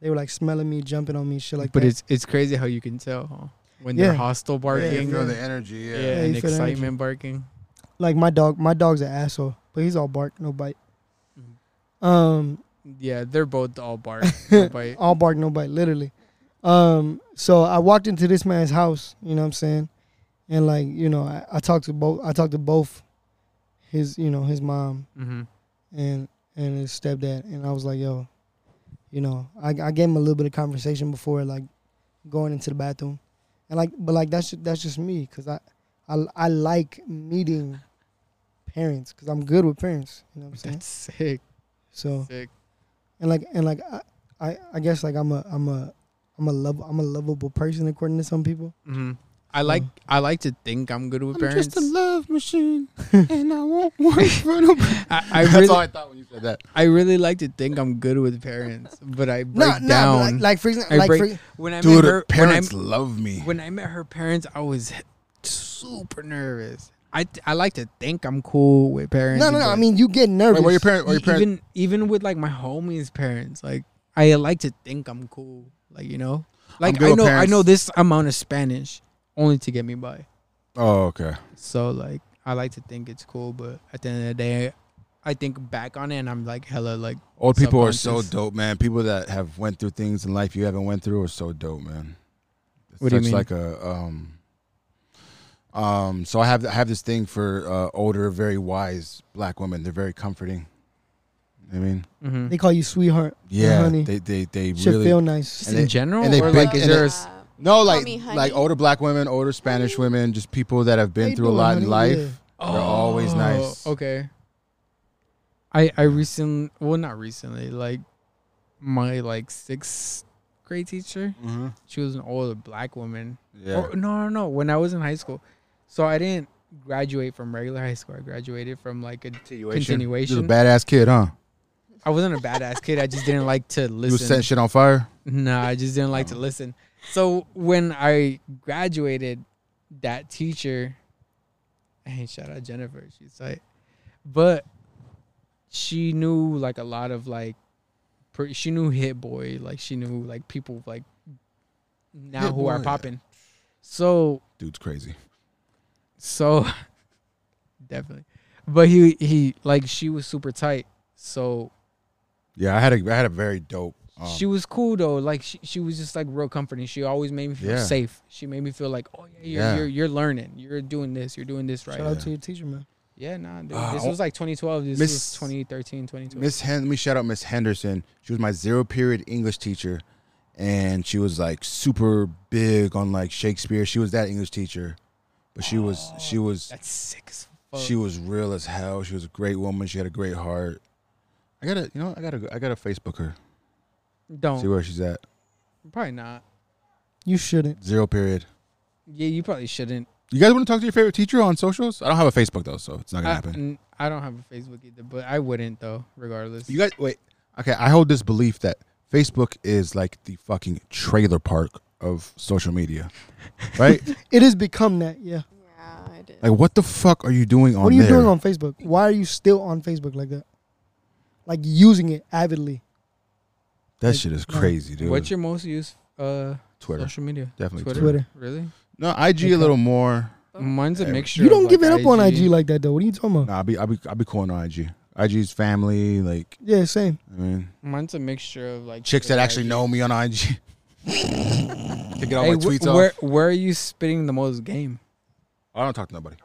A: they were like smelling me, jumping on me, shit like
B: but
A: that.
B: it's it's crazy how you can tell huh? when
A: Yeah.
B: they're hostile
C: Yeah,
B: barking,
C: feel
B: yeah,
C: the energy.
A: Yeah,
C: Yeah.
B: and
A: you feel the energy.
B: excitement barking.
A: like my dog, my dog's an asshole, but he's all bark, no bite. Um,
B: Yeah, they're both all bark. no bite.
A: all bark, no bite, literally. Um, so I walked into this man's house, you know what I'm saying? And like, you know, I, I talked to both I talked to both his, you know, his mom
B: Mhm.
A: and and his stepdad and I was like, yo, you know, I, I gave him a little bit of conversation before like going into the bathroom. And like but like that's just, that's just me cuz I, I I like meeting parents cuz I'm good with parents, you know what I'm saying?
B: That's sick.
A: So
B: Sick.
A: and like and like I, I I guess like I'm a I'm a I'm a love I'm a lovable person according to some people.
B: hmm I like
A: Oh.
B: I like to think I'm good with parents.
C: love machine, and I won't work for nobody.
B: I, I
C: That's all
B: really
C: I thought when you said that.
B: I really like to think I'm good with parents, but I break
A: No, no,
B: down.
A: like, like for example,
B: I
A: like
B: break-
A: for,
B: when I met
C: Dude,
B: her,
C: her
B: when I,
C: parents love me.
B: when I met her parents, I was super nervous. I, I like to think I'm cool with parents.
A: no, no, no.
B: but
A: I mean, you get nervous.
C: Wait, were your parents? Were your
B: e-
C: parents?
B: even even with like my homies' parents, like I like to think I'm cool. Like you know, like
C: good
B: I
C: with
B: know I
C: parents.
B: know this amount of Spanish only to get me by.
C: oh, okay.
B: So like I like to think it's cool, but at the end of the day, I think back on it and I'm like hella like
C: Old people are so
B: Subconscious.
C: dope, man. People that have went through things in life you haven't went through are so dope, man. It's
B: What do you mean?
C: like a um um so I have I have this thing for uh, older, very wise black women. They're very comforting. I mean,
B: mhm.
A: they call you sweetheart.
C: yeah,
A: honey.
C: they they they
A: Should
C: really
A: feel nice.
B: just
C: and
B: in
C: they-
B: general
C: and they
B: or
C: big-
B: like is
C: and
B: there a
C: they-
B: s-
D: Uh,
C: no like
D: me honey.
C: like older black women, older Spanish women, just people that have
A: How you
C: been through a
A: doing,
C: lot in
A: honey?
C: life. They're always nice.
B: Oh, Okay. I I recently well not recently like my like sixth grade teacher
C: Mm-hmm.
B: she was an older black woman.
C: Yeah.
B: Or- Oh, no no no when I was in high school, so I didn't graduate from regular high school. I graduated from like a
C: You're a
B: continuation.
C: badass kid, huh?
B: I wasn't a badass kid. I just didn't like to
C: You was
B: listen.
C: setting shit on fire.
B: Nah, I just didn't like to listen. So when I graduated, that teacher, hey, shout out Jennifer, she's like, but she knew like a lot of like, pre- she knew Hit Boy, like she knew like people like now
C: Hit
B: who are
C: Boy.
B: popping. So
C: Dude's crazy.
B: so definitely, but he he like she was super tight. So
C: Yeah, I had a I had a very dope. Um,
B: she was cool though. Like she, she was just like real comforting. She always made me feel
C: Yeah.
B: safe. She made me feel like, oh yeah, you're
C: Yeah.
B: you're, you're learning. You're doing this. You're doing this right.
A: Shout out to your teacher, man.
B: yeah, nah, dude.
C: Uh,
B: this
C: I-
B: was like 2012. This was
C: Miss-
B: 2013, 2012.
C: Miss Hen- let me shout out Miss Henderson. She was my zero period English teacher, and she was like super big on like Shakespeare. She was that English teacher, but she was she was
B: Oh, That's sick as fuck.
C: she was real as hell. She was a great woman. She had a great heart. I gotta you know I gotta go- I gotta Facebook her. See
B: Don't
C: where she's at.
B: probably not.
A: You shouldn't.
C: Zero period.
B: Yeah, you probably shouldn't.
C: You guys want to talk to your favorite teacher on socials? I don't have a Facebook though, so it's not gonna
B: I,
C: happen.
B: n- I don't have a Facebook either, but I wouldn't though. Regardless,
C: You guys wait. Okay, I hold this belief that Facebook is like the fucking trailer park of social media, right?
A: It has become that. Yeah.
D: Yeah, I did.
C: Like, what the fuck are you doing on
A: What are you
C: there?
A: doing on Facebook? Why are you still on Facebook like that? Like using it avidly.
C: that shit is crazy, dude.
B: what's your most used uh
C: Twitter?
B: social media?
C: Definitely
B: Twitter.
C: Twitter.
A: Twitter.
B: Really?
C: No, IG a little more.
B: Mine's a
C: Hey,
B: mixture.
A: You don't
B: of,
A: give
B: like,
A: it up on IG like that though. What are you talking about?
C: Nah, I'll be, I'll be, I'll be cool on IG. IG's family, like,
A: Yeah, same.
C: I mean,
B: Mine's a mixture of like
C: chicks that
B: Twitter,
C: actually
B: IG.
C: know me on IG. Taking all
B: Hey,
C: my
B: wh-
C: tweets off. Oh,
B: where where are you spitting the most game?
C: I don't talk to nobody.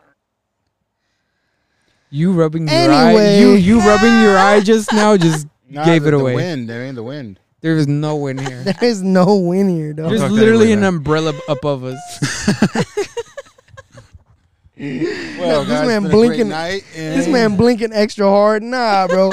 B: You rubbing your eye. You
A: Anyway.
B: you rubbing your eye just now just gave
C: the,
B: it away.
C: The wind, there ain't the wind.
B: There is no win here.
A: There is no win here, dog.
B: There's
C: talk to
B: literally
C: everybody
B: an
C: then.
B: umbrella b- above us.
C: Well,
A: This guys, man it's been a great blinking-
C: night
A: This man blinking extra hard. Nah, bro.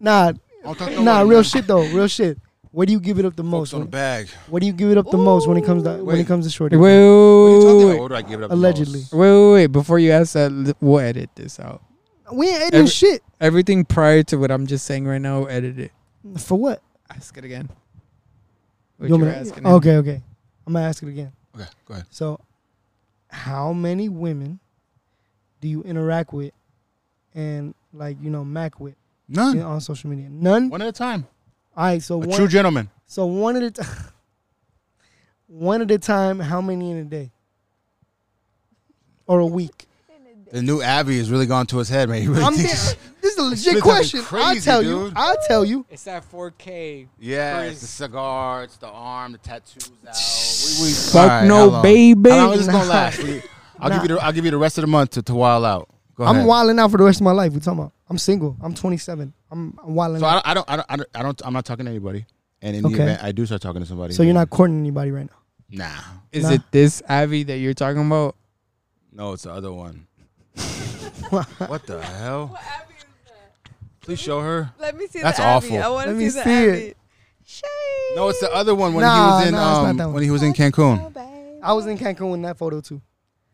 A: nah,
C: I'll talk to
A: Nah,
C: one,
A: real
C: man.
A: shit though. Real shit. Where do you give it up the most?
C: Focus on the
A: When-
C: bag.
A: Where do you give it up the most when it comes to when
C: Wait.
A: it comes to shorty?
B: Wait, wait,
C: What are you talking
B: wait,
C: about?
B: wait,
C: What do I give it up? the
A: Allegedly.
C: most?
B: wait, wait, wait. Before you ask that, l- we'll edit this out.
A: We ain't editing
B: Every-
A: shit.
B: Everything prior to what I'm just saying right now, we'll edit it.
A: For what?
B: Ask it again.
A: You want
B: What you were
A: me to-
B: asking him.
A: Okay, okay. I'm gonna ask it again.
C: Okay, go ahead.
A: So, how many women do you interact with and like you know mac with
C: None.
A: in- on social media? None.
C: One at a time.
A: All right. So
C: A
A: one.
C: true gentleman.
A: so one at a time. one at a time. How many in a day? Or a week?
C: The new Abby has really gone to his head, man. He really
A: I'm
C: thinks.
A: there. This is a
C: This
A: legit
C: shit's
A: question.
C: fucking
A: I'll
C: crazy,
A: tell you.
C: dude.
A: I'll tell you.
B: It's at 4K.
C: Yeah,
B: Crazy.
C: it's the cigar, it's the arm, the tattoos out. We, we,
B: Fuck no, baby.
C: How long is this gonna
A: Nah.
C: last? We- I'll give you the I'll give you the rest of the month to, to wild out. Go
A: I'm
C: ahead.
A: wilding out for the rest of my life. We talking about? I'm single. I'm 27. I'm, I'm wilding
C: So
A: out.
C: I, I don't I don't I don't I don't I'm not talking to anybody. And in
A: Okay.
C: the event I do start talking to somebody.
A: So you're not courting anybody right now.
C: Nah.
B: Is
A: Nah.
B: it this Abby that you're talking about?
C: No, it's the other one. what the hell?
D: What Abby is that?
C: Please show her.
D: Let me see
C: That's
D: the Abby.
C: awful.
D: I want
A: Let
D: to
A: me
D: see the
A: see
D: Abby.
A: it.
D: Shade.
C: No, it's the other one when
A: Nah,
C: he was in
A: nah, it's not that
C: um,
A: one.
C: when he was in
D: Oh,
C: Cancun.
A: I was in Cancun in that photo too.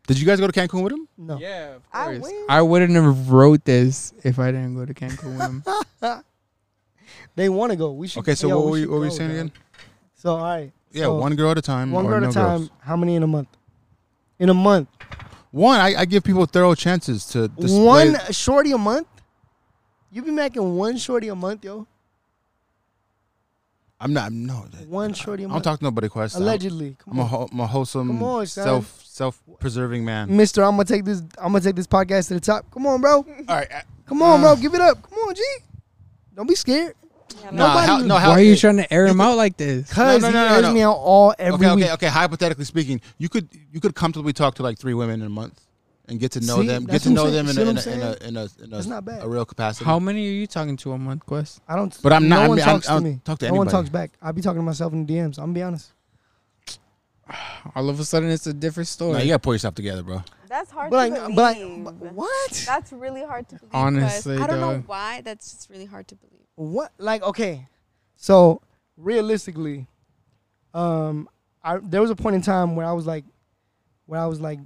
C: Did you guys go to Cancun with him?
A: No.
E: Yeah, of
D: I
E: course.
D: win.
B: I wouldn't have wrote this if I didn't go to Cancun with him.
A: They want to go. We should.
C: Okay, so
A: yo,
C: what were
A: we
C: you
A: should
C: what were you
A: go,
C: saying
A: dog.
C: again?
A: So all right.
C: Yeah,
A: so
C: one girl at a time.
A: one
C: or
A: girl at
C: no
A: a time.
C: girls.
A: How many in a month? In a month.
C: One, I, I give people thorough chances to display.
A: One shorty a month. You be making one shorty a month, yo.
C: I'm not. No, that-
A: One shorty a
C: I don't
A: month.
C: talk to nobody. Quest. I'm-
A: Allegedly. Come
C: I'm a,
A: on.
C: ho- I'm a wholesome,
A: Come on, son.
C: self self preserving man.
A: Mister, I'm gonna take this. I'm gonna take this podcast to the top. Come on, bro.
C: All right. I-
A: Come on,
C: Uh,
A: bro. Give it up. Come on, G. Don't be scared.
D: Yeah,
C: No,
A: Nobody-
C: how, no,
B: Why
C: how,
B: are you trying to air him out like this?
A: Cause
C: No, no, no,
A: he
C: no,
A: airs
C: no.
A: me out all every
C: Okay,
A: week.
C: okay, okay. Hypothetically speaking, you could you could comfortably talk to like three women in a month and get to know
A: See,
C: them,
A: that's
C: get to
A: what
C: know
A: I'm
C: them in a,
A: saying.
C: in a,
A: See
C: in
A: what
C: a in a in a,
A: That's not bad.
C: a real capacity.
B: How many are you talking to a month, Quest?
A: I don't.
C: But I'm not-
A: No
C: I
A: one
C: mean, I don't-
A: talks
C: I
A: to
C: don't
A: me.
C: talk to
A: No one
C: anybody.
A: talks back. I be talking to myself in the DMs. I'm gonna be honest.
B: All of a sudden, it's a different story.
C: No, you gotta pull yourself together, bro.
D: That's hard
A: But like,
D: to believe.
A: but like, but what?
D: That's really hard to believe. Quest.
B: Honestly,
D: I don't know
B: dog.
D: why. That's just really hard to believe.
A: What? Like, okay. So realistically, um, I there was a point in time where I was like, where I was like,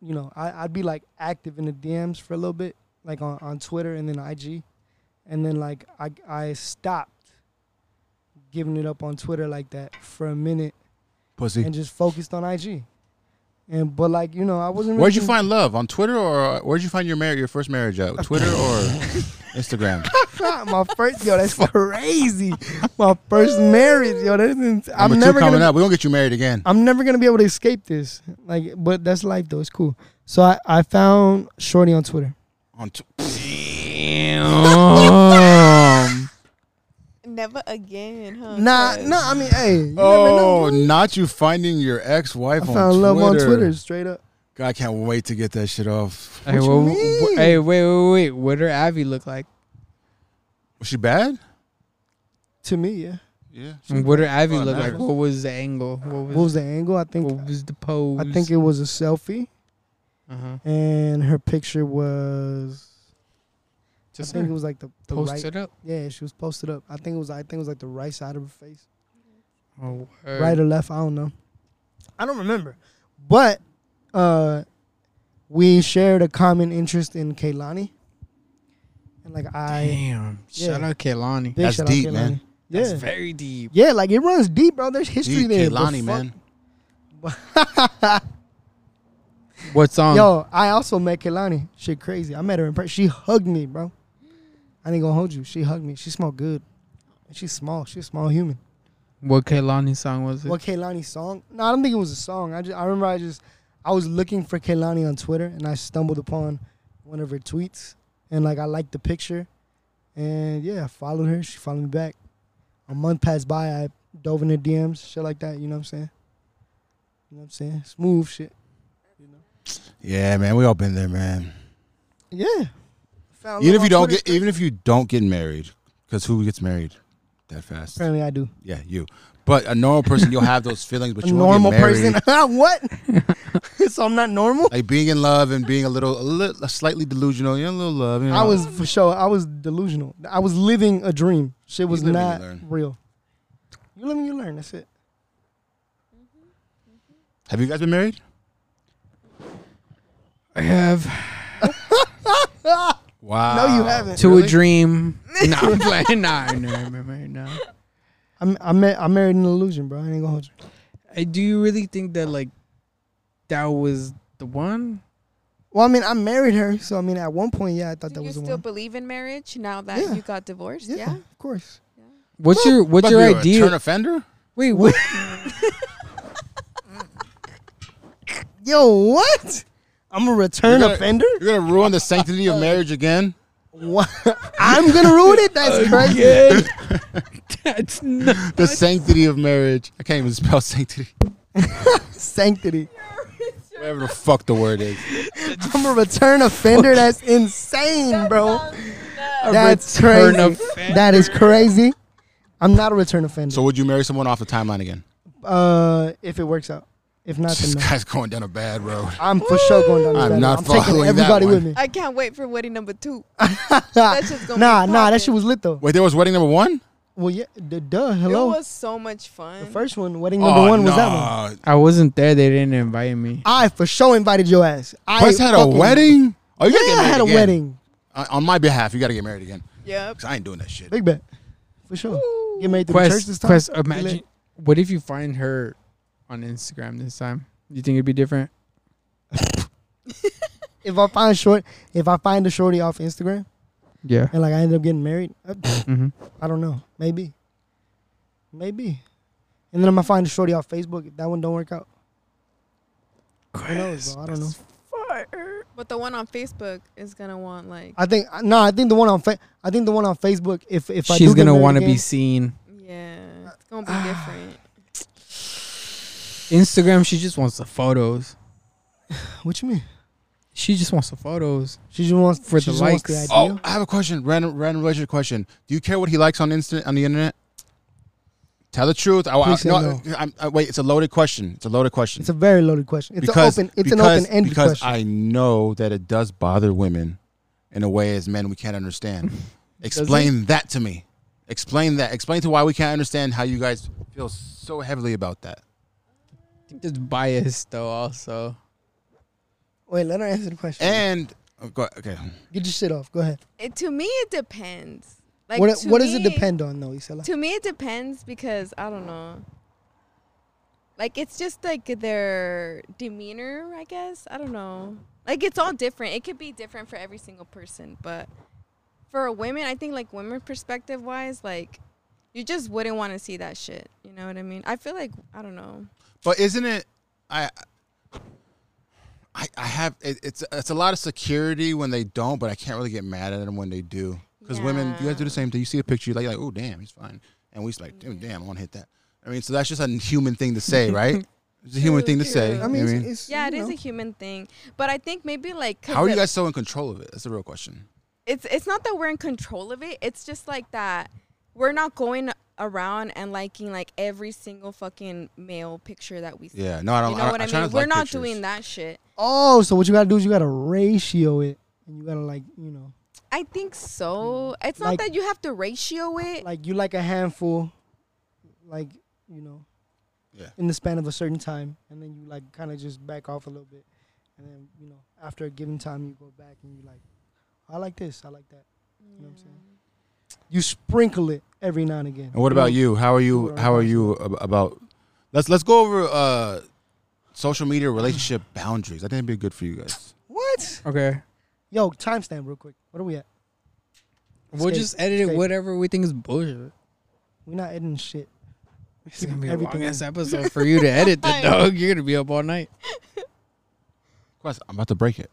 A: you know, I, I'd be like active in the DMs for a little bit, like on, on Twitter and then IG, and then like I I stopped giving it up on Twitter like that for a minute
C: Pussy.
A: and just focused on IG. And but like you know, I wasn't. Really
C: Where'd you
A: thinking-
C: find love on Twitter or uh, where'd you find your marriage, your first marriage at Twitter or Instagram?
A: my first yo? That's crazy. My first marriage, yo. That's ins- I'm
C: Number
A: never
C: two coming
A: gonna.
C: up. We gonna get you married again.
A: I'm never gonna be able to escape this. Like, but that's life though. It's cool. So I, I found Shorty on Twitter.
C: on t-
A: Um,
B: Damn.
D: Never again, huh?
A: Nah,
D: Quest?
A: nah. I mean, hey. You
C: Oh,
A: never know.
C: not you finding your ex-wife
A: I
C: on
A: found
C: Twitter.
A: love on Twitter, straight up.
C: God, I can't wait to get that shit off.
B: Hey,
A: What you
B: wha-
A: mean?
B: wha- hey, wait, wait, wait. What did Abby look like?
C: Was she bad?
A: To me, yeah.
C: Yeah.
B: And What did Abby
C: Oh, it
B: look like?
C: matters.
B: What was the angle? What
A: What was
B: was
A: the angle? I think.
B: what was the pose?
A: I think it was a selfie,
B: uh-huh.
A: and her picture was.
B: Just
A: I think
B: her.
A: it was like the, the
B: post
A: right.
B: it up.
A: Yeah, she was posted up. I think it was. I think it was like the right side of her face.
B: Oh,
A: right
B: word.
A: or left. I don't know. I don't remember. But uh, we shared a common interest in Kaylani, and like I,
B: Damn.
A: Yeah.
B: Shout out Kelani.
A: big
C: That's
A: shout out
C: deep,
A: Kehlani.
C: man.
A: Yeah,
B: That's very deep.
A: yeah, like it runs deep, bro. There's history
C: Gee,
A: there. but
C: Kehlani,
A: fuck-
C: man.
B: What song?
A: Yo, I also met Kaylani. Shit, crazy. I met her in person. She hugged me, bro. I ain't gonna hold you. She hugged me. She smelled good. And she's small. She's a small human.
B: What Kelani song was it?
A: What Kaylani song? No, I don't think it was a song. I just I remember I just I was looking for Kaylani on Twitter and I stumbled upon one of her tweets and like I liked the picture and yeah, I followed her. She followed me back. A month passed by, I dove in her DMs, shit like that. You know what I'm saying? You know what I'm saying? Smooth shit.
C: Yeah, man. We all been there, man.
A: Yeah. Found
C: Even
A: love
C: if you
A: on
C: don't
A: Twitter.
C: get, even if you don't get married, because who gets married? that fast.
A: Apparently, I do.
C: Yeah, you. But a normal person, you'll have those feelings, but
A: a
C: you won't
A: normal
C: get married.
A: person. what? so I'm not normal.
C: Like being in love and being a little, a little slightly delusional. You know, a little love. You know.
A: I was for sure. I was delusional. I was living a dream. Shit was
C: live and you
A: not
C: learn.
A: real. You live and you learn. That's it.
C: Have you guys been married?
B: I have
C: Wow.
A: No, you haven't.
B: to
C: Really?
B: a dream. nah, I'm playing. Nah, I never married. Nah.
A: I'm I'm, ma- I'm married an illusion, bro. I ain't gonna hold you.
B: Uh, Do you really think that like that was the one?
A: Well, I mean, I married her, so I mean, at one point, yeah, I thought
D: Do
A: that
D: you
A: was the
D: still
A: one.
D: believe in marriage now that
A: Yeah.
D: you got divorced?
A: yeah,
D: Yeah.
A: of course.
B: What's your what's
C: But
B: your
C: you're a
B: idea?
C: Turn offender?
B: wait, what?
A: Yo, what? I'm a return
C: You're gonna-
A: offender.
C: You're gonna ruin the sanctity of marriage again?
A: What? I'm gonna ruin it.
C: Uh,
A: That's crazy.
B: That's not.
C: The sanctity of marriage. I can't even spell sanctity.
A: Sanctity.
C: Whatever the fuck the word is.
A: I'm a return offender. That's insane, bro. That's
B: return
A: crazy.
B: offender.
A: That is crazy. I'm not a return offender.
C: So would you marry someone off the timeline again?
A: uh, if it works out, if not,
C: This
A: then no.
C: guy's going down a bad road.
A: I'm for sure going down. the
C: I'm
A: ladder.
C: not
A: I'm taking
C: following that
A: everybody
C: one.
A: with me.
D: I can't wait for wedding number two.
A: nah,
D: That shit's gonna be
A: Ah, nah, that
D: poppin'.
A: shit was lit though.
C: Wait, there was wedding number one?
A: Well, yeah, d- duh.
D: It
A: Hello.
D: was so much fun.
A: the first one, wedding
C: Oh,
A: number one, was that one.
C: one.
B: I wasn't there. They didn't invite me.
A: I for sure invited your ass. I
C: Plus had a
A: fucking-
C: wedding? Oh, you
A: Yeah,
C: gotta get
A: I
C: married
A: had a
C: again.
A: wedding.
C: Uh, on my behalf, you gotta get married again.
D: yep.
C: Cause I ain't doing that shit.
A: Big bet, for sure. Get married to the church this
B: Quest,
A: time.
B: Quest.
A: Be lit.
B: Imagine what if you find her on Instagram this time? You think it'd be different?
A: if I find short, if I find a shorty off Instagram
B: Yeah.
A: and like I end up getting married, uh,
B: Mm-hmm.
A: I don't know. Maybe. Maybe. And then I'm gonna find a shorty off Facebook. If that one don't work out, who knows? Bro? I don't know.
D: But the one on Facebook is gonna want like
A: I think no. I think the one on fa- I think the one on Facebook. If if I do
B: She's
A: get
B: gonna
A: married
B: want to be
A: again-
B: seen.
A: uh,
D: yeah, it's gonna be different.
B: Instagram. She just wants the photos.
A: What you mean?
B: She just wants the photos.
A: She just wants
B: For
A: she
B: the
A: just wants
B: likes.
A: the idea.
C: Oh, I have a question. Random, random relationship question. Do you care what he likes on instant on the internet? Tell the truth. I, I,
A: Please say
C: no, I'm, I, wait, it's a loaded question. It's a loaded question.
A: It's a very loaded question. It's an open. It's
C: because-
A: an open-ended
C: because
A: question.
C: I know that it does bother women in a way as men we can't understand. Explain that to me. Explain that. Explain to why we can't understand how you guys feel so heavily about that.
B: I think there's bias though. Also,
A: Wait, let her answer the question.
C: And oh, go- okay,
A: Get your shit off. Go ahead.
D: It, to me, it depends. Like
A: what
D: to
A: what does it
D: me-
A: depend on though, Isela?
D: To me, it depends because I don't know. Like it's just like their demeanor, I guess. I don't know. Like it's all different. It could be different for every single person, but for women, I think like women perspective wise, like you just wouldn't want to see that shit. You know what I mean? I feel like I don't know.
C: but isn't it? I I, I have it, it's it's a lot of security when they don't, but I can't really get mad at them when they do. Because women, you guys do the
D: Yeah.
C: same thing. You see a picture, you're like, like oh damn, he's fine, and we just like, damn, damn, I want to hit that. I mean, so that's just a human thing to say, right? It's a human
D: True,
C: thing to
D: true.
C: say.
A: I
C: you know
A: mean,
C: what
A: it's, it's,
D: Yeah, it
A: you
D: is
A: know.
D: a human thing, but I think maybe like 'cause
C: How are
D: it-
C: you guys so in control of it? That's the real question.
D: it's it's not that we're in control of it. It's just like that we're not going around and liking like every single fucking male picture that we see.
C: Yeah, no, I don't.
D: You know
C: I,
D: what I,
C: I try
D: mean?
C: to
D: We're
C: like
D: not
C: pictures.
D: doing that shit.
A: Oh, so what you gotta do is you gotta ratio it, and you gotta like you know,
D: I think so. It's
A: Mm, Like-
D: not that you have to ratio it.
A: like you like a handful, like you know,
C: Yeah.
A: in the span of a certain time, and then you like kind of just back off a little bit, and then you know after a given time you go back and you like, I like this, I like that. You know what I'm saying? You sprinkle it every now and again.
C: And what about you? How are
A: We're
C: you?
A: on
C: How are
A: control.
C: you ab- about? Let's let's go over uh, social media relationship boundaries. I think it'd be good for you guys.
A: What?
B: okay.
A: Yo, timestamp real quick. What are we at?
B: We'll
A: Escape.
B: just edit it
A: Escape.
B: whatever we think is bullshit.
A: We're not editing shit.
B: It's gonna be a
A: Everything
B: long
A: is-
B: ass episode for you to edit the dog. You're gonna be up all night.
C: Quest, I'm about to break it.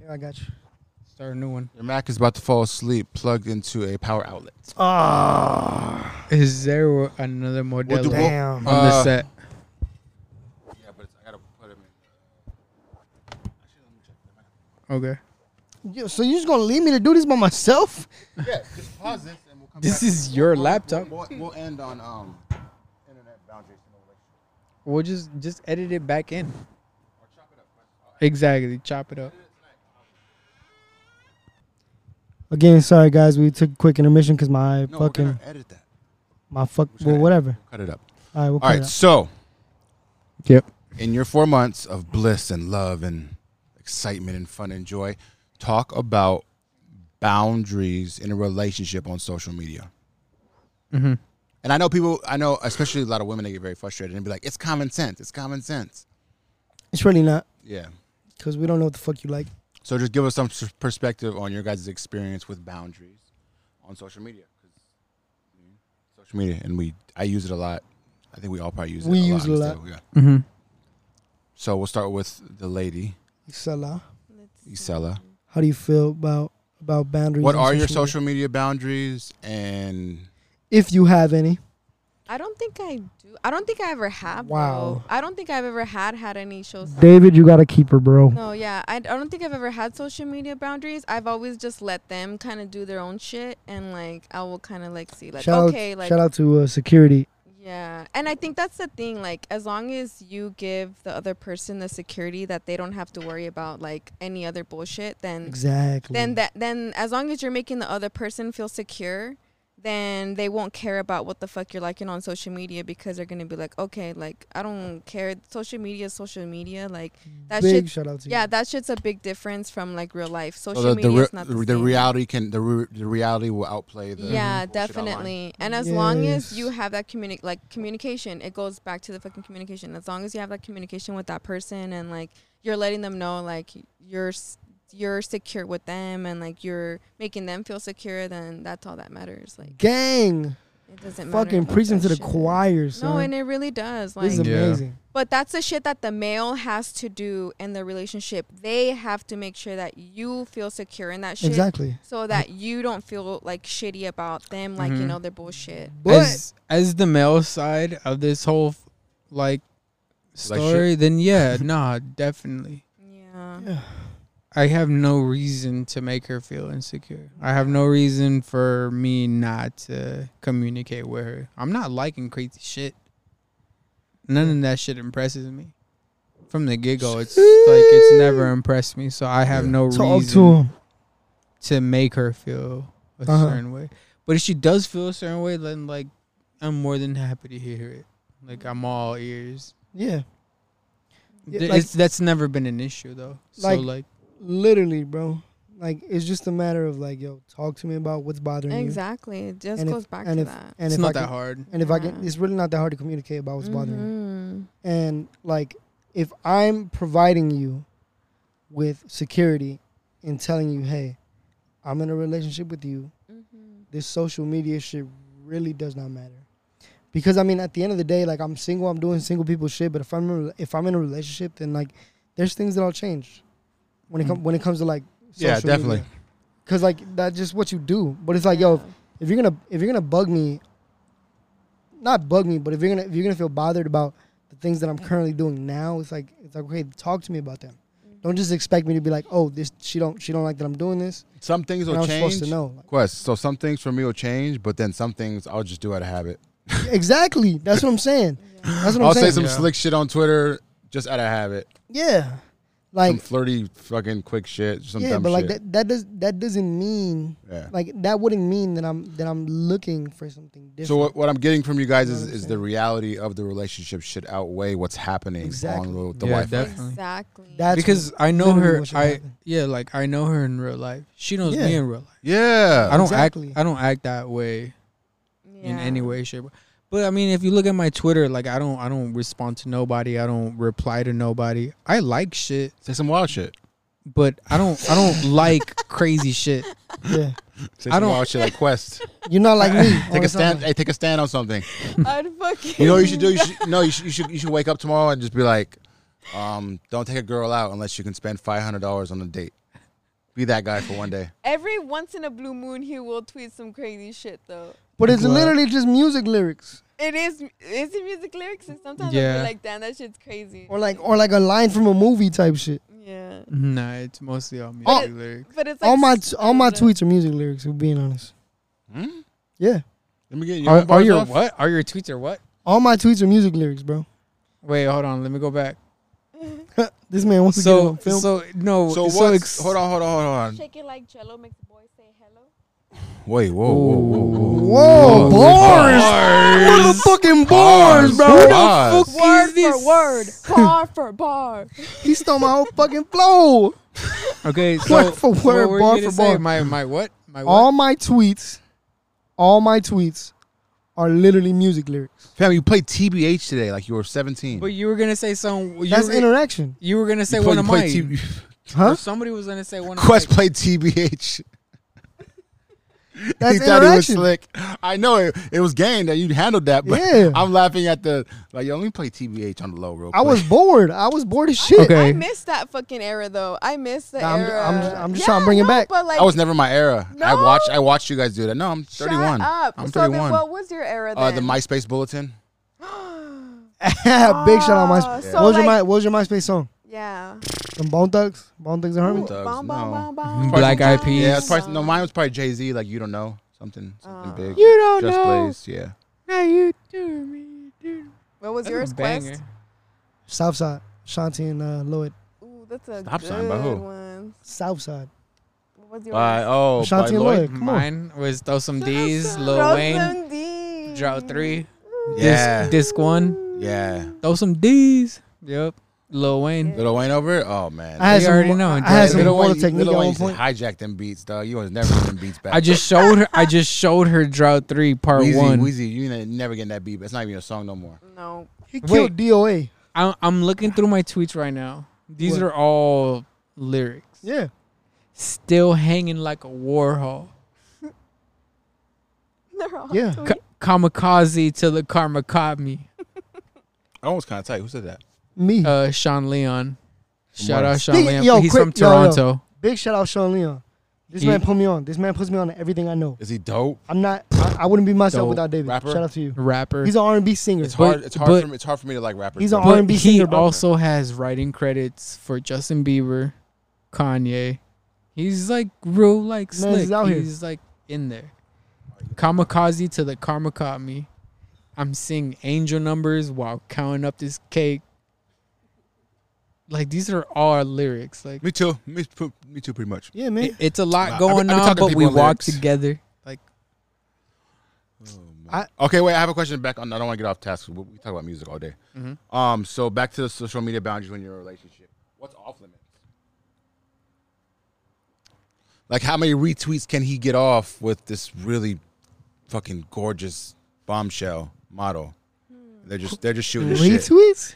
A: Here, I got you.
B: Start a new one.
C: Your Mac is about to fall asleep, plugged into a power outlet.
A: Ah,
B: Is there another model
C: do-
B: on
A: damn.
C: Uh,
B: the set?
C: Yeah, but I gotta put him in.
B: Okay.
A: Yo, so you just gonna leave me to do this by myself?
C: Yeah, just pause this and we'll
B: This is your
C: We'll-
B: laptop.
C: We'll, we'll end on um, internet boundaries. and all that shit.
B: We'll just just edit it back in. Exactly. Chop it up.
A: Again, sorry guys, we took a quick intermission because my
C: No,
A: fucking
C: we're gonna edit that.
A: my fuck
C: We're just
A: well
C: gonna-
A: whatever.
C: Cut it up.
A: All right, we'll
C: All
A: cut it
C: right.
A: out.
C: So,
B: Yep.
C: in your four months of bliss and love and excitement and fun and joy, talk about boundaries in a relationship on social media.
B: Mm-hmm.
C: And I know people. I know, especially a lot of women, they get very frustrated and be like, "It's common sense. It's common sense."
A: It's really not
C: Yeah.
A: because we don't know what the fuck you like.
C: So just give us some s- perspective on your guys' experience with boundaries on social media. 'cause, you know, Social media, and we I use it a lot. I think we all probably use it.
A: We
C: a
A: use it
C: lot
A: a
C: on this
A: lot.
C: table, Yeah.
B: Mm-hmm.
C: So we'll start with the lady,
A: Salah,
D: Let's see.
C: Isela.
A: how do you feel about about boundaries?
C: What
A: on
C: are your
A: media?
C: social media boundaries? And
A: If you have any,
D: I don't think I do. I don't think I ever have.
A: Wow. Mm.
D: Wow. I don't think I've ever had had any shows.
A: David, you gotta keep her, bro.
D: No, yeah. I, I don't think I've ever had social media boundaries. I've always just let them kind of do their own shit. And like, I will kind of like see, like,
A: shout
D: okay,
A: out,
D: like,
A: shout out to uh, security.
D: Yeah. And I think that's the thing. Like, as long as you give the other person the security that they don't have to worry about, like, any other bullshit, then
A: Exactly.
D: Mm. then that then as long as you're making the other person feel secure then they won't care about what the fuck you're liking on social media because they're gonna be like okay like i don't care social media is social media like that
A: big
D: shit
A: shout out to
D: yeah
A: you.
D: that shit's a big difference from like real life social
C: so Oh, the, the,
D: media
C: re-
D: is not the,
C: the, the
D: same.
C: reality can the, re- the reality will outplay the
D: yeah
C: bullshit online.
D: definitely and as long as you
A: Yes.
D: have that communi- like communication it goes back to the fucking communication as long as you have that communication with that person and like you're letting them know like you're s- you're secure with them and like you're making them feel secure then that's all that matters like
A: Gang,
D: it doesn't matter
A: fucking
D: about
A: preaching to
D: that
A: the
D: shit.
A: choir, son.
D: no and it really does like
A: this is
C: Yeah.
A: amazing.
D: but that's the shit that the male has to do in the relationship they have to make sure that you feel secure in that shit
A: Exactly.
D: so that you don't feel like shitty about them like you
B: Mhm.
D: know their bullshit
A: But
B: as as the male side of this whole like
C: Like shit.
B: story, then yeah, nah, definitely.
D: Yeah.
A: yeah.
B: I have no reason to make her feel insecure. I have no reason for me not to communicate with her. I'm not liking crazy shit. None of that shit impresses me. From the get go, it's like it's never impressed me. So I have
C: Yeah.
B: no
A: talk
B: reason
A: to him.
B: to make her feel a
A: Uh-huh.
B: certain way. But if she does feel a certain way, then like I'm more than happy to hear it. Like I'm all ears.
A: Yeah, Yeah,
B: Th-
A: like-
B: it's, that's never been an issue though. So
A: Like-
B: like,
A: literally, bro. Like it's just a matter of like, yo, talk to me about what's bothering
D: Exactly. It just
A: And if-
D: goes back
A: and
D: to
A: if-
D: that.
A: you. And
B: it's
A: if
B: not
A: I
B: that
A: can,
B: hard.
A: And if I can,
D: Yeah.
A: it's really not that hard to communicate about what's bothering you.
D: Mhm.
A: And like, if I'm providing you with security and telling you, hey, I'm in a relationship with you,
D: Mhm.
A: this social media shit really does not matter. Because I mean, at the end of the day, like I'm single, I'm doing single people shit. But if I'm in a- if I'm in a relationship, then like there's things that I'll change when it comes when it comes to like
C: Yeah,
A: social
C: definitely.
A: media. Cause like that's just what you do. But it's like yo, if,
D: Yeah.
A: if you're gonna if you're gonna bug me, not bug me, but if you're gonna if you're gonna feel bothered about the things that I'm currently doing now, it's like it's like okay, talk to me about them. Don't just expect me to be like, oh, this she don't she don't like that I'm doing this.
C: Some things
A: And
C: will
A: I'm supposed
C: change.
A: to know. Like,
C: Quest. So some things for me will change, but then some things I'll just do out of habit.
A: exactly. That's what I'm saying. That's what
C: I'll
A: I'm saying.
C: say some
B: Yeah.
C: slick shit on Twitter just out of habit.
A: Yeah,
C: Some
A: like
C: flirty fucking quick shit. Some
A: yeah,
C: dumb
A: but like
C: shit.
A: that that does that doesn't mean
C: yeah.
A: like that wouldn't mean that I'm that I'm looking for something different.
C: So what, what I'm getting from you guys
A: You know
C: is,
A: what I'm
C: is the
A: saying?
C: reality of the relationship should outweigh what's happening
A: Exactly.
C: on the, the
B: Yeah,
C: Wi-Fi.
B: definitely.
D: Exactly.
A: That's
B: because I know
A: literally
B: her.
A: what should
B: I
A: happen.
B: yeah, like I know her in real life. She knows me
A: Yeah.
B: in real life.
C: Yeah.
B: I don't
A: Exactly.
B: act. I don't act that way
D: yeah.
B: in any way, shape. or- But I mean, if you look at my Twitter, like I don't. I don't respond to nobody. I don't reply to nobody. I like shit.
C: Say some wild shit.
B: but I don't I don't like crazy shit.
A: yeah,
C: Say
B: I
C: some
B: don't-
C: wild shit like Quest.
A: you're not like me. all
C: take
A: the
C: a stand.
A: time.
C: Hey, take a stand on something.
D: I'd fucking.
C: You know what you should do? You should no. You should, you should you should wake up tomorrow and just be like, um, don't take a girl out unless you can spend five hundred dollars on a date. Be that guy for one day.
D: Every once in a blue moon, he will tweet some crazy shit though.
A: But it's
B: Well-
A: literally just music lyrics
D: It is. Is it music lyrics? And sometimes I'll
B: Yeah.
D: be like, damn, that shit's crazy.
A: or like or like a line from a movie type shit.
D: yeah.
B: Nah, it's mostly all music
A: Oh.
B: lyrics.
D: But it's like
A: all my
D: s-
A: all my
D: I don't know.
A: tweets are music lyrics. If we're being honest,
C: Hmm?
A: Yeah.
C: Let me get your
B: Are,
C: own
B: are
C: bars
B: your
C: off.
B: what? Are your tweets or what?
A: All my tweets are music lyrics, bro.
B: Wait, hold on. Let me go back.
A: this man wants to get
B: So,
A: on film.
B: so no.
C: So,
B: so
C: what's,
B: ex-
C: hold on, hold on, hold on.
D: Shake it like Jello makes the boy say hello.
C: Wait, whoa, whoa, whoa, whoa.
A: Whoa, bars. Motherfucking bars, bro.
C: Bars.
D: Word
B: Is this-
D: for word, bar for bar.
A: He stole my whole fucking flow.
B: Okay, so
A: Word for
B: what
A: word,
B: were you
A: bar
B: gonna
A: for
B: say?
A: bar.
B: My my what? My what?
A: All my tweets, all my tweets are literally music lyrics.
C: Fam, you played TBH today like you were 17.
B: but you were gonna say some. You
A: That's
B: were,
A: interaction.
B: you were gonna say
C: you play-
B: one
C: you
B: of
C: play
B: mine.
C: TB
A: Huh?
B: Or somebody was gonna say one.
C: Quest
B: of mine.
C: played TBH.
A: That's
C: he thought he was
A: interaction.
C: slick. I know it, it was game that you handled that, but
A: Yeah.
C: I'm laughing at the like. Yo, let me play TBH on the low real quick.
A: I was bored. I was bored as shit.
B: Okay.
D: I miss that fucking era though. I miss the
A: Nah, I'm-
D: era.
A: I'm just- I'm just trying to bring it
D: no,
A: back.
D: But like,
C: I was never my era. I
D: No.
C: watched. I watched you guys do that. No, I'm
D: shut
C: 31.
D: Up.
C: I'm
D: so
C: 31.
D: Then what was your era then?
C: uh, the MySpace bulletin.
A: Big shout out my.
D: Ah,
A: what
D: so
A: was your
D: like-
A: my What was your MySpace song?
D: yeah.
A: Some Bone Thugs. Bone Thugs and Harmony.
C: Thugs,
D: Bom, bom,
C: no.
D: bom, bom,
B: Black
D: bom,
B: Eyed
D: bom,
B: Peas.
C: Yeah, it's
D: bom.
C: probably, no, mine was probably Jay Z. Like you don't know something, something
D: Uh,
C: big.
B: You don't
C: Just
B: know.
C: Blaze. Yeah.
B: Now you do me, dude.
D: What was
B: That's a
D: yours,
B: banger.
D: Quest?
A: Southside. Shanti and uh, Lloyd.
D: Ooh, that's a
C: Stop
D: good
C: sign by who?
D: one.
A: Southside.
D: What was yours?
C: By oh,
A: Shanti
C: by
A: and
C: Lloyd.
A: Lloyd. Come on.
B: Mine was throw some D's, Lil
D: Throw
B: Wayne,
D: some D's.
B: Drought Three,
C: Yeah.
B: disc, disc One,
C: Yeah.
B: throw some D's. Yep, Lil Wayne.
C: Little Wayne over it. Oh man.
A: I had
B: You
A: some,
B: already know,
A: I
B: dude.
A: had some
C: Lil
A: water
C: Wayne-
A: technique
C: Lil
A: at
C: Wayne
A: one
C: used to
A: point.
C: hijack them beats, dog. You was never getting them beats back.
B: I just showed her. I just showed her Drought Three Part
C: Weezy,
B: One.
C: Weezy, you ain't never getting that beat. It's not even a song no more.
D: No.
A: He
B: Wait.
A: killed DOA.
B: I'm, I'm looking through my tweets right now. These
A: What?
B: are all lyrics.
A: Yeah.
B: Still hanging like a Warhol.
D: They're all
A: Yeah.
D: sweet.
B: Ka- kamikaze till the karma caught me.
C: I was kind of tight. Who said that?
A: Me.
B: Uh, Sean Leon. Shout out Sean
A: Speaking-
B: Leon.
A: Hmm. yo,
B: He's
A: quick-
B: from
A: yo, yo.
B: Toronto.
A: Big shout out Sean Leon. This
B: He-
A: man put me on. This man puts me on to everything I know.
C: Is he dope?
A: I'm not. I, I wouldn't be myself
B: Dope
A: without David.
C: rapper.
A: Shout out to you.
B: Rapper.
A: He's an R&B singer.
C: It's hard.
B: But-
C: It's hard
B: but-
C: for me. It's hard for me to like rappers.
A: He's a
C: bro.
B: but
A: R&B
B: he
A: singer, bro.
B: also has writing credits for Justin Bieber, Kanye. He's like real like
A: Man,
B: slick.
A: he's out here.
B: he's like in there. Kamikaze till the karma caught me. I'm seeing angel numbers while counting up this cake. Like these are all our lyrics. Like
C: Me too. Me, too- me too. Pretty much.
A: Yeah,
B: it-
A: man.
B: it's a
C: I
B: lot
C: be-
B: going
C: I be
B: on,
C: talking
B: but we
C: people
B: walk
C: on lyrics.
B: together. Like
C: okay, wait. I have a question back on. I don't want to get off task. We, we talk about music all day. Um. So back to the social media boundaries when you're in a relationship. What's off limits? Like how many retweets can he get off with this really fucking gorgeous bombshell model? They're just they're just shooting the shit.
A: Retweets?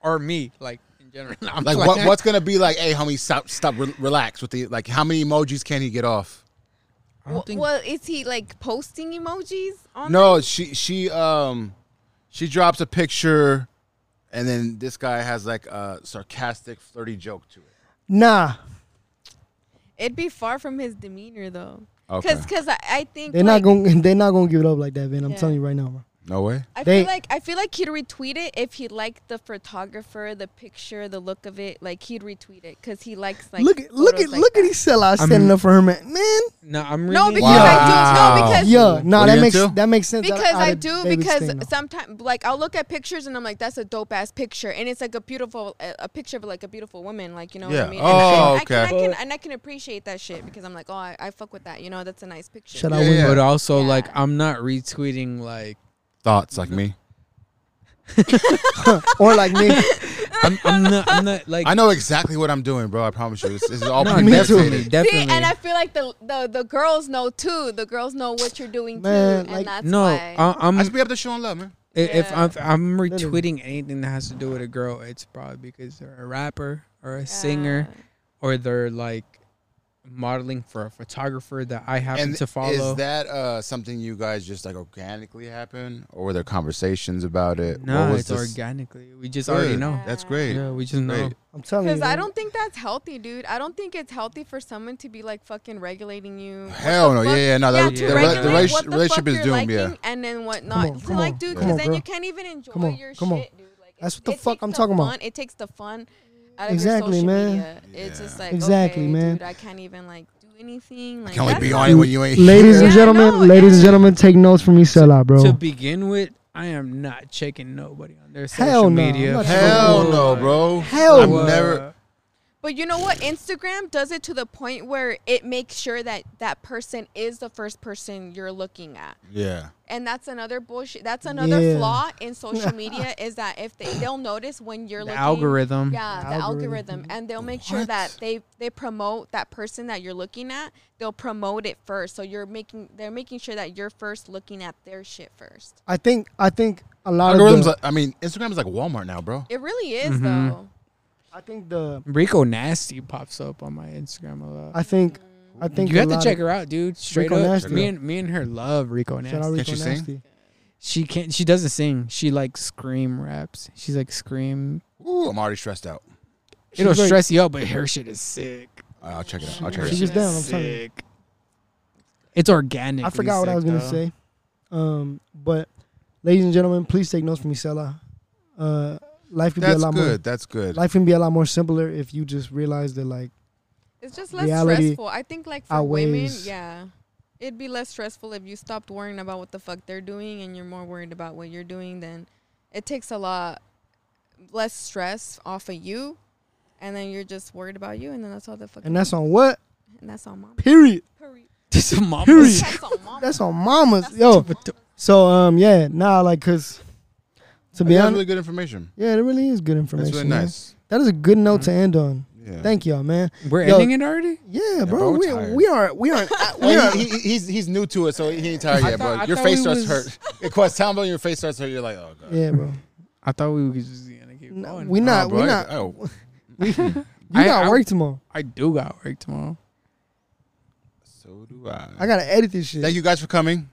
B: or me, like in general. I'm
C: Like
B: like-
C: what, what's gonna be like? Hey, homie, stop, stop, re- relax. With the like, how many emojis can he get off?
B: I don't think-
D: well, is he like posting emojis on?
C: No, she she um she drops a picture, and then this guy has like a sarcastic, flirty joke to it.
A: Nah.
D: It'd be far from his demeanor though.
C: Okay.
D: Cause, cause I, I think
A: They're not
D: like,
A: going. They're not going to give it up like that, man. I'm
D: Yeah.
A: telling you right now, bro.
C: No way.
D: I
A: they-
D: feel like I feel like he'd retweet it if he liked the photographer, the picture, the look of it. Like he'd retweet it because he likes like
A: look at look
D: photos
A: at
D: like
A: look at
D: that.
A: these sellouts standing up for her man. Man,
B: no, I'm really
D: No, because I do.
C: Wow.
D: No, because
A: yeah,
C: What
A: nah,
C: are
A: that
C: you
A: makes
C: into?
A: that makes sense. out-
D: because
A: out
D: I
A: of
D: do
A: David's
D: because
A: thing, though.
D: sometimes like I'll look at pictures and I'm like that's a dope ass picture and it's like a beautiful a, a picture of like a beautiful woman like you know what
C: Yeah.
D: I mean.
C: Oh,
D: and I, can- I
C: okay.
D: can, I can and I can appreciate that shit because I'm like oh I, I fuck with that you know that's a nice picture.
A: Shut up.
C: Yeah,
A: I wouldn't.
C: yeah.
B: But also,
D: Yeah.
B: like, I'm not retweeting like
C: Thoughts like me.
A: or like me,
B: I'm, I'm not I'm not like
C: I know exactly what I'm doing, bro. I promise you. This, this is all
B: no,
A: me too.
B: definitely
C: premeditated.
B: definitely.
D: See, and I feel like the, the the girls know too. The girls know what you're doing
A: Man,
D: too,
A: like-
D: and that's
B: no,
D: why.
B: I, I'm
C: I
B: i-
C: just be up to showing love, man.
B: if
D: Yeah.
B: I'm, I'm
A: Literally.
B: retweeting anything that has to do with a girl, it's probably because they're a rapper or a singer or they're like modeling for a photographer that I happen
C: And
B: to follow.
C: is that uh, something you guys just like organically happen, or were there conversations about it?
B: no,
C: What was
B: it's
C: this-
B: organically. We just already
C: Good.
B: know.
C: That's great.
B: Yeah, we just know.
C: Great.
A: I'm telling you.
D: Because I
A: man.
D: don't think that's healthy, dude. I don't think it's healthy for someone to be like fucking regulating you. What
C: Hell
D: the
C: no.
D: fuck-
C: Yeah, yeah, no.
D: Yeah,
C: that-
D: to
C: the, re-
D: regulate
C: the rela-
D: what the
C: relationship
D: fuck
C: is
D: you're
C: doomed.
D: liking
C: yeah.
D: and then whatnot.
A: Come on, come
D: like,
A: on,
D: dude,
A: come
D: because
A: on,
D: then
A: girl.
D: you can't even enjoy
A: Come on,
D: your
A: come on.
D: shit, dude. Like,
A: That's
D: it-
A: what the
D: it
A: fuck
D: takes
A: I'm
D: the
A: talking about.
D: fun- It takes the fun out of
A: Exactly,
D: your
A: man.
D: social media. It's just like
A: Exactly,
D: okay,
A: man.
D: dude, I can't even like do anything. Like,
C: can only
D: that's
C: be
D: not-
C: on it when you ain't
A: Ladies
C: here.
A: and
D: Yeah,
A: gentlemen,
D: no,
A: ladies and
D: yeah.
A: gentlemen, take notes from me, sellout, bro.
B: To begin with, I am not checking nobody on their social
A: Hell no, I'm
B: media.
A: not checking
C: Hell
A: Fuck.
C: no, bro.
A: Hell
C: I've
A: no.
C: never.
D: But you know what? Instagram does it to the point where it makes sure that that person is the first person you're looking at.
C: Yeah.
D: And that's another bullshit. That's another
A: Yeah.
D: flaw in social media is that if they they'll notice when you're
B: The
D: looking
B: algorithm.
D: Yeah,
A: The
D: the algorithm.
A: Mm-hmm. algorithm.
D: and they'll make sure that
C: What?
D: they they promote that person that you're looking at. They'll promote it first, so you're making they're making sure that you're first looking at their shit first.
A: I think I think a lot of
C: Algorithms.
A: the,
C: Like, I mean, Instagram is like Walmart now, bro.
D: It really is
A: Mm-hmm.
B: Mhm.
D: though.
A: I think the
B: Rico Nasty pops up on my Instagram a lot.
A: I think I think
B: you
A: a
B: have to
A: lot
B: check
A: of-
B: her out, dude. Straight
A: Rico
B: up,
A: Nasty.
B: me and me and her love Rico
A: Shout out
B: Nasty.
A: Rico
C: Can't you sing?
A: Nasty.
B: She can't. She doesn't sing. She like scream raps. She's like scream.
C: Ooh, I'm already stressed out.
A: She's
B: It'll
A: great.
B: stress you out, but her shit is sick.
C: All right, I'll check it out. I'll check
A: She
C: it
A: She's just-
C: out.
A: down, I'm telling you.
B: sick. It's organic.
A: I forgot what I was gonna say. Um, but ladies and gentlemen, please take notes from me, Sela. Uh, life can be a
C: That's
A: lot more.
C: good. That's good.
A: Life can be a lot more simpler if you just realize that, like,
D: It's just less
A: Reality
D: stressful. I think like for women,
A: outweighs-
D: yeah. It'd be less stressful if you stopped worrying about what the fuck they're doing and you're more worried about what you're doing then it takes a lot less stress off of you and then you're just worried about you and then that's all the fuck
A: and that's on what
D: and that's on mom.
A: period.
B: This is mama's.
A: Period.
D: That's on mom.
A: That's on mamas, yo. So um, yeah, nah, like, cause to be
C: That's
A: honest,
C: really good information.
A: yeah, it really is good
C: That's
A: information.
C: really
A: man.
C: nice.
A: That is a good note to end on.
C: Mm-hmm. Yeah.
A: Thank y'all, man.
B: We're
A: Yo.
B: ending it already.
A: Yeah,
C: bro,
A: bro,
C: we're
A: we,
C: tired.
A: we are we are
C: Well, he, he, he's he's new to it, so he ain't tired
B: I
C: yet,
B: thought-
C: bro.
B: I
C: Your
B: thought
C: face
B: we
C: starts
B: was-
C: hurt. It quite sound but your face starts hurt. You're like, oh god.
A: yeah, bro.
B: I thought we was just gonna keep
A: No,
B: going.
A: we not
C: Nah, bro,
A: we
C: I-
A: not.
C: oh,
A: You
B: I-
A: got
B: I-
A: work tomorrow.
B: I do got work tomorrow.
C: so do I.
A: I gotta edit this shit.
C: Thank you guys for coming.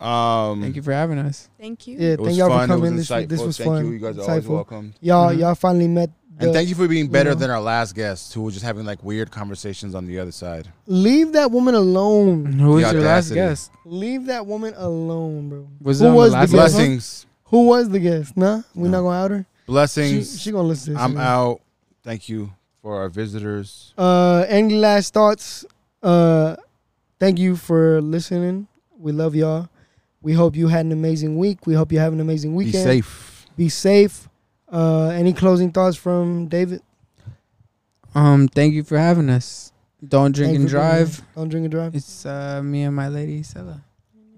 C: Um,
B: Thank you for having us.
D: Thank you.
A: Yeah,
C: It was
A: thank y'all
C: fun.
A: for coming.
C: It was
A: This was, this
C: insightful.
A: was
C: thank
A: fun.
C: you. You guys are always
A: insightful.
C: welcome. Mm-hmm.
A: Y'all
B: Mhm.
A: y'all finally met. The,
C: And thank you for being better
A: know.
C: than our last guest, who was just having like weird conversations on the other side.
A: Leave that woman alone.
B: Who
C: The
B: was your last
C: audacity.
B: guest?
A: Leave that woman alone, bro.
B: Was
A: Who
B: it on
A: was the
B: the last
A: guest?
B: one?
C: Blessings,
A: Who was the guest? Nah, we
C: No.
A: not gonna out her. She,
C: blessings.
A: she gonna listen. to this,
C: I'm
A: man.
C: out. Thank you for our visitors.
A: Uh, any last thoughts? Uh, thank you for listening. We love y'all. We hope you had an amazing week. We hope you have an amazing
C: Be
A: weekend.
C: safe.
A: Be safe. Uh, any closing thoughts from David?
B: Um, thank you for having us. Don't drink
A: Thank
B: and
A: you for being
B: drive.
A: here. Don't drink and drive.
B: It's uh me and my lady Stella.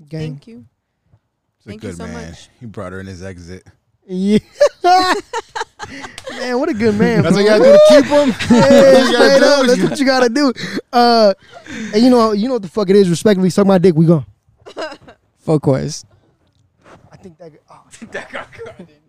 A: Gang.
D: Thank you.
C: It's
D: Thank
C: a
D: you
C: good
D: so
C: man.
D: much.
C: He brought her in his exit.
A: Yeah. man, what a good man.
C: That's
A: bro.
C: what you gotta do to keep him.
A: Hey,
C: That's what you gotta
A: straight up.
C: do.
A: That's what you gotta do. Uh, and you know, you know what the fuck it is. Respectfully, suck my dick. We gone.
B: Fuck West.
A: I think that. Oh,